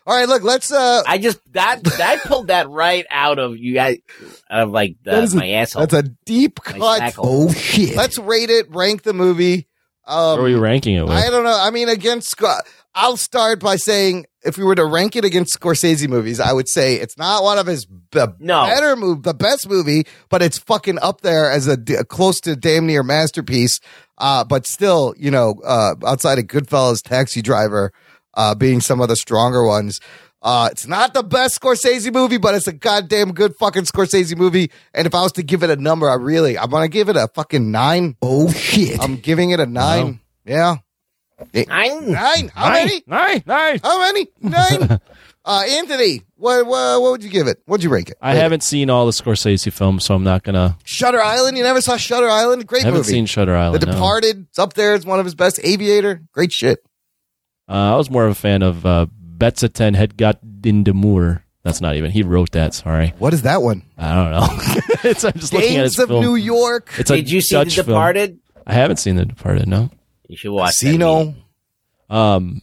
[SPEAKER 1] All right, look, let's. uh
[SPEAKER 6] I just, that, that pulled that right out of you guys, out of like the,
[SPEAKER 1] That is a-
[SPEAKER 6] my asshole.
[SPEAKER 1] That's a deep
[SPEAKER 6] My
[SPEAKER 1] cut.
[SPEAKER 6] shackle. Oh,
[SPEAKER 1] shit! Let's rate it, rank the movie. Um,
[SPEAKER 5] Where are we ranking it with?
[SPEAKER 1] I don't know. I mean, against Scor- I'll start by saying if we were to rank it against Scorsese movies, I would say it's not one of his b-
[SPEAKER 6] No.
[SPEAKER 1] better move, the best movie, but it's fucking up there as a d- close to damn near masterpiece. Uh, but still, you know, uh, outside of Goodfellas, Taxi Driver, uh, being some of the stronger ones. Uh, it's not the best Scorsese movie, but it's a goddamn good fucking Scorsese movie. And if I was to give it a number, I really, I'm gonna give it a fucking nine. Oh shit! I'm giving it a nine. Yeah.
[SPEAKER 6] Nine.
[SPEAKER 1] Nine. How many?
[SPEAKER 5] Nine. Nine.
[SPEAKER 1] How many? Nine. uh, Anthony, what, what what would you give it? What'd you rank it?
[SPEAKER 5] I haven't seen all the Scorsese films, so I'm not gonna.
[SPEAKER 1] Shutter Island. You never saw Shutter Island? Great
[SPEAKER 5] I haven't
[SPEAKER 1] movie.
[SPEAKER 5] seen Shutter Island.
[SPEAKER 1] the
[SPEAKER 5] no.
[SPEAKER 1] Departed. It's up there. It's one of his best. Aviator. Great shit.
[SPEAKER 5] Uh, I was more of a fan of uh, Betzeten had got in the moor. That's not even. He wrote that. Sorry.
[SPEAKER 1] What is that one?
[SPEAKER 5] I don't know. it's, I'm just looking at his
[SPEAKER 1] Gangs of
[SPEAKER 5] film.
[SPEAKER 1] New York.
[SPEAKER 5] It's a
[SPEAKER 6] Did you see
[SPEAKER 5] Dutch
[SPEAKER 6] The
[SPEAKER 5] film.
[SPEAKER 6] Departed?
[SPEAKER 5] I haven't seen The Departed. No.
[SPEAKER 6] You should watch that movie.
[SPEAKER 1] Casino.
[SPEAKER 5] Um,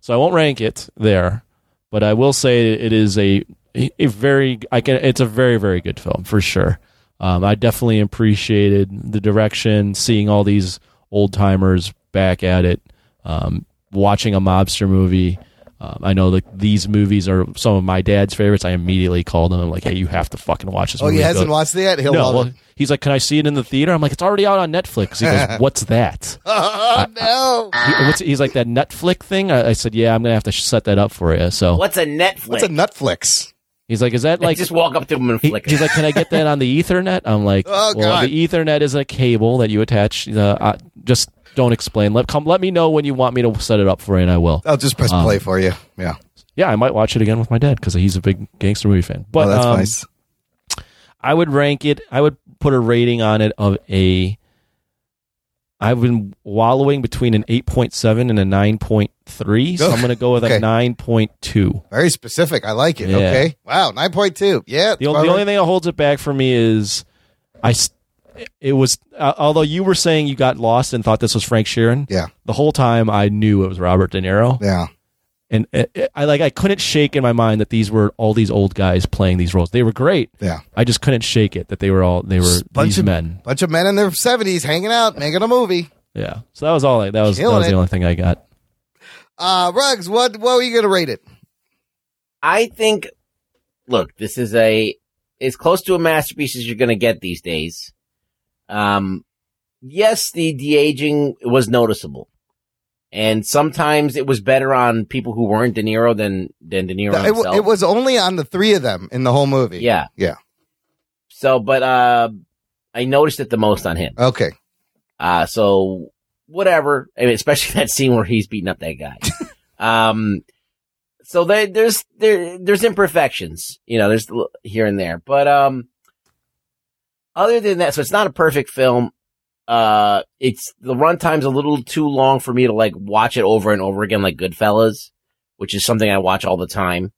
[SPEAKER 5] so I won't rank it there, but I will say it is a a very I can it's a very very good film for sure. Um, I definitely appreciated the direction, seeing all these old timers back at it, um, watching a mobster movie. Um, I know that these movies are some of my dad's favorites. I immediately called him. I'm like, "Hey, you have to fucking watch this
[SPEAKER 1] Oh,
[SPEAKER 5] movie."
[SPEAKER 1] he hasn't
[SPEAKER 5] goes-
[SPEAKER 1] watched it yet. He'll
[SPEAKER 5] no,
[SPEAKER 1] love
[SPEAKER 5] well,
[SPEAKER 1] it.
[SPEAKER 5] he's like, "Can I see it in the theater?" I'm like, "It's already out on Netflix." He goes, "What's that?"
[SPEAKER 1] Oh no!
[SPEAKER 5] He- what's, he's like that Netflix thing. I, I said, yeah, I'm gonna have to sh- set that up for you. So
[SPEAKER 6] What's a Netflix?
[SPEAKER 1] What's a Netflix?
[SPEAKER 5] he's like, is that
[SPEAKER 6] like,
[SPEAKER 5] like?
[SPEAKER 6] just walk up to him and
[SPEAKER 5] he-
[SPEAKER 6] flick it.
[SPEAKER 5] he's like, can I get that on the Ethernet? I'm like,
[SPEAKER 1] Oh,
[SPEAKER 5] well,
[SPEAKER 1] God.
[SPEAKER 5] the Ethernet is a cable that you attach. Uh, I, just don't explain. Let come, let me know when you want me to set it up for you, and I will.
[SPEAKER 1] I'll just press
[SPEAKER 5] Uh.
[SPEAKER 1] play for you. Yeah.
[SPEAKER 5] Yeah, I might watch it again with my dad because he's a big gangster movie fan. But
[SPEAKER 1] oh, that's
[SPEAKER 5] um,
[SPEAKER 1] nice.
[SPEAKER 5] I would rank it. I would put a rating on it of a. I've been wallowing between an eight point seven and a nine point three, so I'm going to go with
[SPEAKER 1] Okay.
[SPEAKER 5] a nine point two.
[SPEAKER 1] Very specific. I like it.
[SPEAKER 5] Yeah.
[SPEAKER 1] Okay. Wow. Nine point two. Yeah.
[SPEAKER 5] The, only the only thing that holds it back for me is I. s- It was uh, although you were saying you got lost and thought this was Frank Sheeran.
[SPEAKER 1] Yeah.
[SPEAKER 5] The whole time I knew it was Robert De Niro,
[SPEAKER 1] Yeah.
[SPEAKER 5] and it, it- I like I couldn't shake in my mind that these were all these old guys playing these roles. They were great.
[SPEAKER 1] Yeah.
[SPEAKER 5] I just couldn't shake it that they were all they were
[SPEAKER 1] bunch
[SPEAKER 5] these
[SPEAKER 1] of-
[SPEAKER 5] men.
[SPEAKER 1] Bunch of men in their seventies hanging out, making a movie.
[SPEAKER 5] Yeah. So that was all. I, that was
[SPEAKER 1] Killing
[SPEAKER 5] that was
[SPEAKER 1] it.
[SPEAKER 5] the only thing I got.
[SPEAKER 1] Uh, Ruggs, what what were you gonna rate it?
[SPEAKER 6] I think, look, this is a, as close to a masterpiece as you're going to get these days. Um, yes, the de-aging was noticeable. And sometimes it was better on people who weren't De Niro than, than De Niro
[SPEAKER 1] It,
[SPEAKER 6] himself.
[SPEAKER 1] w- it was only on the three of them in the whole movie.
[SPEAKER 6] Yeah.
[SPEAKER 1] Yeah.
[SPEAKER 6] So, but, uh, I noticed it the most on him.
[SPEAKER 1] Okay.
[SPEAKER 6] Uh, so whatever. I mean, especially that scene where he's beating up that guy. um, so they, there's, there, there's imperfections, you know, there's here and there, but, um, other than that, so it's not a perfect film. Uh, it's the runtime's a little too long for me to like watch it over and over again, like Goodfellas, which is something I watch all the time.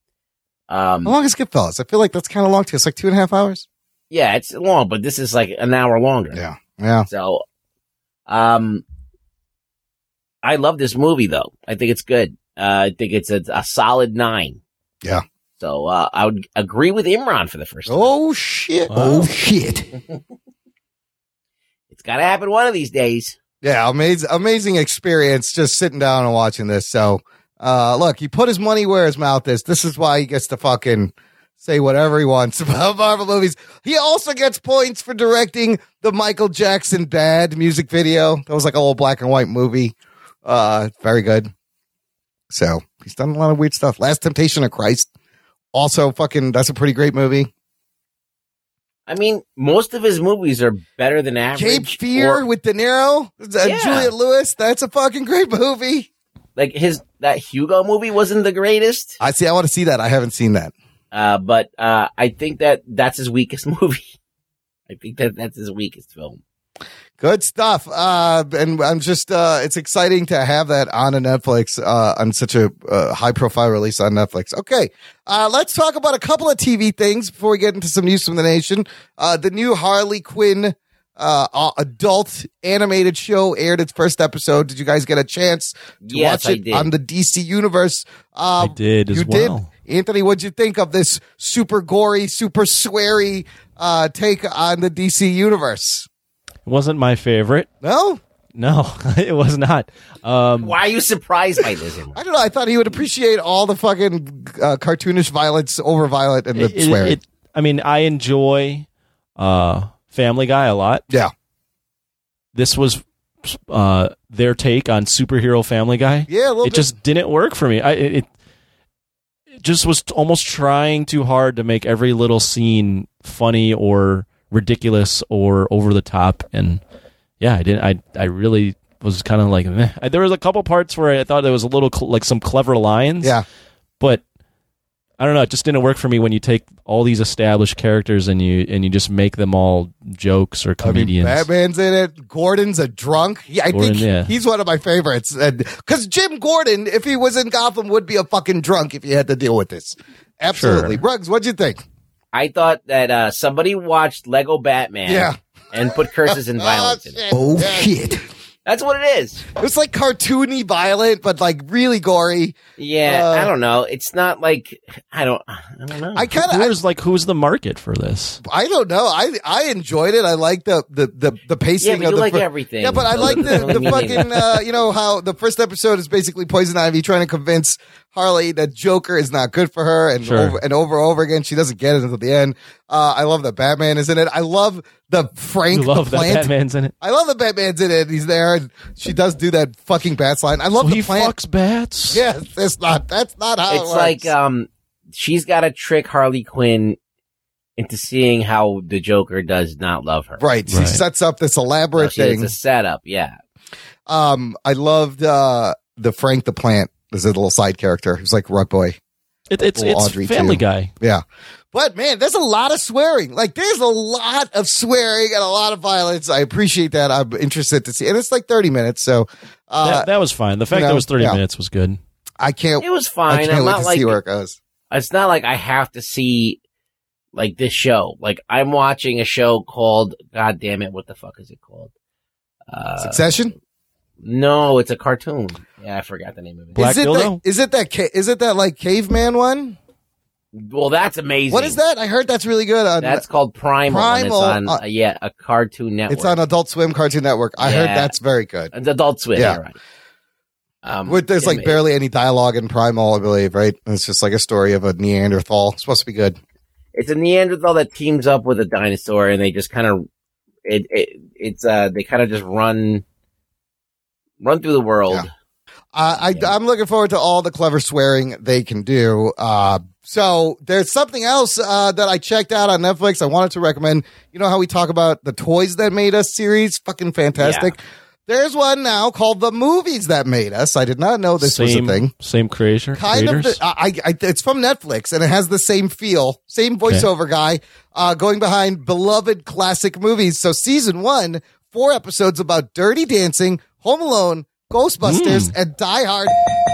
[SPEAKER 6] Um,
[SPEAKER 1] How long is Goodfellas? I feel like that's kind of long too. It's like two and a half hours.
[SPEAKER 6] Yeah, it's long, but this is like an hour longer.
[SPEAKER 1] Yeah. Yeah.
[SPEAKER 6] So, um, I love this movie though. I think it's good. Uh, I think it's a, a solid nine.
[SPEAKER 1] Yeah.
[SPEAKER 6] So uh, I would agree with Imran for the first time.
[SPEAKER 1] Oh shit!
[SPEAKER 10] Oh, shit!
[SPEAKER 6] it's got to happen one of these days.
[SPEAKER 1] Yeah, amazing, amazing experience just sitting down and watching this. So, uh, look, he put his money where his mouth is. This is why he gets to fucking say whatever he wants about Marvel movies. He also gets points for directing the Michael Jackson Bad music video. That was like a little black and white movie. Uh, very good. So he's done a lot of weird stuff. Last Temptation of Christ also fucking that's a pretty great movie.
[SPEAKER 6] I mean, most of his movies are better than
[SPEAKER 1] Cape
[SPEAKER 6] average.
[SPEAKER 1] Fear
[SPEAKER 6] or-
[SPEAKER 1] with De Niro, uh,
[SPEAKER 6] Yeah.
[SPEAKER 1] Juliet Lewis. That's a fucking great movie.
[SPEAKER 6] like his that Hugo movie wasn't the greatest,
[SPEAKER 1] I see. I want to see that. I haven't seen that.
[SPEAKER 6] uh, but uh, I think that that's his weakest movie. I think that that's his weakest film.
[SPEAKER 1] Good stuff. Uh, and I'm just, uh, it's exciting to have that on a Netflix, uh, on such a uh, high profile release on Netflix. Okay. Uh, let's talk about a couple of TV things before we get into some news from the nation. Uh, the new Harley Quinn, uh, uh, adult animated show aired its first episode. Did you guys get a chance to
[SPEAKER 6] Yes,
[SPEAKER 1] watch
[SPEAKER 6] I
[SPEAKER 1] it
[SPEAKER 6] did.
[SPEAKER 1] on the DC universe? Uh,
[SPEAKER 5] I did as
[SPEAKER 1] you
[SPEAKER 5] well.
[SPEAKER 1] did. Anthony, what'd you think of this super gory, super sweary, uh, take on the DC universe?
[SPEAKER 5] It wasn't my favorite.
[SPEAKER 1] No?
[SPEAKER 5] No, it was not. Um,
[SPEAKER 6] Why are you surprised by this? Imran?
[SPEAKER 1] I don't know. I thought he would appreciate all the fucking uh, cartoonish violence over violent and the
[SPEAKER 5] it- it-
[SPEAKER 1] swearing.
[SPEAKER 5] it- I mean, I enjoy uh, Family Guy a lot.
[SPEAKER 1] Yeah.
[SPEAKER 5] This was uh, their take on superhero Family Guy.
[SPEAKER 1] Yeah, a little
[SPEAKER 5] it
[SPEAKER 1] bit.
[SPEAKER 5] just didn't work for me. I it, it- it just was almost trying too hard to make every little scene funny or ridiculous or over the top. And yeah, I didn't. I I really was kind of like meh. I- there was a couple parts where I thought there was a little cl- like some clever lines.
[SPEAKER 1] Yeah.
[SPEAKER 5] but I don't know. It just didn't work for me when you take all these established characters and you and you just make them all jokes or
[SPEAKER 1] I mean,
[SPEAKER 5] comedians.
[SPEAKER 1] Batman's in it. Gordon's a drunk. Yeah, I
[SPEAKER 5] Gordon,
[SPEAKER 1] think
[SPEAKER 5] yeah.
[SPEAKER 1] he's one of my favorites. Because Jim Gordon, if he was in Gotham, would be a fucking drunk if he had to deal with this. Absolutely.
[SPEAKER 6] Sure.
[SPEAKER 1] Ruggs, what'd you think?
[SPEAKER 6] I thought that uh, somebody watched Lego Batman,
[SPEAKER 1] Yeah.
[SPEAKER 6] and put curses and
[SPEAKER 1] Uh,
[SPEAKER 6] violence. in it.
[SPEAKER 10] Oh shit!
[SPEAKER 6] That's what it is.
[SPEAKER 1] It's like cartoony violent, but like really gory.
[SPEAKER 6] Yeah,
[SPEAKER 1] Uh,
[SPEAKER 6] I don't know. It's not like I don't. I don't know.
[SPEAKER 1] I kind of,
[SPEAKER 5] who's like who's the market for this?
[SPEAKER 1] I don't know. I I enjoyed it. I like the the the, the pacing.
[SPEAKER 6] Yeah, but
[SPEAKER 1] of
[SPEAKER 6] you
[SPEAKER 1] the
[SPEAKER 6] like
[SPEAKER 1] fir-
[SPEAKER 6] everything.
[SPEAKER 1] Yeah, but I
[SPEAKER 6] So
[SPEAKER 1] like
[SPEAKER 6] that's
[SPEAKER 1] the,
[SPEAKER 6] what I
[SPEAKER 1] the
[SPEAKER 6] mean.
[SPEAKER 1] fucking uh, you know how the first episode is basically Poison Ivy trying to convince Harley that Joker is not good for her, and
[SPEAKER 5] Sure.
[SPEAKER 1] over and over and over again she doesn't get it until the end. Uh, I love that Batman is in it. I love the
[SPEAKER 5] You
[SPEAKER 1] Frank
[SPEAKER 5] love
[SPEAKER 1] the
[SPEAKER 5] that
[SPEAKER 1] plant.
[SPEAKER 5] Batman's in it.
[SPEAKER 1] I love the Batman's in it. He's there, and she does do that fucking bats line. I love
[SPEAKER 5] So
[SPEAKER 1] the
[SPEAKER 5] he
[SPEAKER 1] plant.
[SPEAKER 5] fucks bats.
[SPEAKER 1] Yeah, that's not that's not how it
[SPEAKER 6] it's
[SPEAKER 1] works.
[SPEAKER 6] like um, she's got to trick Harley Quinn into seeing how the Joker does not love her.
[SPEAKER 1] right. She
[SPEAKER 5] Right.
[SPEAKER 1] sets up this elaborate
[SPEAKER 6] So she-
[SPEAKER 1] thing.
[SPEAKER 6] it's a setup. Yeah,
[SPEAKER 1] Um, I loved uh the Frank the Plant. This is a little side character. He's like Rug Boy.
[SPEAKER 5] It, it's
[SPEAKER 1] Little
[SPEAKER 5] it's
[SPEAKER 1] Audrey,
[SPEAKER 5] Family
[SPEAKER 1] too.
[SPEAKER 5] Guy.
[SPEAKER 1] Yeah. But man, there's a lot of swearing. Like there's a lot of swearing and a lot of violence. I appreciate that. I'm interested to see. And it's like 30 minutes, so uh
[SPEAKER 5] that, that was fine. The fact
[SPEAKER 1] you know,
[SPEAKER 5] that it was thirty
[SPEAKER 1] yeah.
[SPEAKER 5] minutes was good.
[SPEAKER 1] I can't
[SPEAKER 6] it was
[SPEAKER 1] I
[SPEAKER 6] fine.
[SPEAKER 1] can't
[SPEAKER 6] I'm
[SPEAKER 1] wait
[SPEAKER 6] not
[SPEAKER 1] to
[SPEAKER 6] like
[SPEAKER 1] see where it goes.
[SPEAKER 6] it's not like I have to see like this show. Like I'm watching a show called God damn it, what the fuck is it called? Uh,
[SPEAKER 1] Succession?
[SPEAKER 6] No, it's a cartoon. Yeah, I forgot the name of it.
[SPEAKER 5] Black
[SPEAKER 1] is it that,
[SPEAKER 5] Dildo?
[SPEAKER 1] is it that ca- is it that like caveman one?
[SPEAKER 6] Well, that's amazing.
[SPEAKER 1] What is that? I heard that's really good on
[SPEAKER 6] That's called Primal. and it's
[SPEAKER 1] Primal,
[SPEAKER 6] on
[SPEAKER 1] uh,
[SPEAKER 6] uh, yeah a Cartoon Network.
[SPEAKER 1] it's on Adult Swim Cartoon Network. I heard
[SPEAKER 6] Yeah.
[SPEAKER 1] that's very good.
[SPEAKER 6] It's Adult Swim.
[SPEAKER 1] Yeah.
[SPEAKER 6] Yeah, right. Um,
[SPEAKER 1] With, there's like
[SPEAKER 6] anyway,
[SPEAKER 1] barely any dialogue in Primal, I believe, right? And It's just like a story of a Neanderthal. It's supposed to be good.
[SPEAKER 6] it's a Neanderthal that teams up with a dinosaur, and they just kind of it, it it's uh they kind of just run run through the world.
[SPEAKER 1] Yeah. Uh, I, I'm looking forward to all the clever swearing they can do. Uh, so there's something else uh, that I checked out on Netflix. I wanted to recommend. You know how we talk about the toys that made us series? Fucking fantastic. There's one now called the movies that made us. I did not know this
[SPEAKER 5] same
[SPEAKER 1] was a thing.
[SPEAKER 5] Same creator.
[SPEAKER 1] Kind
[SPEAKER 5] creators?
[SPEAKER 1] of. The, I, I. It's from Netflix and it has the same feel, same voiceover guy, uh, going behind beloved classic movies. So season one, four episodes about Dirty Dancing, Home Alone, Ghostbusters,
[SPEAKER 5] Hmm.
[SPEAKER 1] and Die Hard.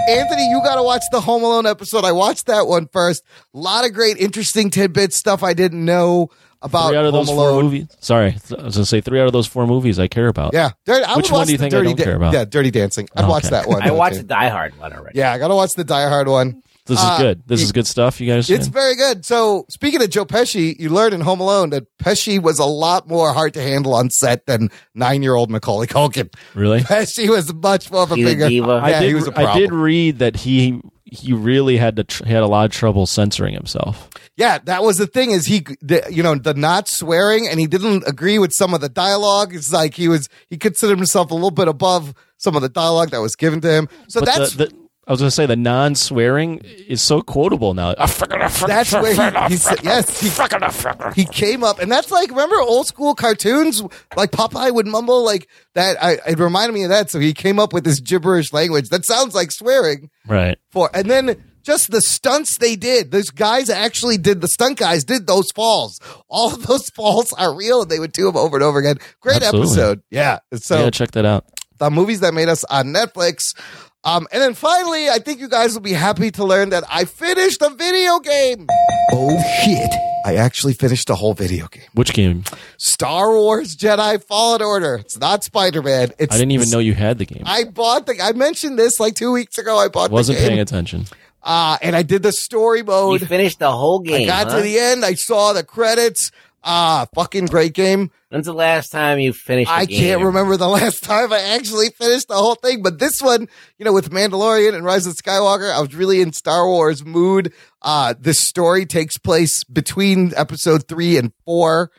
[SPEAKER 1] Anthony, you got to watch the Home Alone episode. I watched that one first. A lot of great, interesting tidbits, stuff I didn't know about
[SPEAKER 5] three out of
[SPEAKER 1] uh, Home
[SPEAKER 5] those
[SPEAKER 1] Alone.
[SPEAKER 5] four movies. Sorry, I was gonna say three out of those four movies I care about.
[SPEAKER 1] Yeah, Dirty- I would
[SPEAKER 5] which one
[SPEAKER 1] watch
[SPEAKER 5] do you
[SPEAKER 1] the
[SPEAKER 5] think I
[SPEAKER 1] Dirty
[SPEAKER 5] don't
[SPEAKER 1] Dan-
[SPEAKER 5] care about? Oh,
[SPEAKER 1] yeah, Dirty Dancing. I'd watch that one.
[SPEAKER 6] I watched
[SPEAKER 1] Okay.
[SPEAKER 6] the Die Hard one already.
[SPEAKER 1] Yeah, I got to watch the Die Hard one.
[SPEAKER 5] This is
[SPEAKER 1] Uh,
[SPEAKER 5] good. This is good stuff. You guys,
[SPEAKER 1] It's very good. So, speaking of Joe Pesci, you learned in Home Alone that Pesci was a lot more hard to handle on set than nine-year-old Macaulay Culkin.
[SPEAKER 5] really?
[SPEAKER 1] Pesci was much more of a
[SPEAKER 6] He was
[SPEAKER 1] bigger.
[SPEAKER 6] diva.
[SPEAKER 1] Yeah,
[SPEAKER 5] I did.
[SPEAKER 1] he was a
[SPEAKER 5] I did
[SPEAKER 1] problem.
[SPEAKER 5] read that he he really had to tr- he had a lot of trouble censoring himself.
[SPEAKER 1] Yeah, that was the thing is he, the, you know, the not swearing, and he didn't agree with some of the dialogue. It's like he was he considered himself a little bit above some of the dialogue that was given to him. So
[SPEAKER 5] But
[SPEAKER 1] that's
[SPEAKER 5] the, the, I was gonna say the non swearing is so quotable now.
[SPEAKER 1] That's where he, he said, yes, he, he came up, and that's like remember old school cartoons, like Popeye would mumble like that. I, it reminded me of that, so he came up with this gibberish language that sounds like swearing
[SPEAKER 5] Right.
[SPEAKER 1] for, and then just the stunts they did. Those guys actually did the stunt guys did those falls. All of those falls are real, and they would do them over and over again. Great
[SPEAKER 5] Absolutely.
[SPEAKER 1] episode, yeah. So
[SPEAKER 5] yeah, check that out.
[SPEAKER 1] the movies that made us on Netflix. Um, and then finally, I think you guys will be happy to learn that I finished a video game. Oh shit. I actually finished the whole video game.
[SPEAKER 5] Which game?
[SPEAKER 1] Star Wars Jedi Fallen Order. It's not Spider-Man. It's
[SPEAKER 5] I didn't even know you had the game.
[SPEAKER 1] I bought the I mentioned this like 2 weeks ago. I bought
[SPEAKER 5] Wasn't
[SPEAKER 1] the game.
[SPEAKER 5] paying attention.
[SPEAKER 1] Uh, and I did the story
[SPEAKER 6] You
[SPEAKER 1] mode.
[SPEAKER 6] finished the whole game.
[SPEAKER 1] I got
[SPEAKER 6] huh?
[SPEAKER 1] to the end. I saw the credits. Ah, fucking great game.
[SPEAKER 6] When's the last time you finished? a
[SPEAKER 1] I
[SPEAKER 6] game?
[SPEAKER 1] can't remember the last time I actually finished the whole thing, but this one, you know, with Mandalorian and Rise of Skywalker, I was really in Star Wars mood. Uh, this story takes place between episode three and four.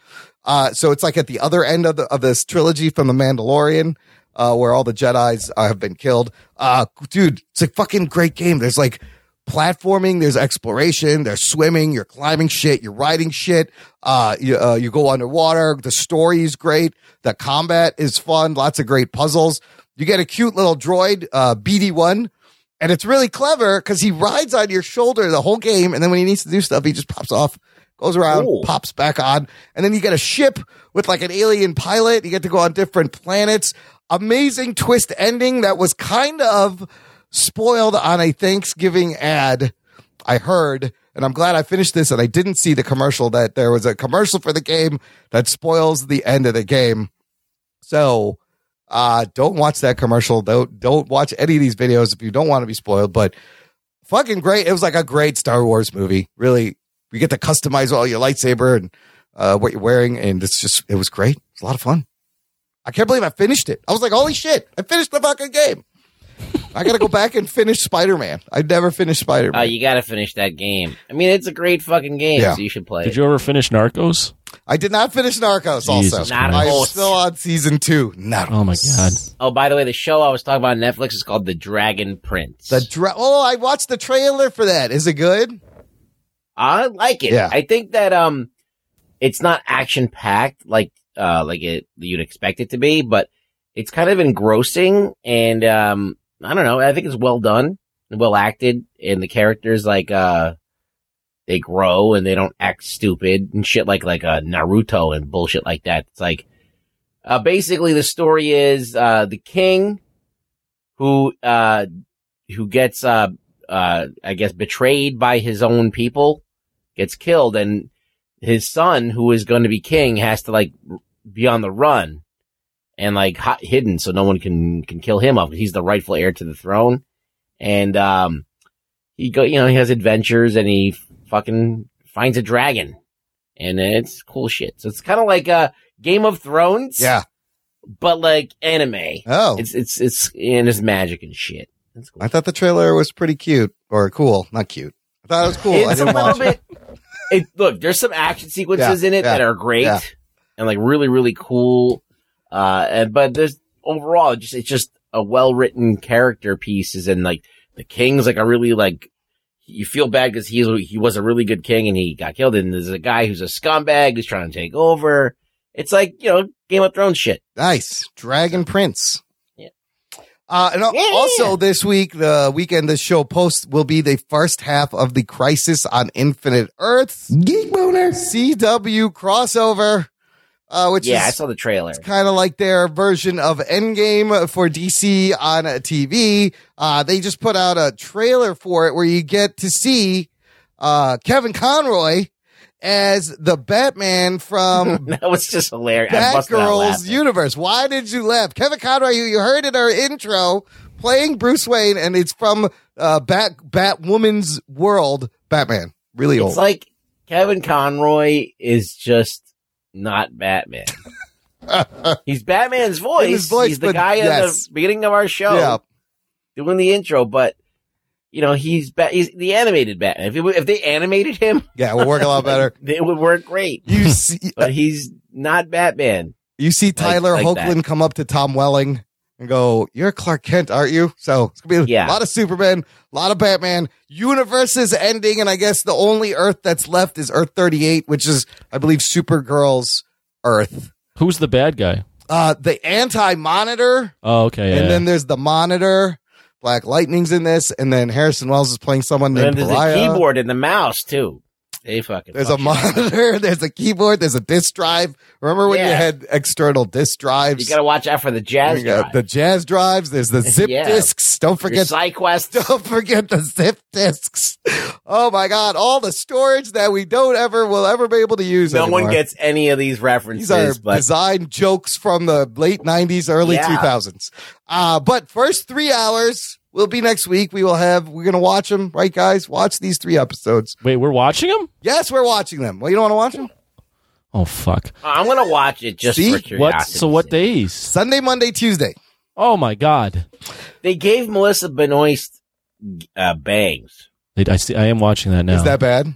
[SPEAKER 1] Uh, so it's like at the other end of the, of this trilogy from the Mandalorian, uh, where all the Jedi's uh, have been killed. Uh, dude, it's a fucking great game. There's like, platforming there's exploration there's swimming you're climbing shit you're riding shit uh you, uh, you go underwater the story is great the combat is fun lots of great puzzles you get a cute little droid uh bd1 and it's really clever because he rides on your shoulder the whole game and then when he needs to do stuff he just pops off goes around
[SPEAKER 6] Cool.
[SPEAKER 1] pops back on and then you get a ship with like an alien pilot you get to go on different planets amazing twist ending that was kind of spoiled on a Thanksgiving ad I heard, and I'm glad I finished this and I didn't see the commercial that there was a commercial for the game that spoils the end of the game. So uh don't watch that commercial. Don't don't watch any of these videos if you don't want to be spoiled, but fucking great. It was like a great Star Wars movie. Really, you get to customize all your lightsaber and uh what you're wearing, and it's just it was great. It's a lot of fun. I can't believe I finished it. I was like, holy shit, I finished the fucking game. I gotta go back and finish Spider Man. I never finished Spider Man.
[SPEAKER 6] Oh, you got to finish that game. I mean, it's a great fucking game,
[SPEAKER 1] Yeah.
[SPEAKER 6] so you should play.
[SPEAKER 5] Did
[SPEAKER 6] it.
[SPEAKER 5] you ever finish Narcos?
[SPEAKER 1] I did not finish Narcos.
[SPEAKER 5] Jesus
[SPEAKER 1] also,
[SPEAKER 5] Christ.
[SPEAKER 1] I'm
[SPEAKER 6] Narcos.
[SPEAKER 1] still on season two. Not
[SPEAKER 5] Oh my god.
[SPEAKER 6] Oh, by the way, the show I was talking about on Netflix is called The Dragon Prince.
[SPEAKER 1] the dra- Oh, I watched the trailer for that. Is it good?
[SPEAKER 6] I like it.
[SPEAKER 1] Yeah.
[SPEAKER 6] I think that um, it's not action packed like uh like it you'd expect it to be, but it's kind of engrossing and um I don't know. I think it's well done, and well acted, and the characters like uh they grow and they don't act stupid and shit like like uh, Naruto and bullshit like that. It's like uh basically the story is uh the king who uh who gets uh uh, I guess betrayed by his own people, gets killed, and his son, who is going to be king, has to like r- be on the run and like hi- hidden so no one can can kill him up. He's the rightful heir to the throne, and um, he go you know he has adventures and he fucking finds a dragon, and it's cool shit. So it's kind of like a Game of Thrones,
[SPEAKER 1] Yeah.
[SPEAKER 6] but like anime.
[SPEAKER 1] Oh,
[SPEAKER 6] It's it's it's and it's magic and shit. It's cool.
[SPEAKER 1] I thought the trailer was pretty cute or cool, not cute. I thought it was cool. I
[SPEAKER 6] It's a
[SPEAKER 1] didn't
[SPEAKER 6] little
[SPEAKER 1] watch it.
[SPEAKER 6] bit. It look, there's some action sequences
[SPEAKER 1] Yeah,
[SPEAKER 6] in it that
[SPEAKER 1] yeah,
[SPEAKER 6] are great
[SPEAKER 1] yeah.
[SPEAKER 6] and like really really cool. Uh, and but there's overall just it's just a well written character piece is in like the king's like a really like you feel bad because he's he was a really good king and he got killed, and there's a guy who's a scumbag who's trying to take over. It's like you know Game of Thrones shit.
[SPEAKER 1] Nice Dragon Prince. Yeah. Uh, and yeah. also this week, the weekend the show post will be the first half of the Crisis on Infinite Earths
[SPEAKER 7] Geek Boner
[SPEAKER 1] CW crossover. Uh, which
[SPEAKER 6] yeah,
[SPEAKER 1] is,
[SPEAKER 6] I saw the trailer.
[SPEAKER 1] It's kind of like their version of Endgame for DC on TV. Uh, they just put out a trailer for it where you get to see uh, Kevin Conroy as the Batman from
[SPEAKER 6] that was just hilarious.
[SPEAKER 1] Batgirl's universe. Why did you laugh, Kevin Conroy? You, you heard in our intro playing Bruce Wayne, and it's from uh, Bat Batwoman's world. Batman, really
[SPEAKER 6] it's
[SPEAKER 1] old.
[SPEAKER 6] like Kevin Conroy is just not Batman. he's Batman's voice. His voice he's the but, guy yes. at the beginning of our show yeah. doing the intro, but you know he's ba- he's the animated Batman. If, it, if they animated him,
[SPEAKER 1] yeah, it would work a lot better.
[SPEAKER 6] it would work great.
[SPEAKER 1] You see,
[SPEAKER 6] but he's not Batman.
[SPEAKER 1] You see Tyler like, Hoechlin like come up to Tom Welling and go, "You're Clark Kent, aren't you?" So it's gonna be a yeah. lot of Superman, a lot of Batman. Universe is ending, and I guess the only Earth that's left is Earth 38, which is, I believe, Supergirl's Earth.
[SPEAKER 5] Who's the bad guy?
[SPEAKER 1] Uh, the Anti Monitor.
[SPEAKER 5] Oh, okay.
[SPEAKER 1] and
[SPEAKER 5] yeah,
[SPEAKER 1] then there's the Monitor. Black Lightning's in this, and then Harrison Wells is playing someone
[SPEAKER 6] and
[SPEAKER 1] named
[SPEAKER 6] there's
[SPEAKER 1] Pariah.
[SPEAKER 6] a keyboard and the mouse too. They fucking.
[SPEAKER 1] There's fuck a monitor. Up. There's a keyboard. There's a disk drive. Remember when yeah. you had external disk drives?
[SPEAKER 6] You got to watch out for the jazz. Drive.
[SPEAKER 1] The jazz drives. There's the zip yeah. discs. Don't forget
[SPEAKER 6] Your SideQuest.
[SPEAKER 1] Don't forget the zip discs. Oh my God! All the storage that we don't ever will ever be able to use.
[SPEAKER 6] No
[SPEAKER 1] anymore.
[SPEAKER 6] one gets any of these references.
[SPEAKER 1] These are
[SPEAKER 6] but...
[SPEAKER 1] design jokes from the late '90s, early yeah. 2000s. Uh, but first three hours will be next week. We will have, we're going to watch them, right, guys? Watch these three episodes.
[SPEAKER 5] Wait, we're watching them?
[SPEAKER 1] Yes, we're watching them. Well, you don't want to watch them?
[SPEAKER 5] Oh, fuck.
[SPEAKER 6] I'm going to watch it just See? for curiosity.
[SPEAKER 5] What, so, what days?
[SPEAKER 1] Sunday, Monday, Tuesday.
[SPEAKER 5] Oh, my God.
[SPEAKER 6] They gave Melissa Benoist uh, bangs.
[SPEAKER 5] They, I, see, I am watching that now.
[SPEAKER 1] Is that bad?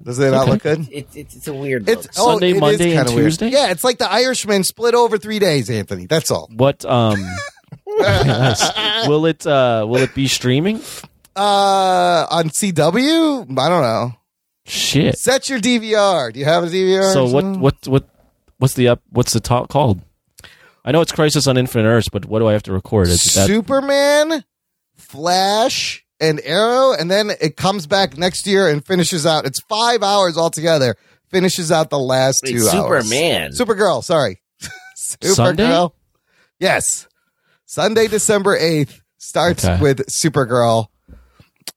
[SPEAKER 1] Does it not okay. look good?
[SPEAKER 6] It, it, it's a weird.
[SPEAKER 5] It's look. Sunday, oh, it Monday, and Tuesday.
[SPEAKER 1] Weird. Yeah, it's like the Irishman split over three days. Anthony, that's all.
[SPEAKER 5] What? Um, yes. Will it uh will it be streaming?
[SPEAKER 1] Uh on CW? I don't know.
[SPEAKER 5] Shit.
[SPEAKER 1] Set your DVR. Do you have a DVR?
[SPEAKER 5] So what what what what's the up what's the talk called? I know it's Crisis on Infinite Earths, but what do I have to record?
[SPEAKER 1] Is that- Superman, Flash, and Arrow, and then it comes back next year and finishes out. It's five hours altogether. Finishes out the last
[SPEAKER 6] Wait,
[SPEAKER 1] two
[SPEAKER 6] Superman.
[SPEAKER 1] hours. Superman, Supergirl. Sorry,
[SPEAKER 5] Supergirl. Sunday?
[SPEAKER 1] Yes, Sunday, December 8th starts okay. with Supergirl.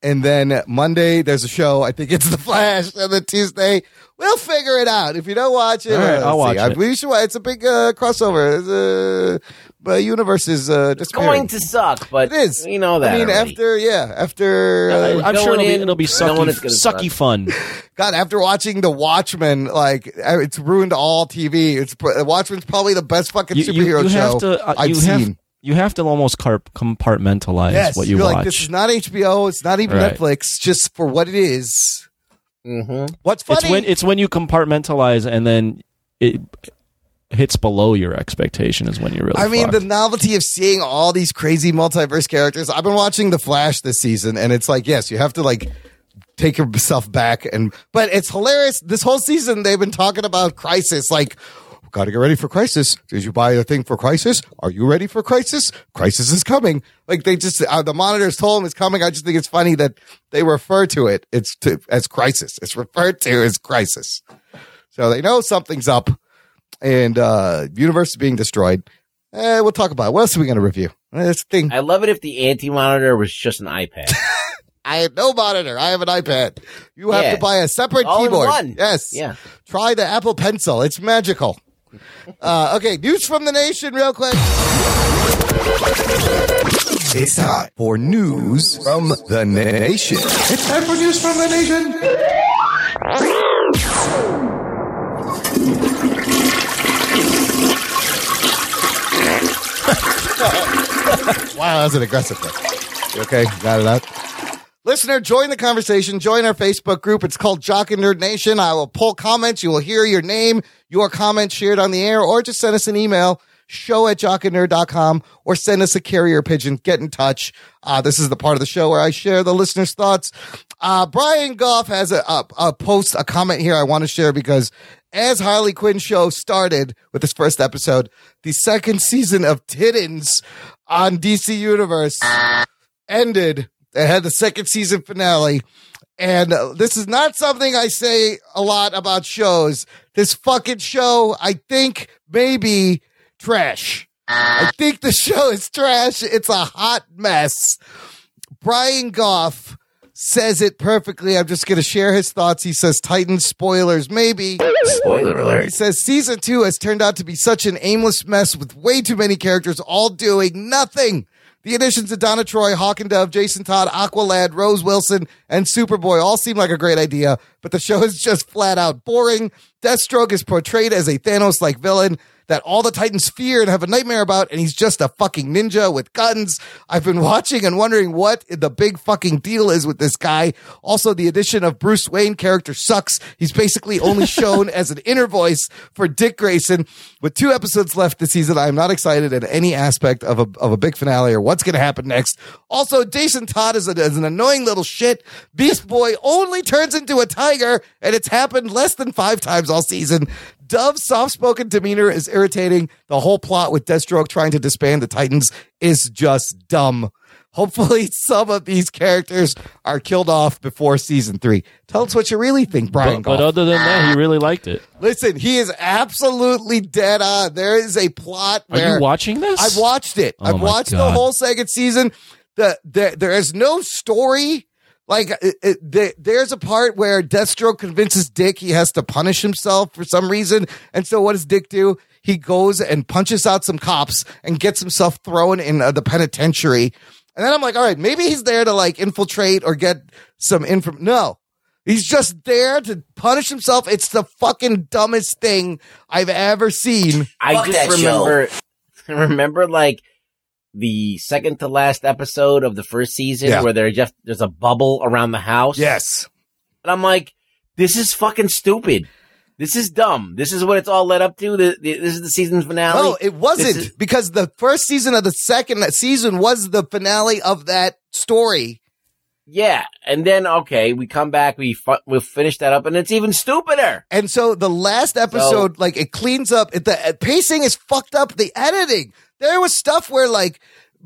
[SPEAKER 1] And then Monday, there's a show. I think it's The Flash. And then Tuesday, we'll figure it out. If you don't watch it, uh,
[SPEAKER 5] All right, I'll see. watch
[SPEAKER 1] I,
[SPEAKER 5] it.
[SPEAKER 1] We should, it's a big uh, crossover. The uh, universe is uh,
[SPEAKER 6] It's going to suck, but it is. You know that.
[SPEAKER 1] I mean,
[SPEAKER 6] already.
[SPEAKER 1] after, yeah, after.
[SPEAKER 5] Uh, I'm sure it'll be, it'll be sucky, sucky fun.
[SPEAKER 1] God, after watching The Watchmen, like it's ruined all TV. It's Watchmen's probably the best fucking
[SPEAKER 5] you,
[SPEAKER 1] superhero
[SPEAKER 5] you, you
[SPEAKER 1] show
[SPEAKER 5] to,
[SPEAKER 1] I've
[SPEAKER 5] seen.
[SPEAKER 1] Have,
[SPEAKER 5] you have to almost compartmentalize
[SPEAKER 1] yes,
[SPEAKER 5] what you
[SPEAKER 1] you're
[SPEAKER 5] watch.
[SPEAKER 1] Like, this is not HBO. It's not even right. Netflix. Just for what it is.
[SPEAKER 6] Mm-hmm.
[SPEAKER 1] What's funny?
[SPEAKER 5] It's when, it's when you compartmentalize and then it hits below your expectation is when you really.
[SPEAKER 1] I mean,
[SPEAKER 5] fucked.
[SPEAKER 1] the novelty of seeing all these crazy multiverse characters. I've been watching The Flash this season, and it's like, yes, you have to like take yourself back and. But it's hilarious. This whole season, they've been talking about crisis, like got to get ready for crisis. Did you buy the thing for crisis? Are you ready for crisis? Crisis is coming. Like they just, uh, the monitors told them it's coming. I just think it's funny that they refer to it. It's to, as crisis. It's referred to as crisis. So they know something's up and, uh, universe is being destroyed. Eh, we'll talk about it. What else are we going to review? Eh, this thing.
[SPEAKER 6] I love it if the anti monitor was just an iPad.
[SPEAKER 1] I have no monitor. I have an iPad. You have
[SPEAKER 6] Yeah.
[SPEAKER 1] to buy a separate
[SPEAKER 6] All in
[SPEAKER 1] keyboard.
[SPEAKER 6] one.
[SPEAKER 1] Yes.
[SPEAKER 6] Yeah.
[SPEAKER 1] Try the Apple Pencil. It's magical. Uh, okay, news from the nation, real quick.
[SPEAKER 7] It's time for news from the nation. It's time for news from the
[SPEAKER 1] nation. wow, that was an aggressive one. You okay, got it out. Listener, join the conversation. Join our Facebook group. It's called Jock and Nerd Nation. I will pull comments. You will hear your name, your comments shared on the air, or just send us an email. show at jockandnerd.com or send us a carrier pigeon. Get in touch. Uh, this is the part of the show where I share the listeners' thoughts. Uh, Brian Goff has a, a, a post, a comment here I want to share because as Harley Quinn show started with this first episode, the second season of Tiddens on DC Universe ended. It had the second season finale. And uh, this is not something I say a lot about shows. This fucking show, I think, maybe trash. I think the show is trash. It's a hot mess. Brian Goff says it perfectly. I'm just going to share his thoughts. He says Titan spoilers, maybe.
[SPEAKER 6] Spoiler alert.
[SPEAKER 1] He says season two has turned out to be such an aimless mess with way too many characters all doing nothing. The additions to Donna Troy, Hawk and Dove, Jason Todd, Aqualad, Rose Wilson, and Superboy all seem like a great idea, but the show is just flat out boring. Deathstroke is portrayed as a Thanos like villain that all the Titans fear and have a nightmare about, and he's just a fucking ninja with guns. I've been watching and wondering what the big fucking deal is with this guy. Also, the addition of Bruce Wayne character sucks. He's basically only shown as an inner voice for Dick Grayson. With two episodes left this season, I'm not excited at any aspect of a, of a big finale or what's going to happen next. Also, Jason Todd is, a, is an annoying little shit. Beast Boy only turns into a tiger, and it's happened less than five times all season. Dove's soft spoken demeanor is irritating. The whole plot with Deathstroke trying to disband the Titans is just dumb. Hopefully, some of these characters are killed off before season three. Tell us what you really think, Brian.
[SPEAKER 5] But, uh, but other than that, he really liked it.
[SPEAKER 1] Listen, he is absolutely dead on. There is a plot. Where
[SPEAKER 5] are you watching this?
[SPEAKER 1] I've watched it.
[SPEAKER 5] Oh
[SPEAKER 1] I've watched
[SPEAKER 5] God.
[SPEAKER 1] the whole second season. The, the there is no story. Like it, it, there- there's a part where Deathstroke convinces Dick he has to punish himself for some reason, and so what does Dick do? He goes and punches out some cops and gets himself thrown in uh, the penitentiary. And then I'm like, all right, maybe he's there to like infiltrate or get some info. No, he's just there to punish himself. It's the fucking dumbest thing I've ever seen.
[SPEAKER 6] I just remember, remember like the second to last episode of the first season
[SPEAKER 1] Yeah.
[SPEAKER 6] where there's just there's a bubble around the house.
[SPEAKER 1] Yes,
[SPEAKER 6] and I'm like, this is fucking stupid. This is dumb. This is what it's all led up to. Th- th- This is the season finale.
[SPEAKER 1] No, it wasn't
[SPEAKER 6] This is-
[SPEAKER 1] because the first season of the second season was the finale of that story.
[SPEAKER 6] yeah, and then okay, we come back, we fu- we finish that up, and it's even stupider.
[SPEAKER 1] And so the last episode, like it cleans up. It, the uh, pacing is fucked up. The editing. There was stuff where like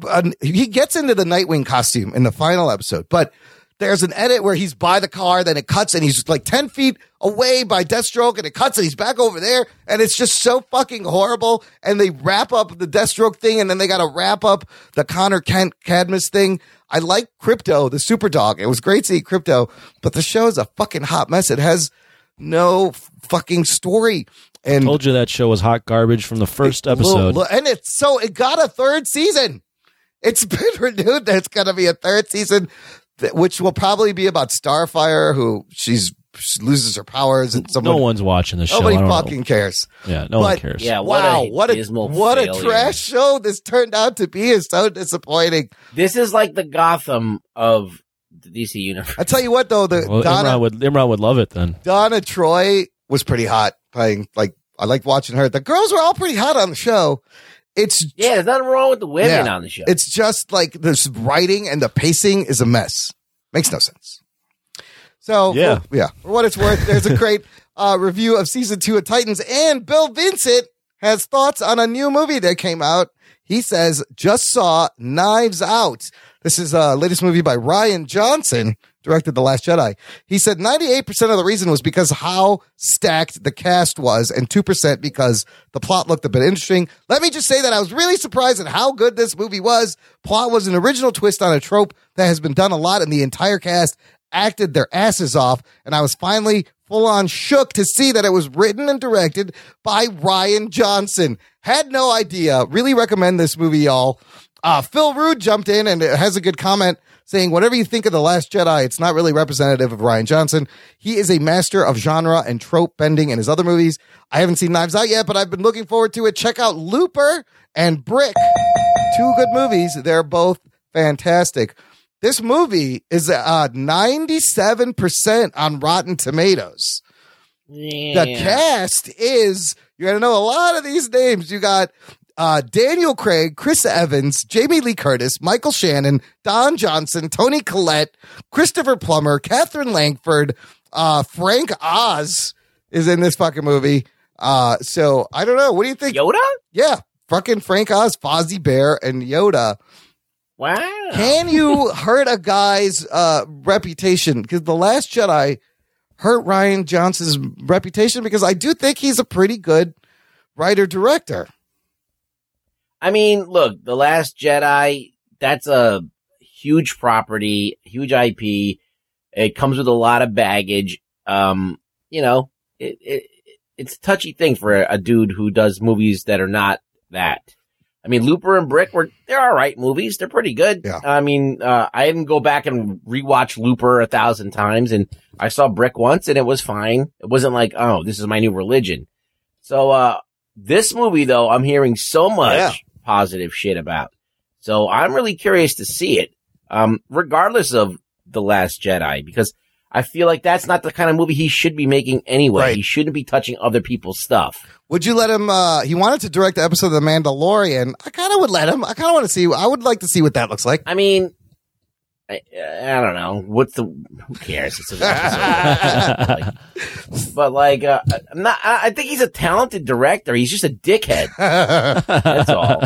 [SPEAKER 1] um, he gets into the Nightwing costume in the final episode, but there's an edit where he's by the car, then it cuts and he's like ten feet away by Deathstroke, and it cuts and he's back over there, and it's just so fucking horrible. And they wrap up the Deathstroke thing, and then they got to wrap up the Connor Kent Cadmus thing. I like Crypto, the Super Dog. It was great to see Crypto, but the show is a fucking hot mess. It has no f- fucking story. And
[SPEAKER 5] Told you that show was hot garbage from the first
[SPEAKER 1] Little-
[SPEAKER 5] episode.
[SPEAKER 1] li- and it's so it got a third season. It's been renewed. There's going to be a third season, th- which will probably be about Starfire, who she's she loses her powers and someone.
[SPEAKER 5] no one's watching the show.
[SPEAKER 1] Nobody
[SPEAKER 5] I don't know.
[SPEAKER 1] fucking cares.
[SPEAKER 5] Yeah, no one
[SPEAKER 1] But-
[SPEAKER 5] cares.
[SPEAKER 6] Yeah, what
[SPEAKER 1] wow,
[SPEAKER 6] a
[SPEAKER 1] what a
[SPEAKER 6] dismal
[SPEAKER 1] what a
[SPEAKER 6] failure.
[SPEAKER 1] trash show this turned out to be is so disappointing.
[SPEAKER 6] This is like the Gotham of the DC universe.
[SPEAKER 1] I tell you what though, the
[SPEAKER 5] Well,
[SPEAKER 1] Donna
[SPEAKER 5] Imran would Imran would love it then.
[SPEAKER 1] Donna Troy was pretty hot playing. Like I liked watching her. The girls were all pretty hot on the show. It's
[SPEAKER 6] Yeah, there's nothing wrong with the women
[SPEAKER 1] Yeah.
[SPEAKER 6] on the show.
[SPEAKER 1] It's just like this writing and the pacing is a mess. Makes no sense. So
[SPEAKER 5] Yeah.
[SPEAKER 1] for- yeah. For what it's worth, there's a great uh, review of season two of Titans, and Bill Vincent has thoughts on a new movie that came out. He says, "Just saw Knives Out. This is uh, latest movie by Ryan Johnson." Directed The Last Jedi. He said 98% of the reason was because how stacked the cast was and 2% because the plot looked a bit interesting. Let me just say that I was really surprised at how good this movie was. Plot was an original twist on a trope that has been done a lot in the entire cast acted their asses off, and I was finally full on shook to see that it was written and directed by Ryan Johnson. Had no idea. Really recommend this movie, y'all. Uh, Phil Rude jumped in and has a good comment saying, Whatever you think of The Last Jedi, it's not really representative of Ryan Johnson. He is a master of genre and trope bending in his other movies. I haven't seen Knives Out yet, but I've been looking forward to it. Check out Looper and Brick. Two good movies. They're both fantastic. This movie is uh, 97% on Rotten Tomatoes. The cast is, you're going to know a lot of these names. You got uh, Daniel Craig, Chris Evans, Jamie Lee Curtis, Michael Shannon, Don Johnson, Tony Collette, Christopher Plummer, Catherine Langford, uh, Frank Oz is in this fucking movie. Uh, so I don't know. What do you think?
[SPEAKER 6] Yoda?
[SPEAKER 1] Yeah. Fucking Frank Oz, Fozzie Bear, and Yoda.
[SPEAKER 6] Wow.
[SPEAKER 1] Can you hurt a guy's uh, reputation? Because The Last Jedi hurt Ryan Johnson's reputation because I do think he's a pretty good writer director.
[SPEAKER 6] I mean, look, The Last Jedi, that's a huge property, huge IP. It comes with a lot of baggage. Um, you know, it, it it's a touchy thing for a, a, dude who does movies that are not that. I mean, Looper and Brick were, they're all right movies. They're pretty good.
[SPEAKER 1] Yeah.
[SPEAKER 6] I mean, uh, I didn't go back and rewatch Looper a thousand times and I saw Brick once and it was fine. It wasn't like, oh, this is my new religion. So, uh, this movie though, I'm hearing so much
[SPEAKER 1] Yeah.
[SPEAKER 6] positive shit about. So I'm really curious to see it. Um, regardless of The Last Jedi, because I feel like that's not the kind of movie he should be making anyway.
[SPEAKER 1] Right.
[SPEAKER 6] He shouldn't be touching other people's stuff.
[SPEAKER 1] Would you let him? Uh, he wanted to direct the episode of The Mandalorian. I kind of would let him. I kind of want to see. I would like to see what that looks like.
[SPEAKER 6] I mean, I, I don't know. What's the? Who cares? It's an episode. Like, but like, uh, I'm not. I, I think he's a talented director. He's just a dickhead. That's all.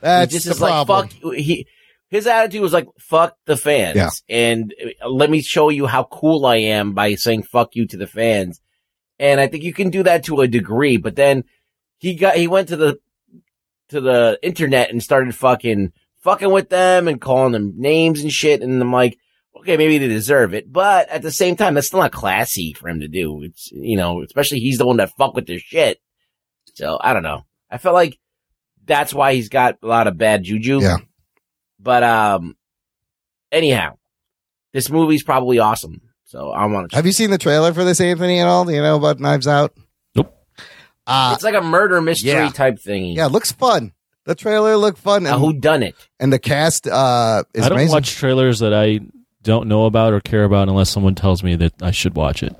[SPEAKER 1] That's
[SPEAKER 6] he just
[SPEAKER 1] the
[SPEAKER 6] is like fuck. He his attitude was like fuck the fans,
[SPEAKER 1] Yeah.
[SPEAKER 6] and uh, let me show you how cool I am by saying fuck you to the fans. And I think you can do that to a degree, but then he got he went to the to the internet and started fucking fucking with them and calling them names and shit. And I'm like, okay, maybe they deserve it, but at the same time, that's still not classy for him to do. It's you know, especially he's the one that fucked with their shit. So I don't know. I felt like that's why he's got a lot of bad juju.
[SPEAKER 1] Yeah.
[SPEAKER 6] But um, anyhow, this movie's probably awesome. So I want to.
[SPEAKER 1] Have you seen the trailer for this, Anthony? At all? Do you know about Knives Out?
[SPEAKER 5] Nope.
[SPEAKER 1] Uh,
[SPEAKER 6] it's like a murder mystery
[SPEAKER 1] yeah.
[SPEAKER 6] type thingy.
[SPEAKER 1] yeah, it looks fun. The trailer looked fun. And,
[SPEAKER 6] Who done it?
[SPEAKER 1] and the cast uh, is
[SPEAKER 5] I don't
[SPEAKER 1] amazing.
[SPEAKER 5] watch trailers that I don't know about or care about unless someone tells me that I should watch it.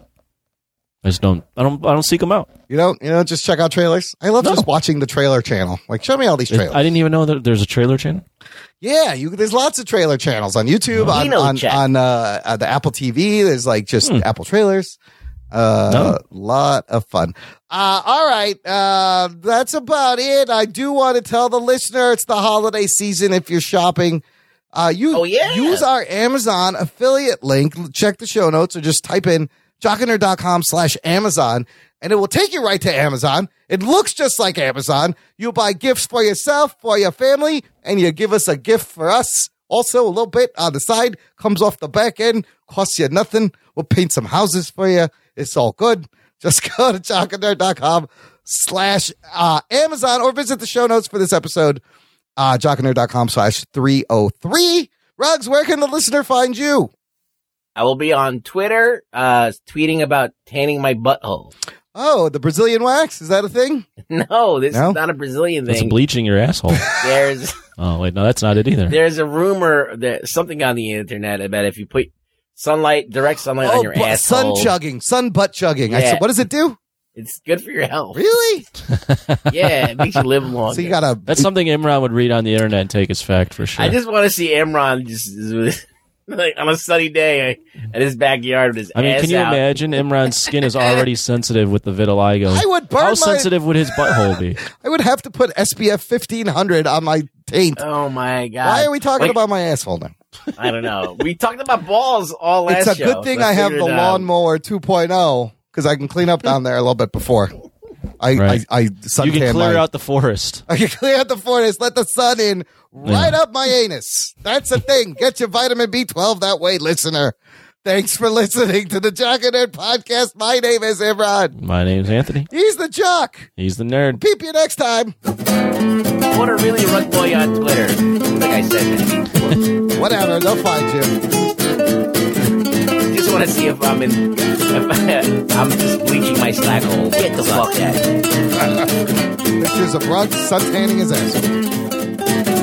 [SPEAKER 5] I just don't. I don't. I don't seek them out.
[SPEAKER 1] you don't. You don't just check out trailers. I love just watching the trailer channel. Like, show me all these trailers.
[SPEAKER 5] I didn't even know that there's a trailer channel.
[SPEAKER 1] Yeah, you, there's lots of trailer channels on YouTube, on
[SPEAKER 6] Kino
[SPEAKER 1] on,
[SPEAKER 6] check.
[SPEAKER 1] on uh, uh, the Apple TV. There's like just Apple trailers. Uh, lot of fun. Uh, all right. Uh, that's about it. I do want to tell the listener it's the holiday season. If you're shopping, uh, you
[SPEAKER 6] Oh, yeah.
[SPEAKER 1] use our Amazon affiliate link. L- Check the show notes or just type in jockiner.com slash Amazon and it will take you right to Amazon. It looks just like Amazon. You buy gifts for yourself, for your family, and you give us a gift for us. Also, a little bit on the side comes off the back end, costs you nothing. We'll paint some houses for you. It's all good. Just go to jockandnerd.com slash uh, Amazon or visit the show notes for this episode, uh, jockandnerd.com slash 303. Rugs, where can the listener find you?
[SPEAKER 6] I will be on Twitter, uh, tweeting about tanning my butthole.
[SPEAKER 1] Oh, the Brazilian wax? Is that a thing?
[SPEAKER 6] No, this
[SPEAKER 1] No?
[SPEAKER 6] is not a Brazilian
[SPEAKER 5] That's
[SPEAKER 6] thing.
[SPEAKER 5] bleaching your asshole.
[SPEAKER 6] There's
[SPEAKER 5] oh wait, no, that's not it either.
[SPEAKER 6] there's a rumor that something on the internet about if you put sunlight, direct sunlight on your
[SPEAKER 1] Oh, bu- sun
[SPEAKER 6] asshole,
[SPEAKER 1] chugging, sun butt chugging. I
[SPEAKER 6] Yeah.
[SPEAKER 1] said, what does it do?
[SPEAKER 6] it's good for your health.
[SPEAKER 1] Really?
[SPEAKER 6] Yeah, it makes you live longer.
[SPEAKER 1] So you got to.
[SPEAKER 5] That's something Imran would read on the internet and take as fact for sure.
[SPEAKER 6] I just want to see Imran just like on a sunny day in his backyard with his
[SPEAKER 5] I mean,
[SPEAKER 6] ass
[SPEAKER 5] can you
[SPEAKER 6] out.
[SPEAKER 5] imagine Imran's skin is already sensitive with the vitiligo?
[SPEAKER 1] I would burn
[SPEAKER 5] How
[SPEAKER 1] my-
[SPEAKER 5] sensitive would his butthole be?
[SPEAKER 1] I would have to put SPF 1500 on my taint.
[SPEAKER 6] Oh my god!
[SPEAKER 1] Why are we talking
[SPEAKER 6] Like,
[SPEAKER 1] about my asshole now?
[SPEAKER 6] I don't know. We talked about balls all last.
[SPEAKER 1] it's a
[SPEAKER 6] show,
[SPEAKER 1] good thing
[SPEAKER 6] so
[SPEAKER 1] I have the
[SPEAKER 6] figured, um,
[SPEAKER 1] lawnmower 2.0 because I can clean up down there a little bit before. I
[SPEAKER 5] Right.
[SPEAKER 1] I, I sun
[SPEAKER 5] you can
[SPEAKER 1] tan
[SPEAKER 5] clear
[SPEAKER 1] my-
[SPEAKER 5] out the forest.
[SPEAKER 1] I can clear out the forest, let the sun in right up my anus. That's the thing. Get your vitamin B12 that way, listener. Thanks for listening to the Jock and Nerd podcast. My name is Imran.
[SPEAKER 5] My name's Anthony.
[SPEAKER 1] He's the Jock.
[SPEAKER 5] He's the nerd.
[SPEAKER 1] Peep you next time.
[SPEAKER 6] What a really rug boy on Twitter. Like I said, that.
[SPEAKER 1] Whatever, they'll find you.
[SPEAKER 6] just want to see if I'm in. If I, I'm just bleaching my slack hole. Get the fuck out.
[SPEAKER 1] Pictures of rugs, sun tanning his ass.